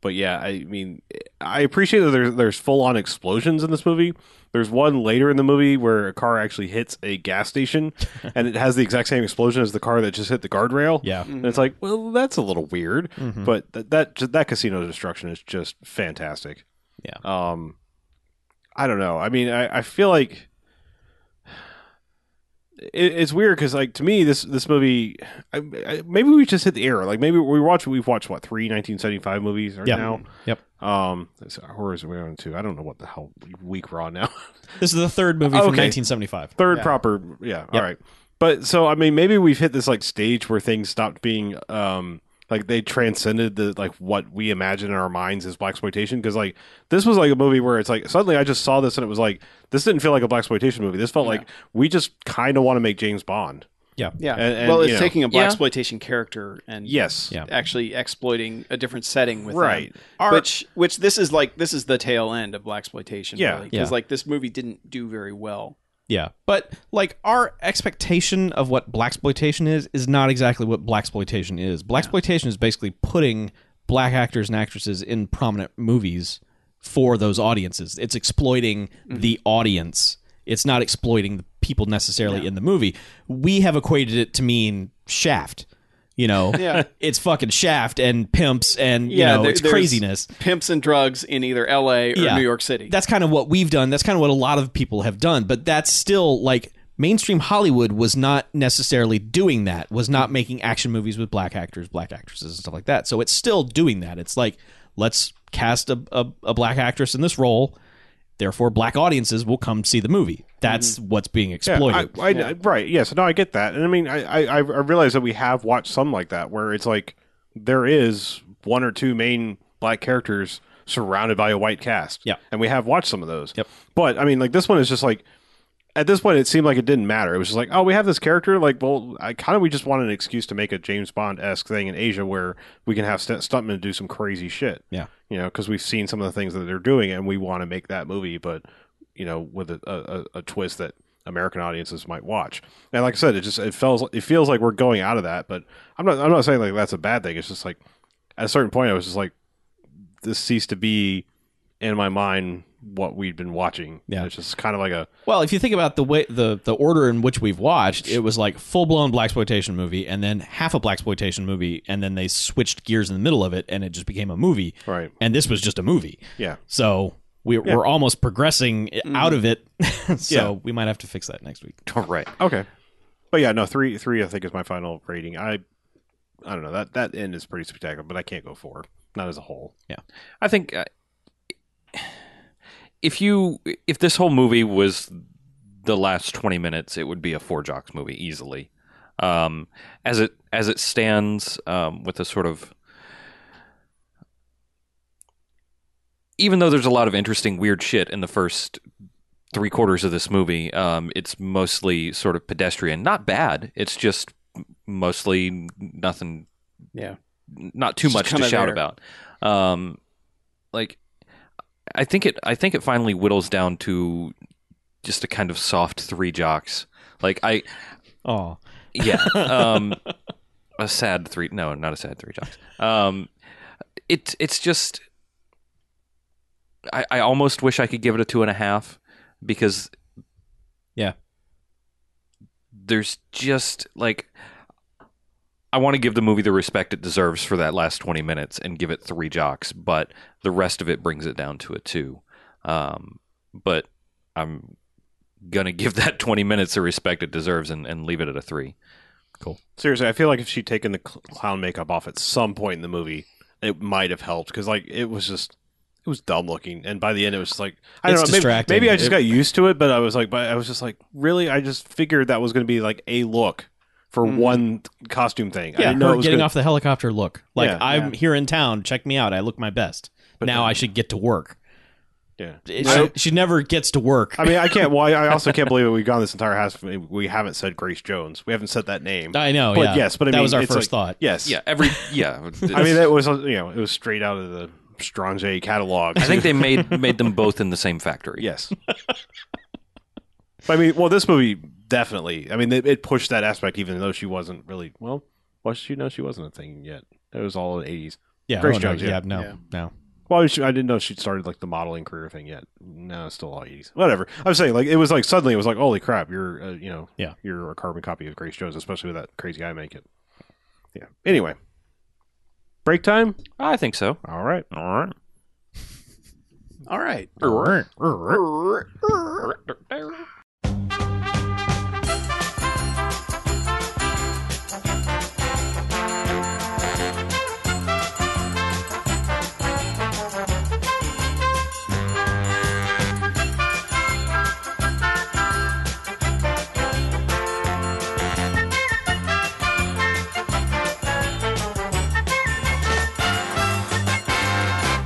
[SPEAKER 2] But yeah, I mean, I appreciate that there's there's full on explosions in this movie. There's one later in the movie where a car actually hits a gas station, and it has the exact same explosion as the car that just hit the guardrail.
[SPEAKER 5] yeah, Mm-hmm.
[SPEAKER 2] And it's like, well, that's a little weird,
[SPEAKER 4] Mm-hmm.
[SPEAKER 2] but th- that ju- that casino destruction is just fantastic.
[SPEAKER 5] Yeah.
[SPEAKER 2] Um, I don't know. I mean, I, I feel like it, it's weird because, like, to me, this this movie, I, I, maybe we just hit the era. Like, maybe we watch we've watched what three 1975 movies right
[SPEAKER 5] yeah,
[SPEAKER 2] now.
[SPEAKER 5] yep.
[SPEAKER 2] Um, or is we on two? I don't know what the hell week we're on now.
[SPEAKER 5] This is the third movie
[SPEAKER 4] Oh,
[SPEAKER 5] from
[SPEAKER 2] Okay.
[SPEAKER 5] 1975.
[SPEAKER 2] third
[SPEAKER 5] Yeah.
[SPEAKER 2] proper yeah all right but so i mean maybe we've hit this like stage where things stopped being um like they transcended the like what we imagine in our minds as black exploitation because like this was like a movie where it's like suddenly i just saw this and it was like this didn't feel like a black exploitation movie this felt like we just kind of want to make james bond
[SPEAKER 5] Yeah,
[SPEAKER 4] yeah
[SPEAKER 2] And- and,
[SPEAKER 4] well
[SPEAKER 2] you
[SPEAKER 4] it's
[SPEAKER 2] know.
[SPEAKER 4] taking a black
[SPEAKER 3] Yeah.
[SPEAKER 4] exploitation character and
[SPEAKER 2] yes
[SPEAKER 5] Yeah.
[SPEAKER 4] actually exploiting a different setting with
[SPEAKER 2] Right.
[SPEAKER 4] them. which which this is like this is the tail end of black exploitation
[SPEAKER 2] Yeah.
[SPEAKER 5] Yeah.
[SPEAKER 4] because like this movie didn't do very well
[SPEAKER 5] Yeah, but like our expectation of what black exploitation is is not exactly what black exploitation is. Black exploitation is basically putting black actors and actresses in prominent movies for those audiences. It's exploiting
[SPEAKER 4] Mm-hmm.
[SPEAKER 5] the audience. It's not exploiting the people necessarily in the movie. We have equated it to mean Shaft. You know,
[SPEAKER 4] Yeah.
[SPEAKER 5] it's fucking Shaft and pimps and you know
[SPEAKER 4] there-
[SPEAKER 5] it's
[SPEAKER 4] there's
[SPEAKER 5] craziness.
[SPEAKER 4] pimps and drugs in either la or
[SPEAKER 5] Yeah.
[SPEAKER 4] new york city
[SPEAKER 5] That's kind of what we've done. That's kind of what a lot of people have done. But that's still like mainstream Hollywood was not necessarily doing that, was not making action movies with black actors, black actresses, and stuff like that. So it's still doing that. It's like, let's cast a, a, a black actress in this role. Therefore, black audiences will come see the movie. That's what's being exploited.
[SPEAKER 2] I, I, Right. Yeah. So no, I get that, and I mean, I, I I realize that we have watched some like that where it's like there is one or two main black characters surrounded by a white cast.
[SPEAKER 5] Yeah.
[SPEAKER 2] and we have watched some of those.
[SPEAKER 5] Yep.
[SPEAKER 2] But I mean, like this one is just like at this point, it seemed like it didn't matter. It was just like, oh, we have this character. Like, well, I kind of we just wanted an excuse to make a James Bond esque thing in Asia where we can have st- stuntmen do some crazy shit.
[SPEAKER 5] Yeah.
[SPEAKER 2] you know, because we've seen some of the things that they're doing, and we want to make that movie, but you know, with a, a, a- a twist that American audiences might watch. And like I said, it just it feels it feels like we're going out of that. But I'm not I'm not saying like that's a bad thing. It's just like at a certain point, I was just like, this ceased to be in my mind what we'd been watching.
[SPEAKER 5] Yeah.
[SPEAKER 2] it's just kind of like a
[SPEAKER 5] Well, if you think about the way the the order in which we've watched, it was like full blown black exploitation movie, and then half a black exploitation movie, and then they switched gears in the middle of it, and it just became a movie.
[SPEAKER 2] Right.
[SPEAKER 5] And this was just a movie.
[SPEAKER 2] yeah.
[SPEAKER 5] So we, we're almost progressing out of it. so
[SPEAKER 2] Mm-hmm. Yeah.
[SPEAKER 5] we might have to fix that next week.
[SPEAKER 3] All right.
[SPEAKER 2] Okay. But yeah, no, three three I think is my final rating. I I don't know. That that end is pretty spectacular, but I can't go four. Not as a whole.
[SPEAKER 3] I think uh, if you if this whole movie was the last twenty minutes, it would be a four jocks movie easily. Um, as it as it stands, um, with a sort of even though there's a lot of interesting weird shit in the first three quarters of this movie, um, it's mostly sort of pedestrian. Not bad. It's just mostly nothing
[SPEAKER 4] Yeah.
[SPEAKER 3] not too
[SPEAKER 4] Just
[SPEAKER 3] much to
[SPEAKER 4] kinda
[SPEAKER 3] shout
[SPEAKER 4] there.
[SPEAKER 3] about. Um, like, I think it. I think it finally whittles down to just a kind of soft three jocks. Like I,
[SPEAKER 5] Oh,
[SPEAKER 3] yeah, um, a sad three. No, not a sad three jocks. Um, it it's just. I, I almost wish I could give it a two and a half because
[SPEAKER 5] Yeah.
[SPEAKER 3] there's just like I want to give the movie the respect it deserves for that last 20 minutes and give it three jocks, but the rest of it brings it down to a two. Um, but I'm gonna give that 20 minutes the respect it deserves and, and leave it at a three.
[SPEAKER 2] Seriously, I feel like if she'd taken the cl- clown makeup off at some point in the movie, it might have helped because like it was just it was dumb looking, and by the end it was just like I
[SPEAKER 5] It's
[SPEAKER 2] don't know, maybe,
[SPEAKER 5] distracting.
[SPEAKER 2] maybe I just
[SPEAKER 5] It-
[SPEAKER 2] got used to it, but I was like, but I was just like, really, I just figured that was going to be like a look for
[SPEAKER 3] Mm-hmm.
[SPEAKER 4] Mhm.
[SPEAKER 2] one costume thing. I
[SPEAKER 5] yeah.
[SPEAKER 2] didn't know it
[SPEAKER 5] Her
[SPEAKER 2] was
[SPEAKER 5] getting
[SPEAKER 2] gonna-
[SPEAKER 5] off the helicopter look. Like,
[SPEAKER 2] Yeah.
[SPEAKER 5] I'm here in town. Check me out. I look my best.
[SPEAKER 2] But
[SPEAKER 5] now
[SPEAKER 2] then-
[SPEAKER 5] I should get to work.
[SPEAKER 2] Yeah.
[SPEAKER 5] It-
[SPEAKER 2] I-
[SPEAKER 5] she, she never gets to work.
[SPEAKER 2] I mean, I can't. Well, I- I also can't believe that we've gone this entire house. We haven't said Grace Jones. We haven't said that name.
[SPEAKER 5] I know.
[SPEAKER 2] but
[SPEAKER 5] Oh, yeah.
[SPEAKER 2] yes, but I
[SPEAKER 5] that
[SPEAKER 2] mean,
[SPEAKER 5] was our
[SPEAKER 2] it's
[SPEAKER 5] first
[SPEAKER 2] like-
[SPEAKER 5] thought.
[SPEAKER 2] Yes.
[SPEAKER 3] Yeah, every yeah.
[SPEAKER 2] I mean, that was you know, it was straight out of the Strange catalog.
[SPEAKER 3] I think they made made them both in the same factory.
[SPEAKER 2] Yes. I mean, well, this movie definitely. I mean, it, it pushed that aspect, even though she wasn't really. Well, was she? No, she wasn't a thing yet. It was all in the eighties.
[SPEAKER 5] Yeah.
[SPEAKER 2] Grace
[SPEAKER 5] oh, no,
[SPEAKER 2] Jones, yeah.
[SPEAKER 5] Yeah. No.
[SPEAKER 4] Yeah.
[SPEAKER 5] No.
[SPEAKER 2] Well, she, I didn't know she'd started like the modeling career thing yet. No, it's still all eighties. Whatever. I was saying, like, it was like suddenly it was like, holy crap, you're, uh, you know,
[SPEAKER 5] Yeah.
[SPEAKER 2] you're a carbon copy of Grace Jones, especially with that crazy eye makeup. Yeah. Anyway, break time.
[SPEAKER 3] I think so.
[SPEAKER 2] All right.
[SPEAKER 3] All right.
[SPEAKER 4] All right.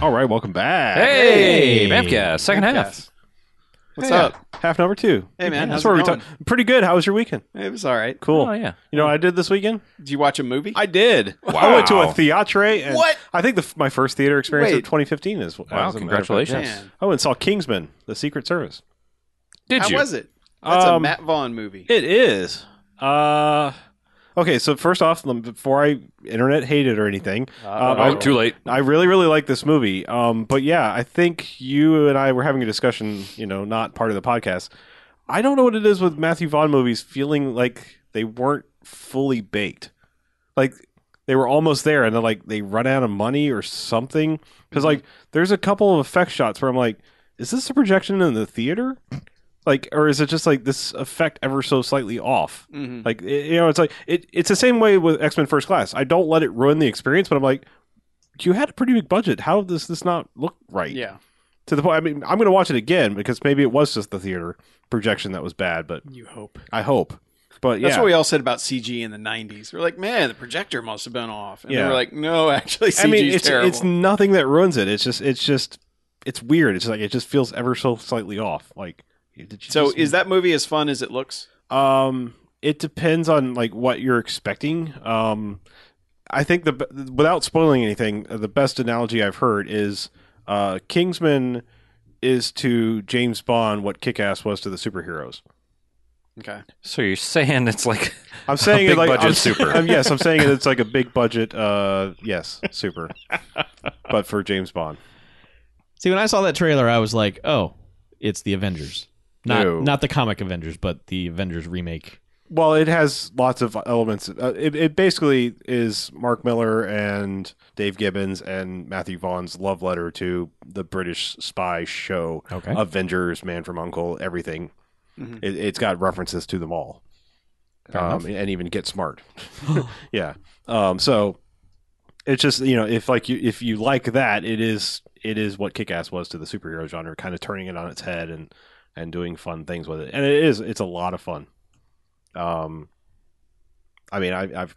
[SPEAKER 2] All right. Welcome back.
[SPEAKER 3] Hey,
[SPEAKER 5] Hey.
[SPEAKER 3] Bamcast, second half.
[SPEAKER 4] Yes. What's
[SPEAKER 2] Yeah.
[SPEAKER 4] up?
[SPEAKER 2] Half number two.
[SPEAKER 4] Hey, man, how's
[SPEAKER 2] that's where
[SPEAKER 4] it
[SPEAKER 2] we
[SPEAKER 4] going?
[SPEAKER 2] talk. Pretty good. How was your weekend?
[SPEAKER 4] It was all right.
[SPEAKER 2] Cool.
[SPEAKER 3] Oh yeah.
[SPEAKER 2] You know what I did this weekend?
[SPEAKER 4] Did you watch a movie?
[SPEAKER 2] I did. I went to a
[SPEAKER 3] Wow.
[SPEAKER 2] theatre. and
[SPEAKER 4] What?
[SPEAKER 2] I think the, f- my first theater experience of
[SPEAKER 4] Wait.
[SPEAKER 2] 2015 is.
[SPEAKER 3] Wow,
[SPEAKER 2] as a matter of fact.
[SPEAKER 3] congratulations.
[SPEAKER 2] Yeah.
[SPEAKER 4] Man.
[SPEAKER 2] I went and saw Kingsman: The Secret Service.
[SPEAKER 3] Did
[SPEAKER 4] How
[SPEAKER 3] you?
[SPEAKER 4] was it? That's a
[SPEAKER 2] Um,
[SPEAKER 4] Matt Vaughn movie.
[SPEAKER 2] It is. Uh, okay. So first off, lem- before I internet hate it or anything, uh,
[SPEAKER 3] Oh, too late.
[SPEAKER 2] I really, really like this movie. Um, but yeah, I think you and I were having a discussion, you know, not part of the podcast. I don't know what it is with Matthew Vaughn movies feeling like they weren't fully baked. Like they were almost there and then like they run out of money or something. Because like there's a couple of effect shots where I'm like, is this a projection in the theater? Like, or is it just like this effect ever so slightly off?
[SPEAKER 4] Mhm.
[SPEAKER 2] Mm-hmm. Like, it- you know, it's like it, it's the same way with X Men First Class. I don't let it ruin the experience, but I'm like, you had a pretty big budget. How does this not look right?
[SPEAKER 4] Yeah.
[SPEAKER 2] To the point, I mean, I'm going to watch it again because maybe it was just the theater projection that was bad, but
[SPEAKER 4] You hope.
[SPEAKER 2] I hope. But yeah,
[SPEAKER 4] That's what we all said about CG in the '90s. We're like, man, the projector must have been off, and
[SPEAKER 2] Yeah.
[SPEAKER 4] we're like, no, actually, CG's
[SPEAKER 2] I mean, it's
[SPEAKER 4] terrible.
[SPEAKER 2] it's nothing that ruins it. It's just it's just it's weird. It's like it just feels ever so slightly off. Like did you
[SPEAKER 4] so
[SPEAKER 2] just-
[SPEAKER 4] is that movie as fun as it looks?
[SPEAKER 2] Um, it depends on like what you're expecting. Um, I think the b- without spoiling anything, the best analogy I've heard is uh, Kingsman is to James Bond what Kick-Ass was to the superheroes.
[SPEAKER 4] Okay,
[SPEAKER 3] So you're saying it's like
[SPEAKER 2] I'm saying
[SPEAKER 3] big
[SPEAKER 2] it like
[SPEAKER 3] budget
[SPEAKER 2] I'm-
[SPEAKER 3] super.
[SPEAKER 2] I'm- yes, I'm saying it, it's like a big budget. Uh, yes, super, but for James Bond.
[SPEAKER 5] See, when I saw that trailer, I was like, "Oh, it's the Avengers." Not
[SPEAKER 2] No.
[SPEAKER 5] not the comic Avengers, but the Avengers remake.
[SPEAKER 2] Well, it has lots of elements. Uh, it, it basically is Mark Miller and Dave Gibbons and Matthew Vaughn's love letter to the British spy show,
[SPEAKER 5] Okay.
[SPEAKER 2] Avengers, Man from Uncle, everything.
[SPEAKER 4] Mhm.
[SPEAKER 2] It, it's got references to them all, um, and even Get Smart. yeah. Um, so it's just you know if like you if you like that, it is it is what Kick Ass was to the superhero genre, kind of turning it on its head and and doing fun things with it. And it is it's a lot of fun. Um, I mean, I, I've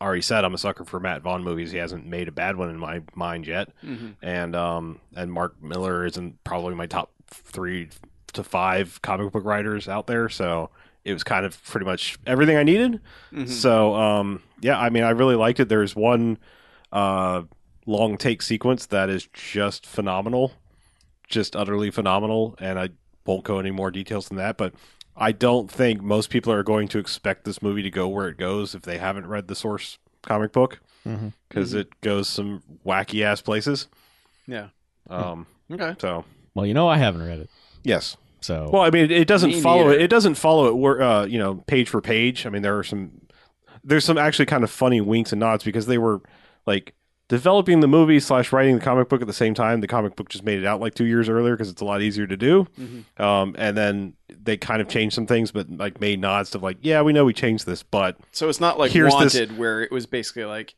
[SPEAKER 2] already said I'm a sucker for Matt Vaughn movies. He hasn't made a bad one in my mind yet,
[SPEAKER 4] Mhm.
[SPEAKER 2] and um, and Mark Miller is in probably my top three to five comic book writers out there. So it was kind of pretty much everything I needed.
[SPEAKER 4] Mhm.
[SPEAKER 2] So um, yeah, I mean, I really liked it. There's one uh, long take sequence that is just phenomenal, just utterly phenomenal, and I won't go any more details than that. But I don't think most people are going to expect this movie to go where it goes if they haven't read the source comic book
[SPEAKER 5] Mhm.
[SPEAKER 2] because it goes some wacky ass places.
[SPEAKER 4] Yeah.
[SPEAKER 2] Um.
[SPEAKER 4] okay,
[SPEAKER 2] So
[SPEAKER 5] Well, you know, I haven't read it,
[SPEAKER 2] yes.
[SPEAKER 5] so
[SPEAKER 2] Well, I mean, it, it doesn't
[SPEAKER 4] Me
[SPEAKER 2] follow
[SPEAKER 4] neither.
[SPEAKER 2] it. It doesn't follow it. wor- Uh, you know, page for page. I mean, there are some. There's some actually kind of funny winks and nods because they were like developing the movie slash writing the comic book at the same time. The comic book just made it out like two years earlier because it's a lot easier to do.
[SPEAKER 4] Mm-hmm.
[SPEAKER 2] Um, and then they kind of changed some things, but like made nods to like, yeah, we know we changed this, but
[SPEAKER 4] so it's not like
[SPEAKER 2] Here's this-
[SPEAKER 4] Wanted, where it was basically like,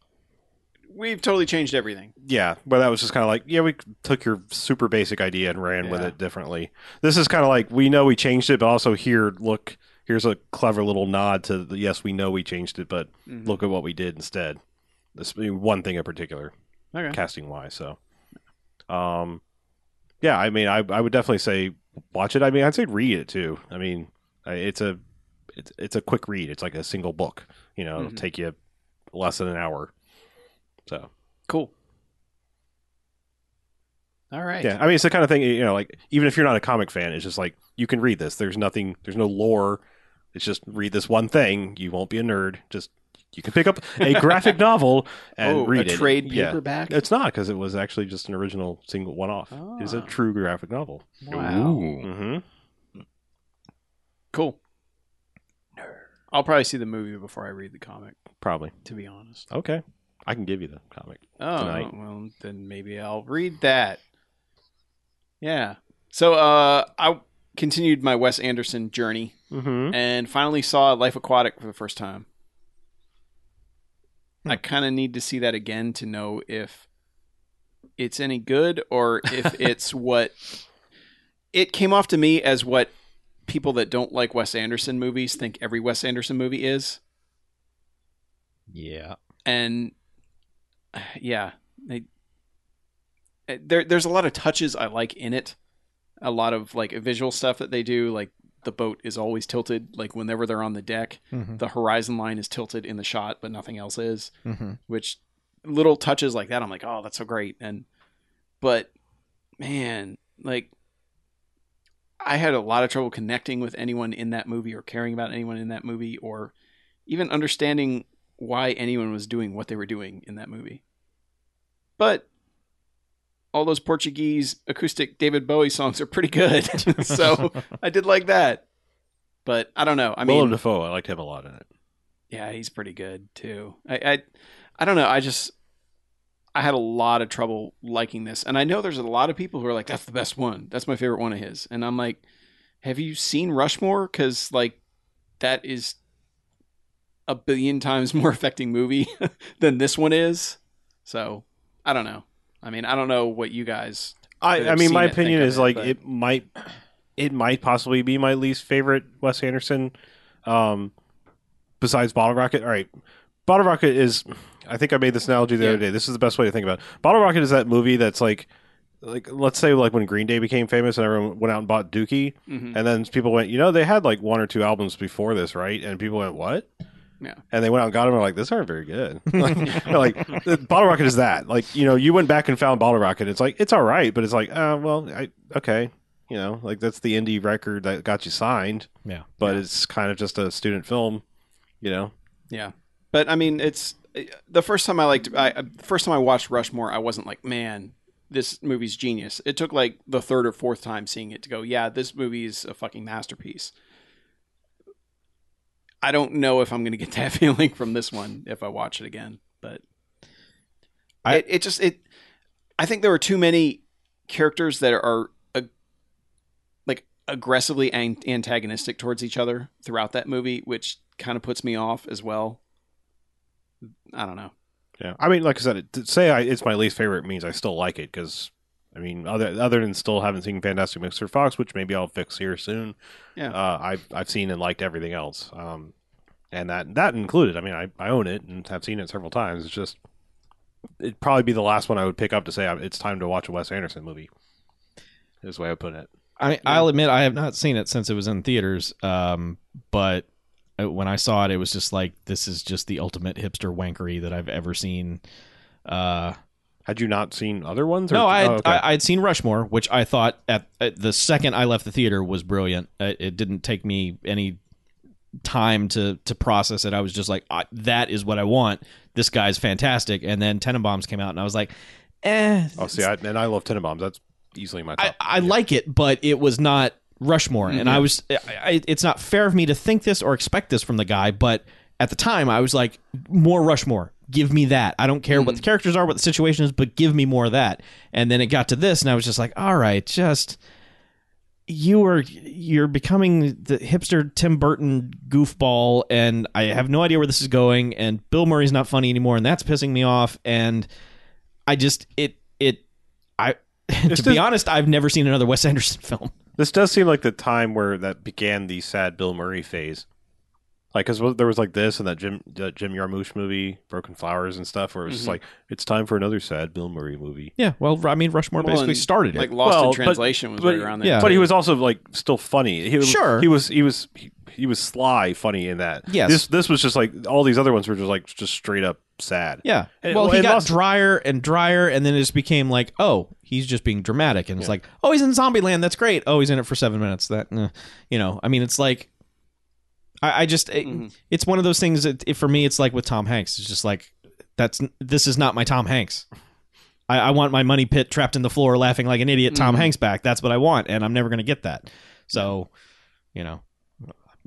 [SPEAKER 4] we've totally changed everything.
[SPEAKER 2] yeah, but that was just kind of like, yeah, we took your super basic idea and ran with
[SPEAKER 4] Yeah.
[SPEAKER 2] it differently. This is kind of like we know we changed it, but also here, look, here's a clever little nod to the, yes, we know we changed it, but
[SPEAKER 4] Mhm.
[SPEAKER 2] look at what we did instead. This one thing in particular,
[SPEAKER 4] Okay.
[SPEAKER 2] casting wise. So, um, yeah, I mean, I I would definitely say watch it. I mean, I'd say read it too. I mean, I- it's a it's it's a quick read. It's like a single book. You know, it'll
[SPEAKER 4] Mhm.
[SPEAKER 2] take you less than an hour. So.
[SPEAKER 4] Cool. All right.
[SPEAKER 2] Yeah, I mean, it's the kind of thing you know, like even if you're not a comic fan, it's just like you can read this. There's nothing, there's no lore. It's just read this one thing. You won't be a nerd. Just you can pick up a graphic novel and
[SPEAKER 4] oh,
[SPEAKER 2] read
[SPEAKER 4] a
[SPEAKER 2] it.
[SPEAKER 4] trade
[SPEAKER 2] Yeah.
[SPEAKER 4] paperback.
[SPEAKER 2] It's not because it was actually just an original single one-off. It's a
[SPEAKER 4] Ah.
[SPEAKER 2] true graphic novel.
[SPEAKER 4] Wow.
[SPEAKER 3] Ooh.
[SPEAKER 2] Mm-hmm.
[SPEAKER 4] Cool. I'll probably see the movie before I read the comic,
[SPEAKER 2] Probably.
[SPEAKER 4] to be honest.
[SPEAKER 2] Okay, I can give you the comic.
[SPEAKER 4] Oh,
[SPEAKER 2] Tonight.
[SPEAKER 4] well, then maybe I'll read that. Yeah. So uh, I continued my Wes Anderson journey
[SPEAKER 2] Mm-hmm.
[SPEAKER 4] and finally saw Life Aquatic for the first time. I kind of need to see that again to know if it's any good or if it's what it came off to me as what people that don't like Wes Anderson movies think every Wes Anderson movie is.
[SPEAKER 5] yeah,
[SPEAKER 4] And yeah, they, eh, there there's a lot of touches I like in it. A lot of like visual stuff that they do like the boat is always tilted like whenever they're on the deck
[SPEAKER 5] Mhm.
[SPEAKER 4] the horizon line is tilted in the shot, but nothing else is.
[SPEAKER 5] Mhm.
[SPEAKER 4] Which little touches like that, I'm like, oh, that's so great. And but man, like I had a lot of trouble connecting with anyone in that movie or caring about anyone in that movie or even understanding why anyone was doing what they were doing in that movie. But all those Portuguese acoustic David Bowie songs are pretty good. so I did like that. But I don't know. I mean,
[SPEAKER 2] Willem Dafoe, I liked him a lot in it.
[SPEAKER 4] yeah, he's pretty good too. I, I I don't know. I just I had a lot of trouble liking this, and I know there's a lot of people who are like, "That's the best one. That's my favorite one of his." And I'm like, "Have you seen Rushmore? Because like that is a billion times more affecting movie than this one is." So I don't know. I mean, I don't know what you guys. that
[SPEAKER 2] I, I
[SPEAKER 4] I've
[SPEAKER 2] mean, my
[SPEAKER 4] seen it, think
[SPEAKER 2] opinion
[SPEAKER 4] of
[SPEAKER 2] is
[SPEAKER 4] it,
[SPEAKER 2] like
[SPEAKER 4] but-
[SPEAKER 2] it might, it might possibly be my least favorite Wes Anderson, um, besides Bottle Rocket. All right, Bottle Rocket is. I think I made this analogy the other day. This is the best way to think about it. Bottle Rocket is that movie that's like, like let's say like when Green Day became famous and everyone went out and bought Dookie,
[SPEAKER 4] mm-hmm.
[SPEAKER 2] and then people went, you know, they had like one or two albums before this, right? And people went, what?
[SPEAKER 4] Yeah.
[SPEAKER 2] And they went out and got them. And were like, this aren't very good. like, they're like, the Bottle Rocket is that. Like, you know, you went back and found Bottle Rocket. It's like it's all right, but it's like, uh, well, I okay, you know, like that's the indie record that got you signed
[SPEAKER 5] Yeah.
[SPEAKER 2] but it's kind of just a student film, you know.
[SPEAKER 4] Yeah, but I mean, it's the first time I liked. I I- the first time I watched Rushmore, I wasn't like, man, this movie's genius. It took like the third or fourth time seeing it to go, yeah, this movie's a fucking masterpiece. I don't know if I'm going to get that feeling from this one if I watch it again, but
[SPEAKER 5] I-
[SPEAKER 4] it, it just it. I think there were too many characters that are ag- like aggressively an- antagonistic towards each other throughout that movie, which kind of puts me off as well. I don't know.
[SPEAKER 2] Yeah, I mean, like I said, it, to say I, it's my least favorite means I still like it because I mean, other other than still haven't seen Fantastic Mr. Fox, which maybe I'll fix here soon.
[SPEAKER 4] Yeah.
[SPEAKER 2] uh, I've I've seen and liked everything else, um, and that that included. I mean, I, I own it and have seen it several times. It's just it'd probably be the last one I would pick up to say "I- it's time to watch a Wes Anderson movie. Is the way I put it.
[SPEAKER 5] I I'll admit I have not seen it since it was in theaters. Um, but uh, when I saw it, it was just like this is just the ultimate hipster wankery that I've ever seen. Uh,
[SPEAKER 2] Had you not seen other ones? Or,
[SPEAKER 5] no, I,
[SPEAKER 2] oh, okay.
[SPEAKER 5] I I'd seen Rushmore, which I thought at, at the second I left the theater was brilliant. It, it didn't take me any time to to process it. I was just like, I, that is what I want. This guy's fantastic. And then Tenenbaums came out, and I was like, eh,
[SPEAKER 2] oh, see, I, and I love Tenenbaums. That's easily my top.
[SPEAKER 5] I, I like it, but it was not Rushmore, and I was. I, I, it's not fair of me to think this or expect this from the guy, but at the time, I was like, more Rushmore. Give me that. I don't care what the characters are, what the situation is, but give me more of that. And then it got to this, and I was just like, all right, just you are you're becoming the hipster Tim Burton goofball, and I have no idea where this is going. And Bill Murray's not funny anymore, and that's pissing me off. And I just it it I to be
[SPEAKER 2] does-
[SPEAKER 5] honest, I've never seen another Wes Anderson film.
[SPEAKER 2] This does seem like the time where that began the sad Bill Murray phase. Like, because there was like this and that Jim that Jim Jarmusch movie, Broken Flowers and stuff, where it was
[SPEAKER 4] Mm-hmm.
[SPEAKER 2] just like, it's time for another sad Bill Murray movie.
[SPEAKER 5] Yeah, well, I mean, Rushmore
[SPEAKER 4] Well,
[SPEAKER 5] basically
[SPEAKER 4] and,
[SPEAKER 5] started it.
[SPEAKER 4] Like Lost
[SPEAKER 2] Well,
[SPEAKER 4] in
[SPEAKER 2] but-
[SPEAKER 4] Translation was
[SPEAKER 2] but-
[SPEAKER 4] right around there.
[SPEAKER 5] yeah.
[SPEAKER 2] But he was also like still funny. He, was-
[SPEAKER 5] Sure.
[SPEAKER 2] he was he was he, he was sly funny in that.
[SPEAKER 5] Yes.
[SPEAKER 2] this this was just like all these other ones were just like just straight up sad.
[SPEAKER 5] yeah.
[SPEAKER 2] And-
[SPEAKER 5] well, he
[SPEAKER 2] and
[SPEAKER 5] got
[SPEAKER 2] Lost-
[SPEAKER 5] drier and drier, and then it just became like, oh, he's just being dramatic, and it's like, oh, he's in Zombieland, that's great. Oh, he's in it for seven minutes. That, eh. you know, I mean, it's like, I, I just, it-
[SPEAKER 2] Mm-hmm.
[SPEAKER 5] it's one of those things that it, for me, it's like with Tom Hanks. It's just like, that's this is not my Tom Hanks. I, I want my money pit trapped in the floor, laughing like an idiot.
[SPEAKER 2] Mm-hmm.
[SPEAKER 5] Tom Hanks back. That's what I want, and I'm never going to get that. So, you know.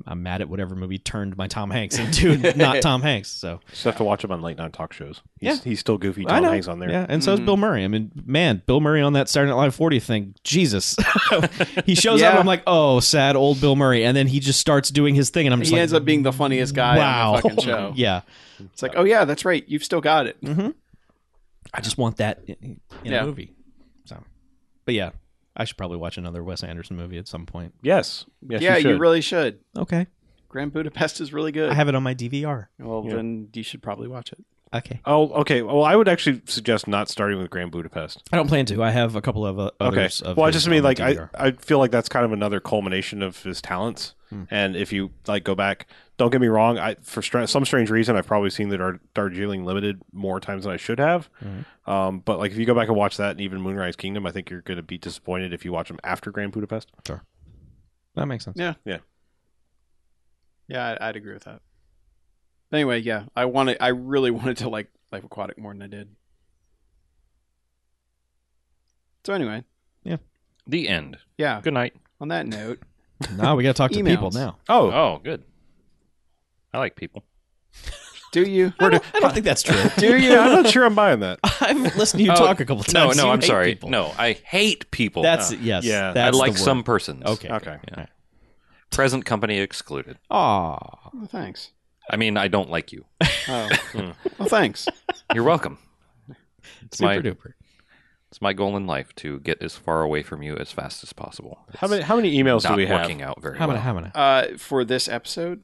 [SPEAKER 5] I'm mad at whatever movie turned my Tom Hanks into not Tom Hanks. So
[SPEAKER 2] just have to watch him on late night talk shows. He's,
[SPEAKER 5] Yeah.
[SPEAKER 2] he's still goofy.
[SPEAKER 5] I
[SPEAKER 2] Tom
[SPEAKER 5] know.
[SPEAKER 2] Hangs on there.
[SPEAKER 5] Yeah, and
[SPEAKER 4] Hmm.
[SPEAKER 5] so is Bill Murray. I mean, man, Bill Murray on that Saturday Night Live 40 thing. Jesus. he shows up,
[SPEAKER 4] Yeah.
[SPEAKER 5] I'm like, oh, sad old Bill Murray. And then he just starts doing his thing, and I'm just
[SPEAKER 4] He
[SPEAKER 5] like,
[SPEAKER 4] ends up being the funniest guy
[SPEAKER 5] wow.
[SPEAKER 4] on the fucking show.
[SPEAKER 5] yeah.
[SPEAKER 4] It's like, oh yeah, that's right. You've still got it.
[SPEAKER 5] I just want that in, in
[SPEAKER 4] Yeah.
[SPEAKER 5] a movie. So, but yeah, I should probably watch another Wes Anderson movie at some point.
[SPEAKER 2] Yes. Yes.
[SPEAKER 4] yeah,
[SPEAKER 2] you,
[SPEAKER 4] you,
[SPEAKER 2] should.
[SPEAKER 4] really should.
[SPEAKER 5] Okay.
[SPEAKER 4] Grand Budapest is really good.
[SPEAKER 5] I have it on my DVR.
[SPEAKER 4] well, then you should probably watch it.
[SPEAKER 5] Okay.
[SPEAKER 2] Oh, okay. Well, I would actually suggest not starting with Grand Budapest.
[SPEAKER 5] I don't plan to. I have a couple of uh, others. Of
[SPEAKER 2] well i
[SPEAKER 5] his
[SPEAKER 2] just
[SPEAKER 5] on E
[SPEAKER 2] mean
[SPEAKER 5] my
[SPEAKER 2] like I,
[SPEAKER 5] DVR.
[SPEAKER 2] I feel like that's kind of another culmination of his talents
[SPEAKER 5] Hmm.
[SPEAKER 2] and if you like go back don't get me wrong i for str- some strange reason i've probably seen the Dar- darjeeling limited more times than i should have
[SPEAKER 5] Mm-hmm.
[SPEAKER 2] um, but like if you go back and watch that and even moonrise kingdom i think you're going to be disappointed if you watch them after grand budapest
[SPEAKER 5] That makes sense.
[SPEAKER 4] Yeah,
[SPEAKER 2] Yeah.
[SPEAKER 4] yeah. I, I'd agree with that. Anyway, yeah, I wanted. I really wanted to like Life Aquatic more than I did. So anyway,
[SPEAKER 3] The end.
[SPEAKER 4] yeah.
[SPEAKER 3] Good night.
[SPEAKER 4] On that note,
[SPEAKER 5] Now we got to talk to people
[SPEAKER 4] Emails.
[SPEAKER 5] now.
[SPEAKER 2] oh
[SPEAKER 3] Oh, good. I like people.
[SPEAKER 4] do you?
[SPEAKER 5] I don't, I don't think that's true.
[SPEAKER 4] do you?
[SPEAKER 2] yeah, i'm not sure i'm buying that
[SPEAKER 5] I've listened to you
[SPEAKER 3] Oh,
[SPEAKER 5] talk a couple times.
[SPEAKER 3] No, no,
[SPEAKER 5] You
[SPEAKER 3] I'm
[SPEAKER 5] hate
[SPEAKER 3] sorry.
[SPEAKER 5] people.
[SPEAKER 3] No, I hate people.
[SPEAKER 5] That's
[SPEAKER 3] Uh,
[SPEAKER 5] yes.
[SPEAKER 2] yeah.
[SPEAKER 3] I
[SPEAKER 5] that's
[SPEAKER 3] like
[SPEAKER 5] the word.
[SPEAKER 3] some persons.
[SPEAKER 5] Okay.
[SPEAKER 2] okay
[SPEAKER 3] Present company excluded.
[SPEAKER 5] Aw.
[SPEAKER 4] Well, thanks.
[SPEAKER 3] I mean, I don't like you.
[SPEAKER 4] Oh,
[SPEAKER 5] Hmm.
[SPEAKER 4] well, thanks.
[SPEAKER 3] You're welcome.
[SPEAKER 5] Super
[SPEAKER 3] my-
[SPEAKER 5] duper.
[SPEAKER 3] It's my goal in life to get as far away from you as fast as possible.
[SPEAKER 2] how many how many emails
[SPEAKER 3] It's not
[SPEAKER 2] do we have
[SPEAKER 3] working out very
[SPEAKER 5] How
[SPEAKER 3] well.
[SPEAKER 5] about how about
[SPEAKER 4] Uh, for this episode,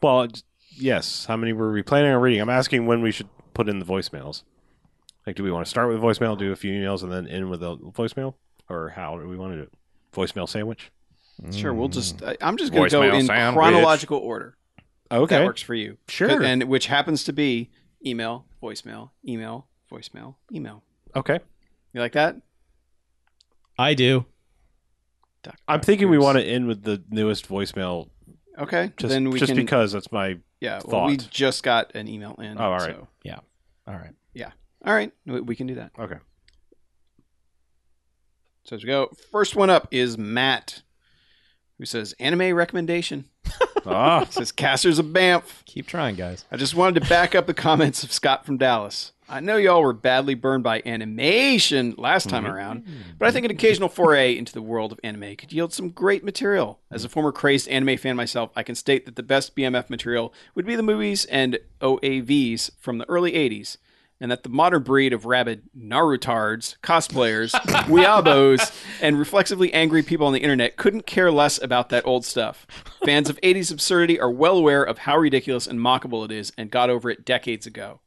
[SPEAKER 2] well yes. How many were we planning on reading? I'm asking when we should put in the voicemails. Like, do we want to start with voicemail, do a few emails, and then end with a voicemail, or how do we want to do it? Voicemail sandwich.
[SPEAKER 4] Mm. Sure, we'll just.
[SPEAKER 2] Mm.
[SPEAKER 4] I, I'm just going to go
[SPEAKER 3] Voicemail
[SPEAKER 4] in
[SPEAKER 3] sandwich.
[SPEAKER 4] chronological order. If
[SPEAKER 2] Okay.
[SPEAKER 4] That works for you.
[SPEAKER 2] Sure.
[SPEAKER 4] And which happens to be email, voicemail, email, voicemail, email.
[SPEAKER 2] Okay.
[SPEAKER 4] You like that?
[SPEAKER 5] I do.
[SPEAKER 4] Doc-
[SPEAKER 2] I'm thinking we want to end with the newest voicemail,
[SPEAKER 4] Okay.
[SPEAKER 2] just
[SPEAKER 4] then we
[SPEAKER 2] just
[SPEAKER 4] can,
[SPEAKER 2] because that's my
[SPEAKER 4] Yeah. Well, we
[SPEAKER 2] thought.
[SPEAKER 4] just got an email in.
[SPEAKER 2] Oh, all right.
[SPEAKER 4] so-
[SPEAKER 5] All right.
[SPEAKER 4] all right. We, we can do that.
[SPEAKER 2] okay.
[SPEAKER 4] So as we go, first one up is Matt, who says anime recommendation.
[SPEAKER 2] ah,
[SPEAKER 4] Says Caster's a bamf.
[SPEAKER 5] Keep trying, guys.
[SPEAKER 4] I just wanted to back up the comments of Scott from Dallas. I know y'all were badly burned by animation last time around, but I think an occasional foray into the world of anime could yield some great material. As a former crazed anime fan myself, I can state that the best BMF material would be the movies and OAVs from the early 80s, and that the modern breed of rabid Narutards, cosplayers, weabos, and reflexively angry people on the internet couldn't care less about that old stuff. Fans of 80s absurdity are well aware of how ridiculous and mockable it is and got over it decades ago.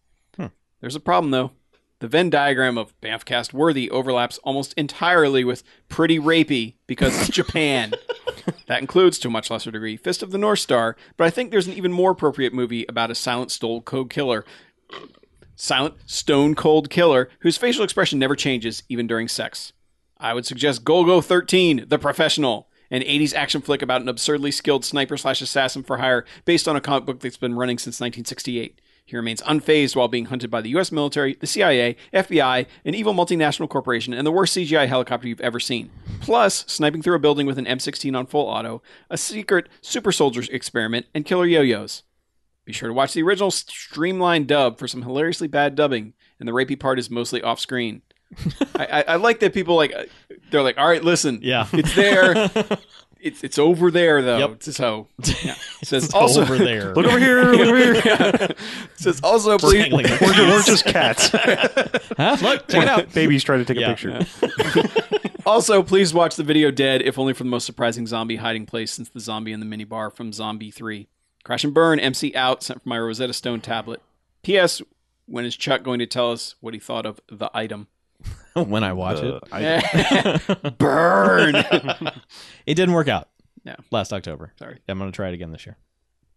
[SPEAKER 4] There's a problem, though. The Venn diagram of Banffcast worthy overlaps almost entirely with pretty rapey because it's Japan. That includes, to a much lesser degree, Fist of the North Star, but I think there's an even more appropriate movie about a silent stole code killer silent, stone cold killer whose facial expression never changes even during sex. I would suggest Golgo 13, The Professional, an 80s action flick about an absurdly skilled sniper slash assassin for hire based on a comic book that's been running since 1968. He remains unfazed while being hunted by the US military, the CIA, FBI, an evil multinational corporation, and the worst CGI helicopter you've ever seen. Plus, sniping through a building with an M16 on full auto, a secret super soldiers experiment, and killer yo yos. Be sure to watch the original streamlined dub for some hilariously bad dubbing, and the rapey part is mostly off screen. I, I, I like that people like uh, they're like, all right, listen,
[SPEAKER 5] Yeah.
[SPEAKER 4] it's there, it's it's over there though.
[SPEAKER 5] Yep.
[SPEAKER 4] So yeah. says also
[SPEAKER 5] over there.
[SPEAKER 2] look over here. Look over here.
[SPEAKER 4] says also
[SPEAKER 5] Just
[SPEAKER 4] please
[SPEAKER 5] hang like that.
[SPEAKER 2] We're, we're just cats.
[SPEAKER 5] huh? Look, check it out.
[SPEAKER 2] Baby's trying to take
[SPEAKER 5] Yeah.
[SPEAKER 2] a picture.
[SPEAKER 4] also please watch the video Dead, if only for the most surprising zombie hiding place since the zombie in the minibar from Zombie Three. Crash and burn, MC out, sent from my Rosetta Stone tablet. P.S. When is Chuck going to tell us what he thought of the item?
[SPEAKER 5] when I watch
[SPEAKER 2] Uh,
[SPEAKER 5] it,
[SPEAKER 2] I,
[SPEAKER 4] Burn.
[SPEAKER 5] it didn't work out.
[SPEAKER 4] No.
[SPEAKER 5] Last October.
[SPEAKER 4] Sorry.
[SPEAKER 5] I'm gonna try it again this year.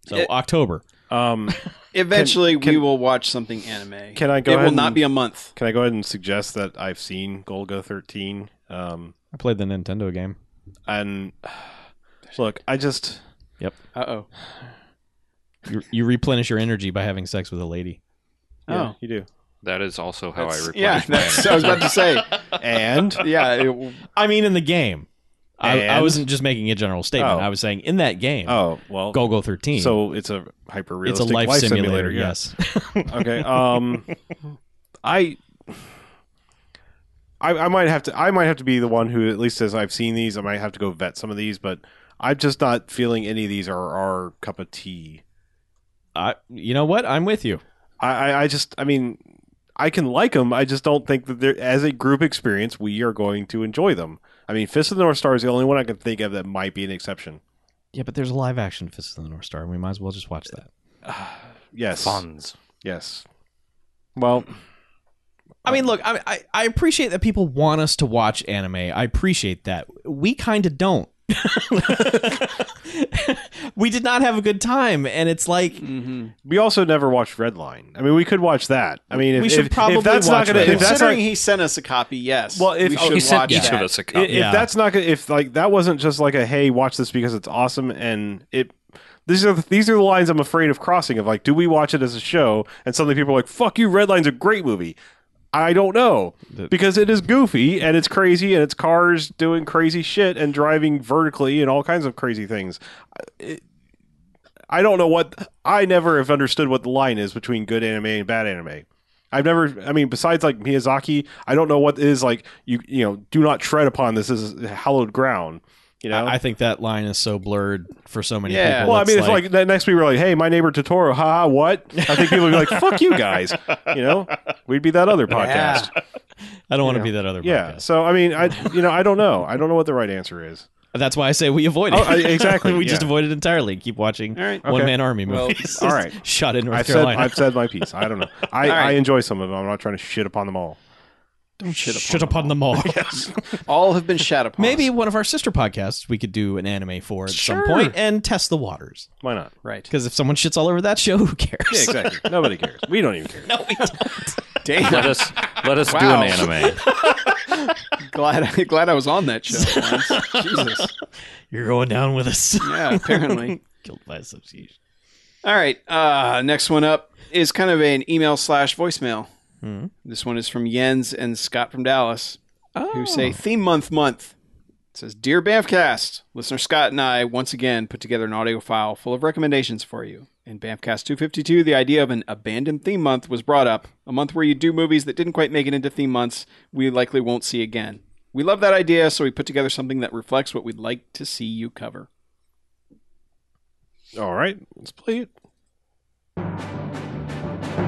[SPEAKER 5] So
[SPEAKER 4] It-
[SPEAKER 5] October.
[SPEAKER 2] um,
[SPEAKER 4] Eventually, we will watch something anime.
[SPEAKER 2] Can I go
[SPEAKER 4] It
[SPEAKER 2] ahead
[SPEAKER 4] will not
[SPEAKER 2] and-
[SPEAKER 4] be a month.
[SPEAKER 2] can I go ahead and suggest that I've seen Golgo 13? Um,
[SPEAKER 5] I played the Nintendo game.
[SPEAKER 2] and look, I just
[SPEAKER 4] Uh oh.
[SPEAKER 5] You, you replenish your energy by having sex with a lady.
[SPEAKER 2] yeah,
[SPEAKER 4] Oh.
[SPEAKER 2] you do.
[SPEAKER 3] That is also how I replenish
[SPEAKER 4] Yeah,
[SPEAKER 3] my
[SPEAKER 4] that's I was about to say.
[SPEAKER 2] And
[SPEAKER 4] Yeah, it-
[SPEAKER 5] I mean, in the game. I, I
[SPEAKER 2] And?
[SPEAKER 5] wasn't just making a general statement.
[SPEAKER 2] Oh.
[SPEAKER 5] I was saying in that game,
[SPEAKER 2] oh well,
[SPEAKER 5] Golgo 13.
[SPEAKER 2] so it's a hyper
[SPEAKER 5] it's a
[SPEAKER 2] realistic
[SPEAKER 5] life, simulator,
[SPEAKER 2] yeah.
[SPEAKER 5] yes.
[SPEAKER 2] okay. Um, I, I, I might have to. I might have to be the one who at least says I've seen these. I might have to go vet some of these, but I'm just not feeling any of these are our cup of tea.
[SPEAKER 5] I, you know what? I'm with you.
[SPEAKER 2] I, I, I just. I mean, I can like them. I just don't think that they're as a group experience we are going to enjoy them. I mean, Fist of the North Star is the only one I can think of that might be an exception.
[SPEAKER 5] Yeah, but there's a live action Fist of the North Star, and we might as well just watch that.
[SPEAKER 2] Yes.
[SPEAKER 3] funds.
[SPEAKER 2] Yes. Well,
[SPEAKER 5] I mean, look, I, I, I appreciate that people want us to watch anime. I appreciate that. We kind of don't. we did not have a good time, and it's like
[SPEAKER 4] mm-hmm.
[SPEAKER 2] we also never watched Redline. I mean, we could watch that. I mean, if,
[SPEAKER 5] We should
[SPEAKER 2] if- if
[SPEAKER 5] probably
[SPEAKER 2] that's
[SPEAKER 5] watch
[SPEAKER 2] not going to, if that's not,
[SPEAKER 4] considering he sent us a copy, yes.
[SPEAKER 2] Well, if-
[SPEAKER 4] we
[SPEAKER 2] oh,
[SPEAKER 4] should
[SPEAKER 2] he
[SPEAKER 4] watch
[SPEAKER 3] sent each
[SPEAKER 4] that.
[SPEAKER 3] of us a
[SPEAKER 2] I-
[SPEAKER 3] copy.
[SPEAKER 2] if
[SPEAKER 5] Yeah.
[SPEAKER 2] that's not gonna, if like that wasn't just like a hey watch this because it's awesome and it these are the, these are the lines I'm afraid of crossing of like do we watch it as a show and suddenly people are like fuck you Red Line's a great movie I don't know because it is goofy and it's crazy and it's cars doing crazy shit and driving vertically and all kinds of crazy things. It- I don't know what I never have understood what the line is between good anime and bad anime. I've never. I mean, besides like Miyazaki, I don't know what is like. You you know, do not tread upon this this is hallowed ground. You know.
[SPEAKER 5] I think that line is so blurred for so many
[SPEAKER 4] Yeah.
[SPEAKER 5] people.
[SPEAKER 2] well, I mean, it's like, that next week we're like, "Hey, my neighbor Totoro, haha, what?" I think people would be like, "Fuck you guys," you know. We'd be that other podcast.
[SPEAKER 5] I don't want
[SPEAKER 2] you
[SPEAKER 5] to be that other
[SPEAKER 2] Yeah.
[SPEAKER 5] podcast.
[SPEAKER 2] So I mean, I you know, I don't know. I don't know what the right answer is.
[SPEAKER 5] That's why I say we avoid it.
[SPEAKER 2] Oh, I- exactly,
[SPEAKER 5] we just
[SPEAKER 2] yeah.
[SPEAKER 5] avoid it entirely. Keep watching
[SPEAKER 4] All right,
[SPEAKER 5] one
[SPEAKER 2] okay.
[SPEAKER 5] man army
[SPEAKER 4] Well,
[SPEAKER 5] movies.
[SPEAKER 2] all right.
[SPEAKER 5] Shot in North
[SPEAKER 2] I've said,
[SPEAKER 5] Carolina.
[SPEAKER 2] I've said my piece. I don't know. I,
[SPEAKER 4] All right.
[SPEAKER 2] I enjoy some of them. I'm not trying to shit upon them all.
[SPEAKER 5] Don't shit upon, them all.
[SPEAKER 4] All have been shat upon.
[SPEAKER 5] Maybe one of our sister podcasts we could do an anime for at
[SPEAKER 4] Sure.
[SPEAKER 5] some point and test the waters.
[SPEAKER 2] Why not?
[SPEAKER 4] right.
[SPEAKER 5] Because if someone shits all over that show, who cares?
[SPEAKER 2] Yeah, exactly. Nobody cares. We don't even care.
[SPEAKER 3] Let
[SPEAKER 4] Damn.
[SPEAKER 3] us let us do
[SPEAKER 4] Wow.
[SPEAKER 3] an anime.
[SPEAKER 4] glad glad I was on that show. once. Jesus.
[SPEAKER 5] You're going down with us.
[SPEAKER 4] Yeah. Apparently.
[SPEAKER 5] Killed by association.
[SPEAKER 4] All right. Uh, next one up is kind of an email slash voicemail. This one is from Jens and Scott from Dallas,
[SPEAKER 5] Oh. Hmm.
[SPEAKER 4] who say theme month month. It says, "Dear Bamfcast, listener Scott and I once again put together an audio file full of recommendations for you. In Bamfcast 252, the idea of an abandoned theme month was brought up. A month where you do movies that didn't quite make it into theme months we likely won't see again. We love that idea, so we put together something that reflects what we'd like to see you cover."
[SPEAKER 2] All right, let's play it.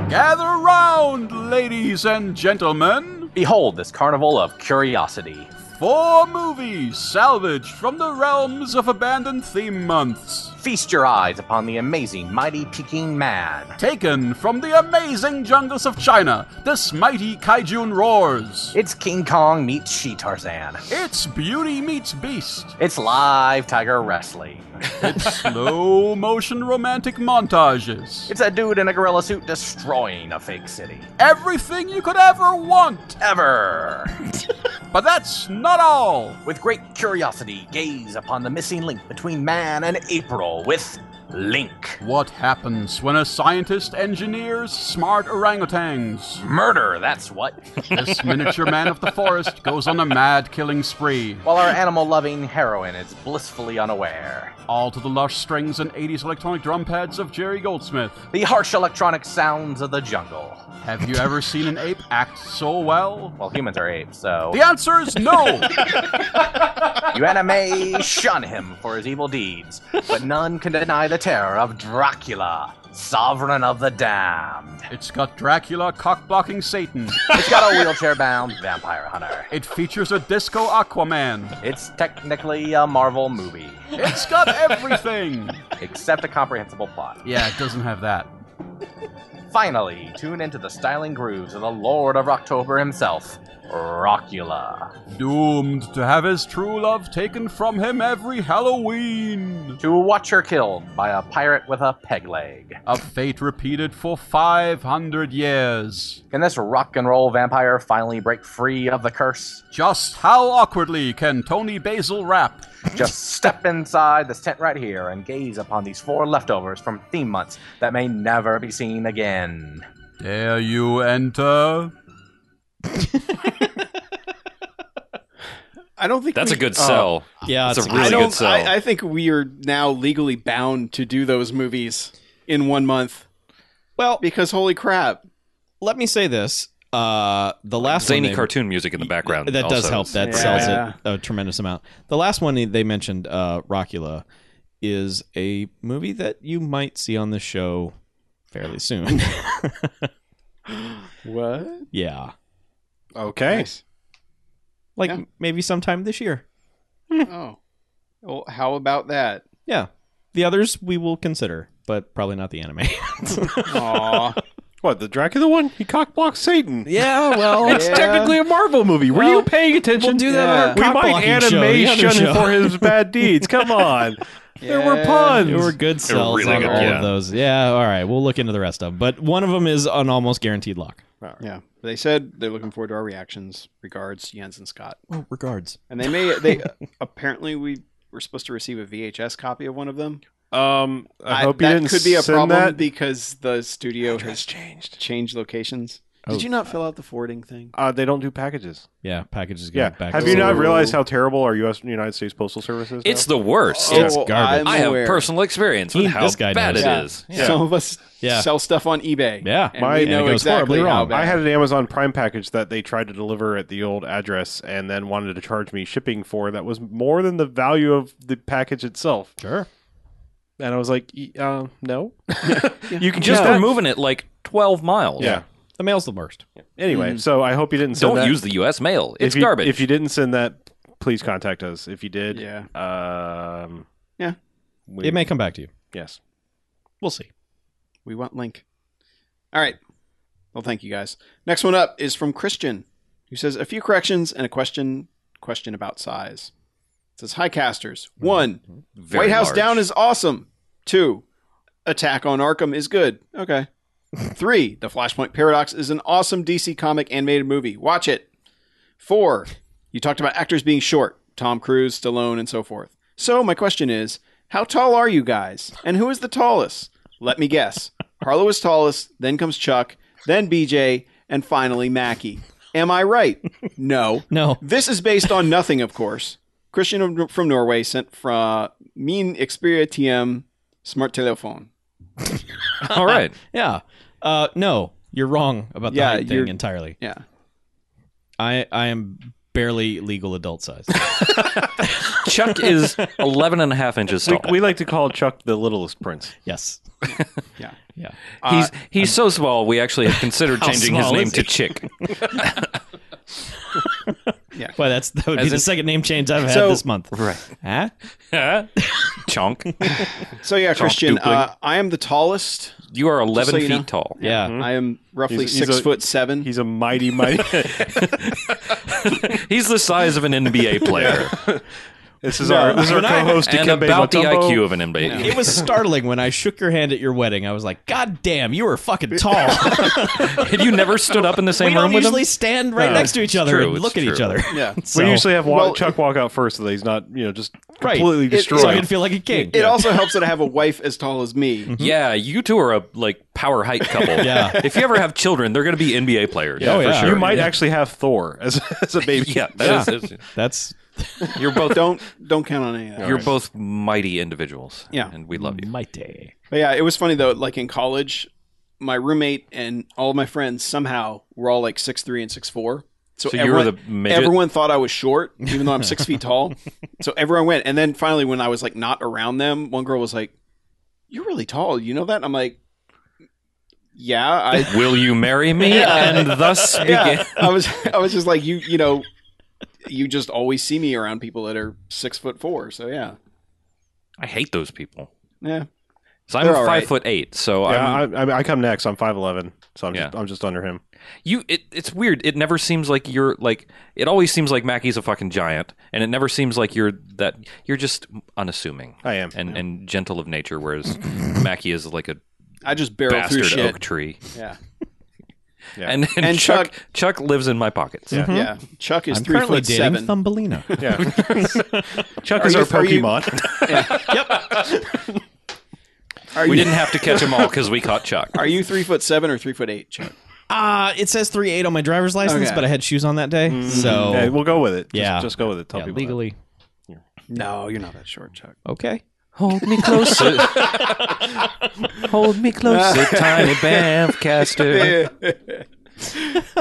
[SPEAKER 6] Gather round, ladies and gentlemen,
[SPEAKER 7] Behold this carnival of curiosity.
[SPEAKER 6] for movies salvaged from the realms of abandoned theme months,
[SPEAKER 7] Feast your eyes upon the amazing, mighty Peking man.
[SPEAKER 6] taken from the amazing jungles of China. This mighty kaijun roars.
[SPEAKER 7] It's King Kong meets She Tarzan.
[SPEAKER 6] It's beauty meets beast.
[SPEAKER 7] It's live tiger wrestling.
[SPEAKER 6] It's slow motion romantic montages.
[SPEAKER 7] It's a dude in a gorilla suit destroying a fake city.
[SPEAKER 6] Everything you could ever want.
[SPEAKER 7] Ever!
[SPEAKER 6] But that's not all.
[SPEAKER 7] With great curiosity, gaze upon the missing link between man and April with Link.
[SPEAKER 6] What happens when a scientist engineers smart orangutans?
[SPEAKER 7] Murder, that's what.
[SPEAKER 6] This miniature man of the forest goes on a mad killing spree.
[SPEAKER 7] While our animal loving heroine is blissfully unaware.
[SPEAKER 6] All to the lush strings and 80s electronic drum pads of Jerry Goldsmith.
[SPEAKER 7] The harsh electronic sounds of the jungle.
[SPEAKER 6] Have you ever seen an ape act so well?
[SPEAKER 7] Well, humans are apes, so.
[SPEAKER 6] The answer is no!
[SPEAKER 7] You anime shun him for his evil deeds, but none can deny the terror of Dracula, sovereign of the damned.
[SPEAKER 6] It's got Dracula cock blocking Satan.
[SPEAKER 7] It's got a wheelchair bound vampire hunter.
[SPEAKER 6] It features a disco Aquaman.
[SPEAKER 7] It's technically a Marvel movie,
[SPEAKER 6] It's got everything!
[SPEAKER 7] except a comprehensible plot.
[SPEAKER 6] Yeah, it doesn't have that.
[SPEAKER 7] Finally, tune into the styling grooves of the Lord of Rocktober himself, Rockula.
[SPEAKER 6] Doomed to have his true love taken from him every Halloween!
[SPEAKER 7] To watch her killed by a pirate with a peg leg.
[SPEAKER 6] A fate repeated for 500 years.
[SPEAKER 7] Can this rock and roll vampire finally break free of the curse?
[SPEAKER 6] Just how awkwardly can Tony Basil rap?
[SPEAKER 7] Just step inside this tent right here and gaze upon these four leftovers from theme months that may never be seen again.
[SPEAKER 6] Dare you enter?
[SPEAKER 4] I don't think
[SPEAKER 3] That's
[SPEAKER 4] we-
[SPEAKER 3] a good sell.
[SPEAKER 5] Yeah,
[SPEAKER 3] That's
[SPEAKER 5] it's
[SPEAKER 3] a
[SPEAKER 5] a
[SPEAKER 3] really
[SPEAKER 4] I
[SPEAKER 3] good
[SPEAKER 4] don't.
[SPEAKER 3] sell.
[SPEAKER 4] I, I think we are now legally bound to do those movies in one month
[SPEAKER 5] Well,
[SPEAKER 4] because holy crap!
[SPEAKER 5] let me say this. Uh, the last one
[SPEAKER 3] Zany
[SPEAKER 5] they-
[SPEAKER 3] cartoon music in the background.
[SPEAKER 5] That
[SPEAKER 3] also.
[SPEAKER 5] does help. That
[SPEAKER 4] Yeah.
[SPEAKER 5] sells
[SPEAKER 4] Yeah.
[SPEAKER 5] it a tremendous amount. The last one they mentioned, uh, Rockula, is a movie that you might see on the show fairly soon.
[SPEAKER 4] What?
[SPEAKER 5] yeah,
[SPEAKER 2] Okay.
[SPEAKER 4] Nice.
[SPEAKER 5] like
[SPEAKER 4] Yeah.
[SPEAKER 5] maybe sometime this year.
[SPEAKER 4] oh, well, how about that?
[SPEAKER 5] Yeah, the others we will consider, but probably not the anime.
[SPEAKER 4] Aw,
[SPEAKER 2] What the Dracula one? He cock blocks Satan.
[SPEAKER 5] yeah, well,
[SPEAKER 4] Oh,
[SPEAKER 2] It's technically a Marvel movie. Were
[SPEAKER 5] Well,
[SPEAKER 2] you paying attention?
[SPEAKER 5] we'll do that
[SPEAKER 4] Yeah.
[SPEAKER 5] on our
[SPEAKER 2] we
[SPEAKER 5] cock
[SPEAKER 2] might
[SPEAKER 5] blocking show, the other
[SPEAKER 2] animation
[SPEAKER 5] show.
[SPEAKER 2] for his bad deeds. Come on. There
[SPEAKER 4] Yeah.
[SPEAKER 2] were puns.
[SPEAKER 5] There were good sells
[SPEAKER 3] really
[SPEAKER 5] on
[SPEAKER 3] good,
[SPEAKER 5] all
[SPEAKER 3] yeah.
[SPEAKER 5] of those. Yeah, all right. We'll look into the rest of them. But one of them is an almost guaranteed lock.
[SPEAKER 4] yeah. They said they're looking forward to our reactions. Regards, Jens and Scott.
[SPEAKER 5] Oh, regards.
[SPEAKER 4] And they may. They apparently we were supposed to receive a VHS copy of one of them.
[SPEAKER 2] Um, I, hope you
[SPEAKER 4] that
[SPEAKER 2] didn't
[SPEAKER 4] could be a
[SPEAKER 2] send
[SPEAKER 4] problem
[SPEAKER 2] that.
[SPEAKER 4] because the studio has changed changed locations. Did you not fill out the forwarding thing?
[SPEAKER 2] Uh, they don't do packages.
[SPEAKER 5] Yeah, packages go
[SPEAKER 2] Yeah.
[SPEAKER 5] back.
[SPEAKER 2] Have
[SPEAKER 5] to-
[SPEAKER 2] you not
[SPEAKER 4] So-
[SPEAKER 2] realized how terrible our U.S. United States Postal Service is? now?
[SPEAKER 3] It's the worst.
[SPEAKER 5] It's
[SPEAKER 4] Oh,
[SPEAKER 5] garbage.
[SPEAKER 4] I'm
[SPEAKER 3] I have
[SPEAKER 4] aware.
[SPEAKER 3] personal experience with
[SPEAKER 5] He-
[SPEAKER 3] how
[SPEAKER 5] this guy
[SPEAKER 3] bad
[SPEAKER 5] knows.
[SPEAKER 3] it
[SPEAKER 4] Yeah.
[SPEAKER 3] is.
[SPEAKER 4] Some of us
[SPEAKER 5] Yeah.
[SPEAKER 4] sell stuff on eBay.
[SPEAKER 5] Yeah.
[SPEAKER 4] and
[SPEAKER 2] My-
[SPEAKER 4] we
[SPEAKER 2] and it
[SPEAKER 4] know
[SPEAKER 5] goes
[SPEAKER 4] exactly
[SPEAKER 5] horribly
[SPEAKER 4] how
[SPEAKER 5] wrong.
[SPEAKER 4] bad.
[SPEAKER 2] I had an Amazon Prime package that they tried to deliver at the old address and then wanted to charge me shipping for that was more than the value of the package itself.
[SPEAKER 5] Sure.
[SPEAKER 2] And I was like, "E- uh, no.
[SPEAKER 3] You can just
[SPEAKER 2] Yeah.
[SPEAKER 3] removing it like 12 miles.
[SPEAKER 2] Yeah.
[SPEAKER 5] The mail's the worst.
[SPEAKER 4] Mm-hmm.
[SPEAKER 2] Anyway, so I hope you didn't send
[SPEAKER 3] Don't
[SPEAKER 2] that.
[SPEAKER 3] use the U.S. mail. It's
[SPEAKER 2] if you,
[SPEAKER 3] garbage.
[SPEAKER 2] If you didn't send that please contact us if you did.
[SPEAKER 4] Yeah.
[SPEAKER 2] Um,
[SPEAKER 4] Yeah.
[SPEAKER 2] We,
[SPEAKER 5] It may come back to you.
[SPEAKER 2] yes.
[SPEAKER 5] We'll see.
[SPEAKER 4] We want Link. All right. Well, thank you guys. Next one up is from Christian, who says a few corrections and a question question about size. It says, "Hi casters. One,
[SPEAKER 3] Very
[SPEAKER 4] White House
[SPEAKER 3] large.
[SPEAKER 4] Down is awesome. Two, Attack on Arkham is good. Okay. Three, The Flashpoint Paradox is an awesome DC comic animated movie. Watch it. Four, you talked about actors being short Tom Cruise, Stallone, and so forth. So, my question is how tall are you guys? And who is the tallest? Let me guess. Harlow is tallest, then comes Chuck, then BJ, and finally Mackie. Am I right? No.
[SPEAKER 5] No.
[SPEAKER 4] This is based on nothing, of course. Christian from Norway sent from Min Xperia TM smart telephone.
[SPEAKER 3] All right.
[SPEAKER 5] Yeah. Uh, no, you're wrong about the
[SPEAKER 4] Yeah,
[SPEAKER 5] height thing
[SPEAKER 4] you're-
[SPEAKER 5] entirely.
[SPEAKER 4] Yeah.
[SPEAKER 5] I I am barely legal adult size.
[SPEAKER 3] Chuck is 11 and a half inches tall.
[SPEAKER 2] We like to call Chuck the littlest prince.
[SPEAKER 5] yes.
[SPEAKER 4] Yeah.
[SPEAKER 5] Yeah.
[SPEAKER 3] he's he's so small, we actually have considered changing his
[SPEAKER 5] small
[SPEAKER 3] name
[SPEAKER 5] is
[SPEAKER 3] to
[SPEAKER 5] he?
[SPEAKER 3] Chick.
[SPEAKER 5] Well, that's that would be
[SPEAKER 3] As
[SPEAKER 5] the
[SPEAKER 3] in-
[SPEAKER 5] second name change I've had
[SPEAKER 4] So-
[SPEAKER 5] this month.
[SPEAKER 3] Right.
[SPEAKER 5] Huh?
[SPEAKER 3] Chonk.
[SPEAKER 4] So yeah, Christian,
[SPEAKER 3] Duplin.
[SPEAKER 4] uh, I am the tallest.
[SPEAKER 3] You are 11
[SPEAKER 4] so you
[SPEAKER 3] feet
[SPEAKER 4] know.
[SPEAKER 3] tall.
[SPEAKER 5] Yeah.
[SPEAKER 4] I am roughly
[SPEAKER 2] He's- he's
[SPEAKER 4] six
[SPEAKER 2] a-
[SPEAKER 4] foot seven.
[SPEAKER 2] He's a mighty, mighty.
[SPEAKER 3] He's the size of an NBA player
[SPEAKER 2] this is our this is our
[SPEAKER 5] when I-
[SPEAKER 2] co-host
[SPEAKER 3] and
[SPEAKER 2] Dikembe
[SPEAKER 3] about the
[SPEAKER 2] Mutombo.
[SPEAKER 3] IQ of an NBA.
[SPEAKER 5] It was startling when I shook your hand at your wedding. I was like, "God damn, you were fucking tall."
[SPEAKER 3] Had you never stood up in the same
[SPEAKER 5] we
[SPEAKER 3] room
[SPEAKER 5] don't
[SPEAKER 3] with
[SPEAKER 5] usually
[SPEAKER 3] him?
[SPEAKER 5] stand right next to each other
[SPEAKER 3] true,
[SPEAKER 5] and
[SPEAKER 3] it's
[SPEAKER 5] look at each
[SPEAKER 3] true.
[SPEAKER 5] other.
[SPEAKER 4] Yeah.
[SPEAKER 5] So,
[SPEAKER 2] We usually have Wa-
[SPEAKER 4] Well,
[SPEAKER 2] Chuck walk out first, so that he's not you know just
[SPEAKER 5] Right.
[SPEAKER 2] completely
[SPEAKER 5] It-
[SPEAKER 2] destroyed.
[SPEAKER 5] so I can feel like a king.
[SPEAKER 4] It also helps that I have a wife as tall as me.
[SPEAKER 3] Yeah, you two are a like power height couple.
[SPEAKER 5] Yeah.
[SPEAKER 3] If you ever have children, they're going to be NBA players.
[SPEAKER 5] Oh, yeah.
[SPEAKER 2] You
[SPEAKER 5] Sure,
[SPEAKER 2] might actually have Thor as, as a baby.
[SPEAKER 3] Yeah, that is.
[SPEAKER 5] That's
[SPEAKER 3] you're both
[SPEAKER 4] Don't don't count on any of that.
[SPEAKER 3] you're both mighty individuals.
[SPEAKER 4] Yeah.
[SPEAKER 3] and we love you.
[SPEAKER 5] mighty.
[SPEAKER 4] But yeah, it was funny though. Like in college, my roommate and all of my friends somehow were all like six three and six four. So,
[SPEAKER 3] So you were
[SPEAKER 4] everyone,
[SPEAKER 3] the midget?
[SPEAKER 4] everyone thought I was short, even though I'm six feet tall. So everyone went, and then finally, when I was like not around them, one girl was like, "You're really tall. You know that?" And I'm like, "Yeah, I."
[SPEAKER 3] Will you marry me? And thus
[SPEAKER 4] Yeah,
[SPEAKER 3] begin.
[SPEAKER 4] I was, I was just like you, you know, you just always see me around people that are six foot four. So yeah,
[SPEAKER 3] I hate those people.
[SPEAKER 4] yeah,
[SPEAKER 3] So I'm
[SPEAKER 4] They're all
[SPEAKER 3] five
[SPEAKER 4] right.
[SPEAKER 3] foot eight. So I'm
[SPEAKER 2] Yeah, I, I, I come next. I'm five eleven, so I'm just
[SPEAKER 3] Yeah.
[SPEAKER 2] I'm just under him.
[SPEAKER 3] You, it, it's weird. It never seems like you're like. It always seems like Mackie's a fucking giant, and it never seems like you're that. You're just unassuming.
[SPEAKER 2] I am.
[SPEAKER 3] and and gentle of nature, whereas Mackie is like a
[SPEAKER 4] I just barrel through
[SPEAKER 3] bastard
[SPEAKER 4] shit.
[SPEAKER 3] oak tree.
[SPEAKER 4] Yeah,
[SPEAKER 2] Yeah.
[SPEAKER 3] And, and
[SPEAKER 4] And
[SPEAKER 3] Chuck, Chuck lives in my pockets. Yeah.
[SPEAKER 4] yeah. Chuck is
[SPEAKER 5] I'm
[SPEAKER 4] three
[SPEAKER 5] currently
[SPEAKER 4] foot
[SPEAKER 5] dating
[SPEAKER 4] seven.
[SPEAKER 5] Thumbelina.
[SPEAKER 2] Yeah, Chuck
[SPEAKER 4] Are
[SPEAKER 2] is
[SPEAKER 4] you-
[SPEAKER 2] our
[SPEAKER 4] are you-
[SPEAKER 2] Pokemon.
[SPEAKER 4] Are
[SPEAKER 3] We
[SPEAKER 4] you-
[SPEAKER 3] didn't have to catch them all because we caught Chuck.
[SPEAKER 4] Are you three foot seven or three foot eight, Chuck?
[SPEAKER 5] Uh, it says three eight on my driver's license,
[SPEAKER 4] Okay. Mm-hmm.
[SPEAKER 5] but I had shoes on that day, so
[SPEAKER 2] Yeah, we'll go with it. Just,
[SPEAKER 5] Yeah.
[SPEAKER 2] just go with it. Tell
[SPEAKER 5] yeah,
[SPEAKER 2] people that.
[SPEAKER 5] legally
[SPEAKER 4] No, you're not that short, Chuck.
[SPEAKER 5] okay.
[SPEAKER 3] Hold me closer. Hold me closer, tiny Bamfcaster.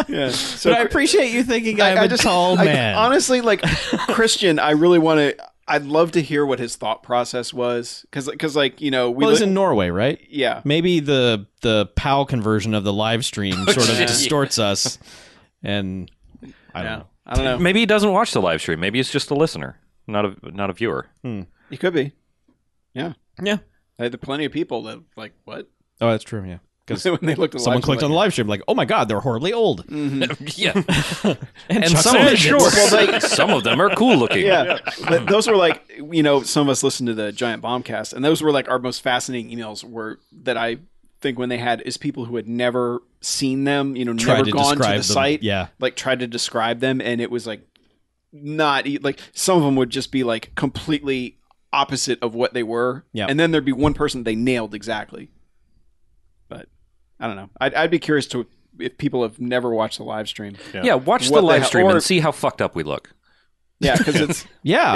[SPEAKER 4] Yeah. So
[SPEAKER 5] But I appreciate you thinking I'm a tall
[SPEAKER 4] I-
[SPEAKER 5] man.
[SPEAKER 4] honestly, like Christian, I really want to. I'd love to hear what his thought process was, because like you know we
[SPEAKER 5] well, it's
[SPEAKER 4] li-
[SPEAKER 5] in Norway, right?
[SPEAKER 4] yeah
[SPEAKER 5] Maybe the the PAL conversion of the live stream sort of distorts us, and I don't
[SPEAKER 4] yeah
[SPEAKER 5] know.
[SPEAKER 4] I don't know
[SPEAKER 3] Maybe he doesn't watch the live stream. Maybe he's just a listener, not a not a viewer.
[SPEAKER 4] he could be yeah
[SPEAKER 5] Yeah.
[SPEAKER 4] There are plenty of people that like what
[SPEAKER 5] Oh, that's true. Yeah, because
[SPEAKER 4] when they looked at
[SPEAKER 5] someone
[SPEAKER 4] live,
[SPEAKER 5] clicked
[SPEAKER 4] I'm
[SPEAKER 5] on the
[SPEAKER 4] like, Mm-hmm.
[SPEAKER 5] live stream, like, oh my god, they're horribly old.
[SPEAKER 3] Yeah,
[SPEAKER 5] And,
[SPEAKER 3] and
[SPEAKER 5] Chuck's
[SPEAKER 3] some of, them,
[SPEAKER 5] midgets.
[SPEAKER 4] Well, like-
[SPEAKER 3] some of them are cool looking.
[SPEAKER 4] yeah, But those were like you know some of us listened to the Giant Bombcast, and those were like our most fascinating emails were that I think when they had is people who had never seen them, you know,
[SPEAKER 5] Tried
[SPEAKER 4] never
[SPEAKER 5] to
[SPEAKER 4] gone to the
[SPEAKER 5] describe them,
[SPEAKER 4] site,
[SPEAKER 5] yeah.
[SPEAKER 4] like tried to describe them, and it was like not e- like some of them would just be like completely opposite of what they were,
[SPEAKER 5] Yeah.
[SPEAKER 4] and then there'd be one person they nailed exactly, but I don't know, I'd, I'd be curious to if people have never watched the live stream,
[SPEAKER 3] Yeah, watch
[SPEAKER 4] What
[SPEAKER 3] the
[SPEAKER 4] the
[SPEAKER 3] live
[SPEAKER 4] hell-
[SPEAKER 3] stream
[SPEAKER 4] or-
[SPEAKER 3] and see how fucked up we look.
[SPEAKER 4] yeah, because it's.
[SPEAKER 5] Yeah,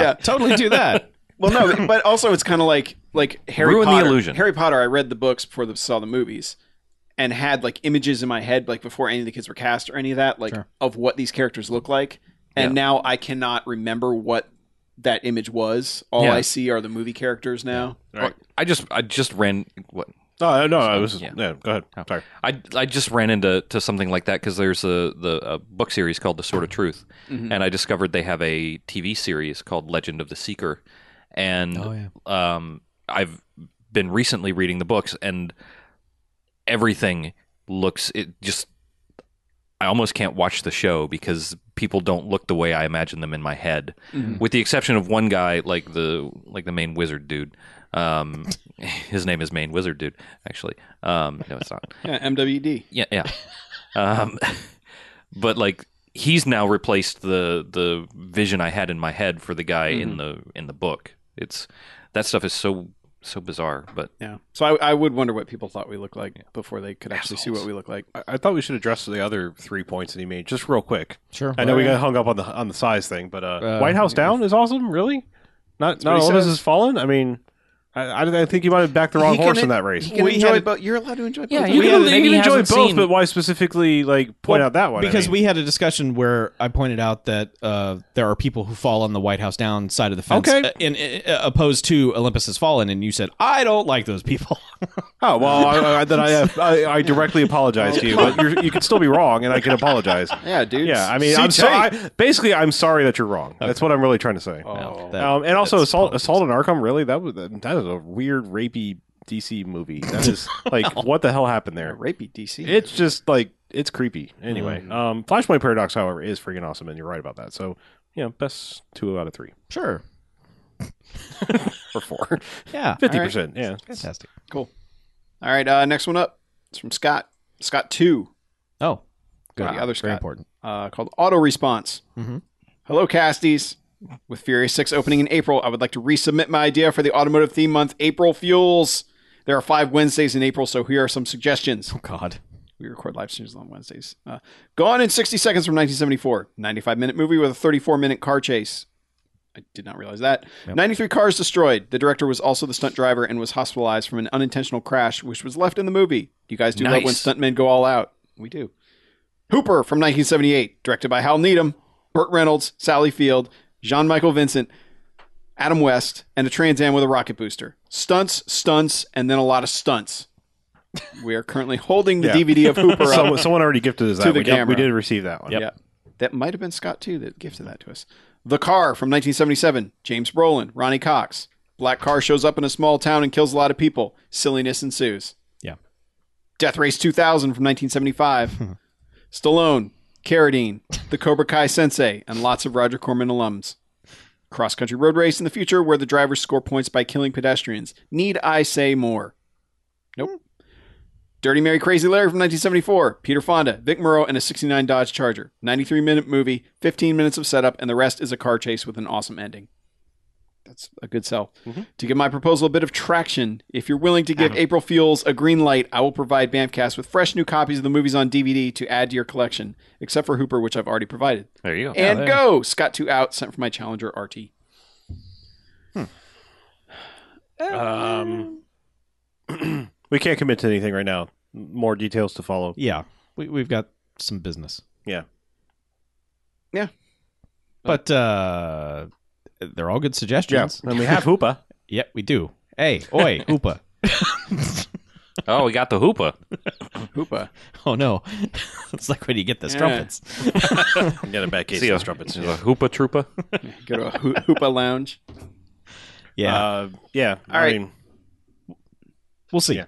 [SPEAKER 4] Yeah.
[SPEAKER 5] totally do that.
[SPEAKER 4] Well, no, but also it's kind of like like Harry
[SPEAKER 3] Ruin the
[SPEAKER 4] Potter.
[SPEAKER 3] illusion.
[SPEAKER 4] Harry Potter. I read the books before the, saw the movies, and had like images in my head like before any of the kids were cast or any of that, like of what these characters look like. And
[SPEAKER 3] Yeah.
[SPEAKER 4] now I cannot remember what that image was. All
[SPEAKER 3] Yeah.
[SPEAKER 4] I see are the movie characters now.
[SPEAKER 3] I just I just ran what
[SPEAKER 2] Oh no, I was just,
[SPEAKER 3] Yeah.
[SPEAKER 2] yeah. Go ahead.
[SPEAKER 3] Oh.
[SPEAKER 2] Sorry.
[SPEAKER 3] I, I just ran into to something like that because there's a the a book series called The Sword of Truth,
[SPEAKER 4] Mm-hmm.
[SPEAKER 3] and I discovered they have a TV series called Legend of the Seeker, and
[SPEAKER 5] Oh,
[SPEAKER 3] um, I've been recently reading the books, and everything looks it just. I almost can't watch the show because people don't look the way I imagine them in my head, with the exception of one guy, like the like the main wizard dude. Um, his name is main wizard dude, actually. Um, no, it's not.
[SPEAKER 4] Yeah, MWD.
[SPEAKER 3] Yeah, yeah. um, but like he's now replaced the the vision I had in my head for the guy in the in the book. It's that stuff is so so bizarre, but
[SPEAKER 4] Yeah. So I, I would wonder what people thought we looked like before they could actually see what we look like.
[SPEAKER 2] I, I thought we should address the other three points that he made just real quick.
[SPEAKER 5] Sure.
[SPEAKER 2] I know we got hung up on the on the size thing, but uh,
[SPEAKER 5] Uh,
[SPEAKER 2] White House Down is awesome. Really, not
[SPEAKER 4] what
[SPEAKER 2] not
[SPEAKER 4] he
[SPEAKER 2] all of us
[SPEAKER 4] says.
[SPEAKER 2] has fallen. I mean, I, I, I think you might have backed the wrong
[SPEAKER 4] He can-
[SPEAKER 2] horse in that race.
[SPEAKER 4] He can
[SPEAKER 5] We
[SPEAKER 4] enjoy
[SPEAKER 5] had-
[SPEAKER 4] both. You're allowed to enjoy both.
[SPEAKER 3] Yeah,
[SPEAKER 4] of
[SPEAKER 3] you
[SPEAKER 4] them.
[SPEAKER 2] We
[SPEAKER 3] can-
[SPEAKER 2] can,
[SPEAKER 3] maybe
[SPEAKER 2] you can
[SPEAKER 3] he
[SPEAKER 2] enjoy
[SPEAKER 3] hasn't
[SPEAKER 2] both,
[SPEAKER 3] seen-
[SPEAKER 2] but why specifically like point out that one? I
[SPEAKER 5] because
[SPEAKER 2] mean.
[SPEAKER 5] we had a discussion where I pointed out that uh, there are people who fall on the White House down side of the fence,
[SPEAKER 2] Okay.
[SPEAKER 5] uh, in, uh, opposed to Olympus has fallen, and you said I don't like those people.
[SPEAKER 2] Oh well, I, I, then I, uh, I I directly apologize to you, but you're, you can still be wrong, and I can apologize.
[SPEAKER 4] Yeah, dude.
[SPEAKER 2] Yeah, I mean, I'm sorry. Basically, I'm sorry that you're wrong. That's what I'm really trying to say.
[SPEAKER 5] Well, Oh, that-
[SPEAKER 2] um, and also,
[SPEAKER 5] that's
[SPEAKER 2] assault,
[SPEAKER 5] politics.
[SPEAKER 2] assault on Arkham. Really, that was that is a weird rapey DC movie. That is like, what the hell happened there?
[SPEAKER 4] Rapey DC.
[SPEAKER 2] It's just like it's creepy. Anyway, um, Flashpoint Paradox, however, is freaking awesome, and you're right about that. So, yeah, best two out of three
[SPEAKER 5] Sure.
[SPEAKER 2] or four,
[SPEAKER 5] Yeah.
[SPEAKER 2] fifty percent. Yeah,
[SPEAKER 5] Fantastic.
[SPEAKER 4] cool. All right. Uh, next one up. It's from Scott. Scott two.
[SPEAKER 5] Oh, good.
[SPEAKER 4] The other
[SPEAKER 5] Very
[SPEAKER 4] Scott.
[SPEAKER 5] important.
[SPEAKER 4] uh, called Auto Response.
[SPEAKER 5] Mhm.
[SPEAKER 4] Hello, Casties. With Furious 6 opening in April, I would like to resubmit my idea for the automotive theme month, April Fuels. There are five Wednesdays in April, so here are some suggestions.
[SPEAKER 5] Oh God.
[SPEAKER 4] We record live streams on Wednesdays. Uh, Gone in 60 Seconds from 1974, 95 minute movie with a 34 minute car chase. I did not realize that. 93 cars destroyed. The director was also the stunt driver and was hospitalized from an unintentional crash, which was left in the movie. Do you guys do love when
[SPEAKER 3] Nice.
[SPEAKER 4] stuntmen go all out? We do. Hooper from 1978, directed by Hal Needham, Burt Reynolds, Sally Field, Jean Michael Vincent, Adam West, and a Trans Am with a rocket booster. Stunts, stunts, and then a lot of stunts. We are currently holding the
[SPEAKER 2] Yeah.
[SPEAKER 4] DVD of Hooper. up.
[SPEAKER 2] Someone, someone already gifted us that.
[SPEAKER 4] the
[SPEAKER 2] we, did, we
[SPEAKER 4] camera.
[SPEAKER 2] did receive that one.
[SPEAKER 4] Yeah. That might have been Scott too that gifted that to us. The Car from 1977, James Brolin, Ronnie Cox. Black car shows up in a small town and kills a lot of people. Silliness ensues.
[SPEAKER 5] Yeah.
[SPEAKER 4] Death Race 2000 from 1975. Stallone, Carradine, the Cobra Kai Sensei, and lots of Roger Corman alums. Cross country road race in the future where the drivers score points by killing pedestrians. Need I say more? Nope. Dirty Mary Crazy Larry from 1974, Peter Fonda, Vic Morrow, and a 69 Dodge Charger. 93 minute movie, 15 minutes of setup, and the rest is a car chase with an awesome ending. That's a good sell. To give my proposal a bit of traction, if you're willing to give April Fuels a green light, I will provide Bamcast with fresh new copies of the movies on DVD to add to your collection, except for Hooper, which I've already provided.
[SPEAKER 3] there you go.
[SPEAKER 4] and go! Scott 2 out, sent for my Challenger RT.
[SPEAKER 2] Um, we can't commit to anything right now. More details to follow.
[SPEAKER 5] Yeah. We we've got some business.
[SPEAKER 2] Yeah. Oh.
[SPEAKER 4] Yeah.
[SPEAKER 5] But uh, they're all good
[SPEAKER 2] Yeah,
[SPEAKER 5] suggestions.
[SPEAKER 2] and we have Hoopa.
[SPEAKER 5] Yep, we do. Hey, oi, Hoopa.
[SPEAKER 3] Oh, we got the hoopah.
[SPEAKER 4] Hoopa.
[SPEAKER 5] Oh no. it's like when you get the
[SPEAKER 4] Yeah.
[SPEAKER 5] strumpets.
[SPEAKER 2] Get a bad case
[SPEAKER 3] See
[SPEAKER 2] of
[SPEAKER 3] ya.
[SPEAKER 2] those trumpets.
[SPEAKER 3] The hoopah troopa.
[SPEAKER 4] Go to a hoo- Hoopa Lounge.
[SPEAKER 5] Yeah.
[SPEAKER 2] Uh, yeah.
[SPEAKER 4] All
[SPEAKER 2] I
[SPEAKER 4] right.
[SPEAKER 2] mean,
[SPEAKER 5] we'll see.
[SPEAKER 2] yeah.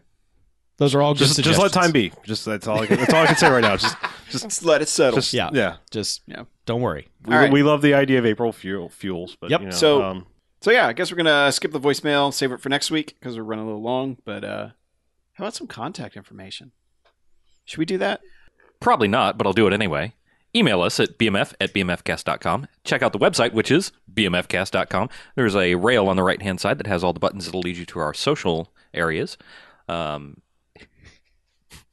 [SPEAKER 5] Those are all good
[SPEAKER 2] just just let
[SPEAKER 5] suggestions.
[SPEAKER 2] time be. Just that's all. I can, that's all I can say right now. Just just
[SPEAKER 4] Just let it settle.
[SPEAKER 2] just
[SPEAKER 5] Yeah.
[SPEAKER 2] yeah. yeah.
[SPEAKER 5] Just
[SPEAKER 4] Yeah.
[SPEAKER 5] don't worry.
[SPEAKER 2] We,
[SPEAKER 4] All right.
[SPEAKER 2] we love the idea of April fuel fuels, but
[SPEAKER 5] Yep.
[SPEAKER 2] you know,
[SPEAKER 4] So-
[SPEAKER 2] um,
[SPEAKER 4] So yeah, I guess we're gonna uh, skip the voicemail, save it for next week because we're running a little long. But uh, how about some contact information? Should we do that?
[SPEAKER 3] Probably not, but I'll do it anyway. Email us at bmf at bmfcast.com. Check out the website, which is bmfcast.com. There's a rail on the right hand side that has all the buttons that'll lead you to our social areas. Um,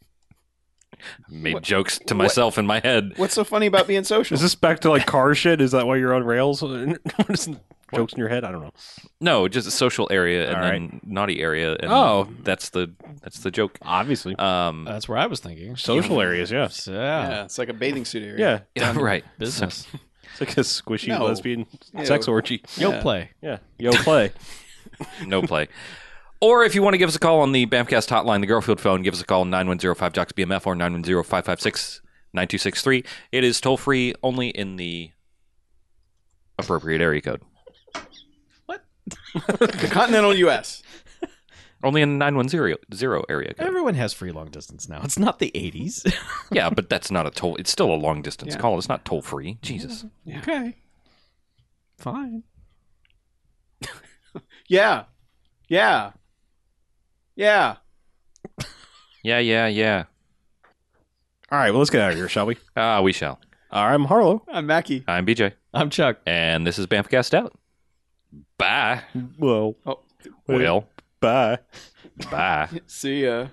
[SPEAKER 3] I made jokes to myself in my head.
[SPEAKER 4] What's so funny about being social?
[SPEAKER 2] is this back to like car shit? Is that why you're on rails? Jokes in your head? I don't know.
[SPEAKER 3] No, just a social area and
[SPEAKER 2] All
[SPEAKER 3] then naughty area. And
[SPEAKER 2] Oh.
[SPEAKER 3] that's the that's the joke.
[SPEAKER 2] Obviously,
[SPEAKER 3] Um,
[SPEAKER 5] That's where I was thinking.
[SPEAKER 2] Uh, social areas. Yeah.
[SPEAKER 5] So,
[SPEAKER 4] yeah, it's like a bathing suit area.
[SPEAKER 2] Yeah.
[SPEAKER 3] right.
[SPEAKER 5] Business.
[SPEAKER 2] It's like a squishy
[SPEAKER 4] No.
[SPEAKER 2] lesbian sex orgy.
[SPEAKER 5] Yo play.
[SPEAKER 2] Yeah. Yo play.
[SPEAKER 3] no play. Or if you want to give us a call on the Bamcast hotline, the Girlfield phone, give us a call 9105 Jocks BMF or 910 556 9263. It is toll free only in the appropriate area code.
[SPEAKER 4] The continental U.S.
[SPEAKER 3] Only in 910 area code.
[SPEAKER 5] Everyone has free long distance now. It's not the 80s.
[SPEAKER 3] Yeah, but that's not a toll. It's still a long distance call. It's not toll free. Jesus.
[SPEAKER 5] okay. Fine.
[SPEAKER 4] Yeah, yeah, yeah.
[SPEAKER 3] Yeah, yeah, yeah.
[SPEAKER 2] All right, well, let's get out of here, shall we?
[SPEAKER 3] Ah, we shall.
[SPEAKER 2] All right, I'm Harlow.
[SPEAKER 4] I'm Mackie.
[SPEAKER 3] I'm BJ,
[SPEAKER 5] I'm Chuck.
[SPEAKER 3] and this is Bamfcast out. Bye.
[SPEAKER 2] Well,
[SPEAKER 4] Oh,
[SPEAKER 3] Well,
[SPEAKER 2] bye.
[SPEAKER 3] bye.
[SPEAKER 4] see ya.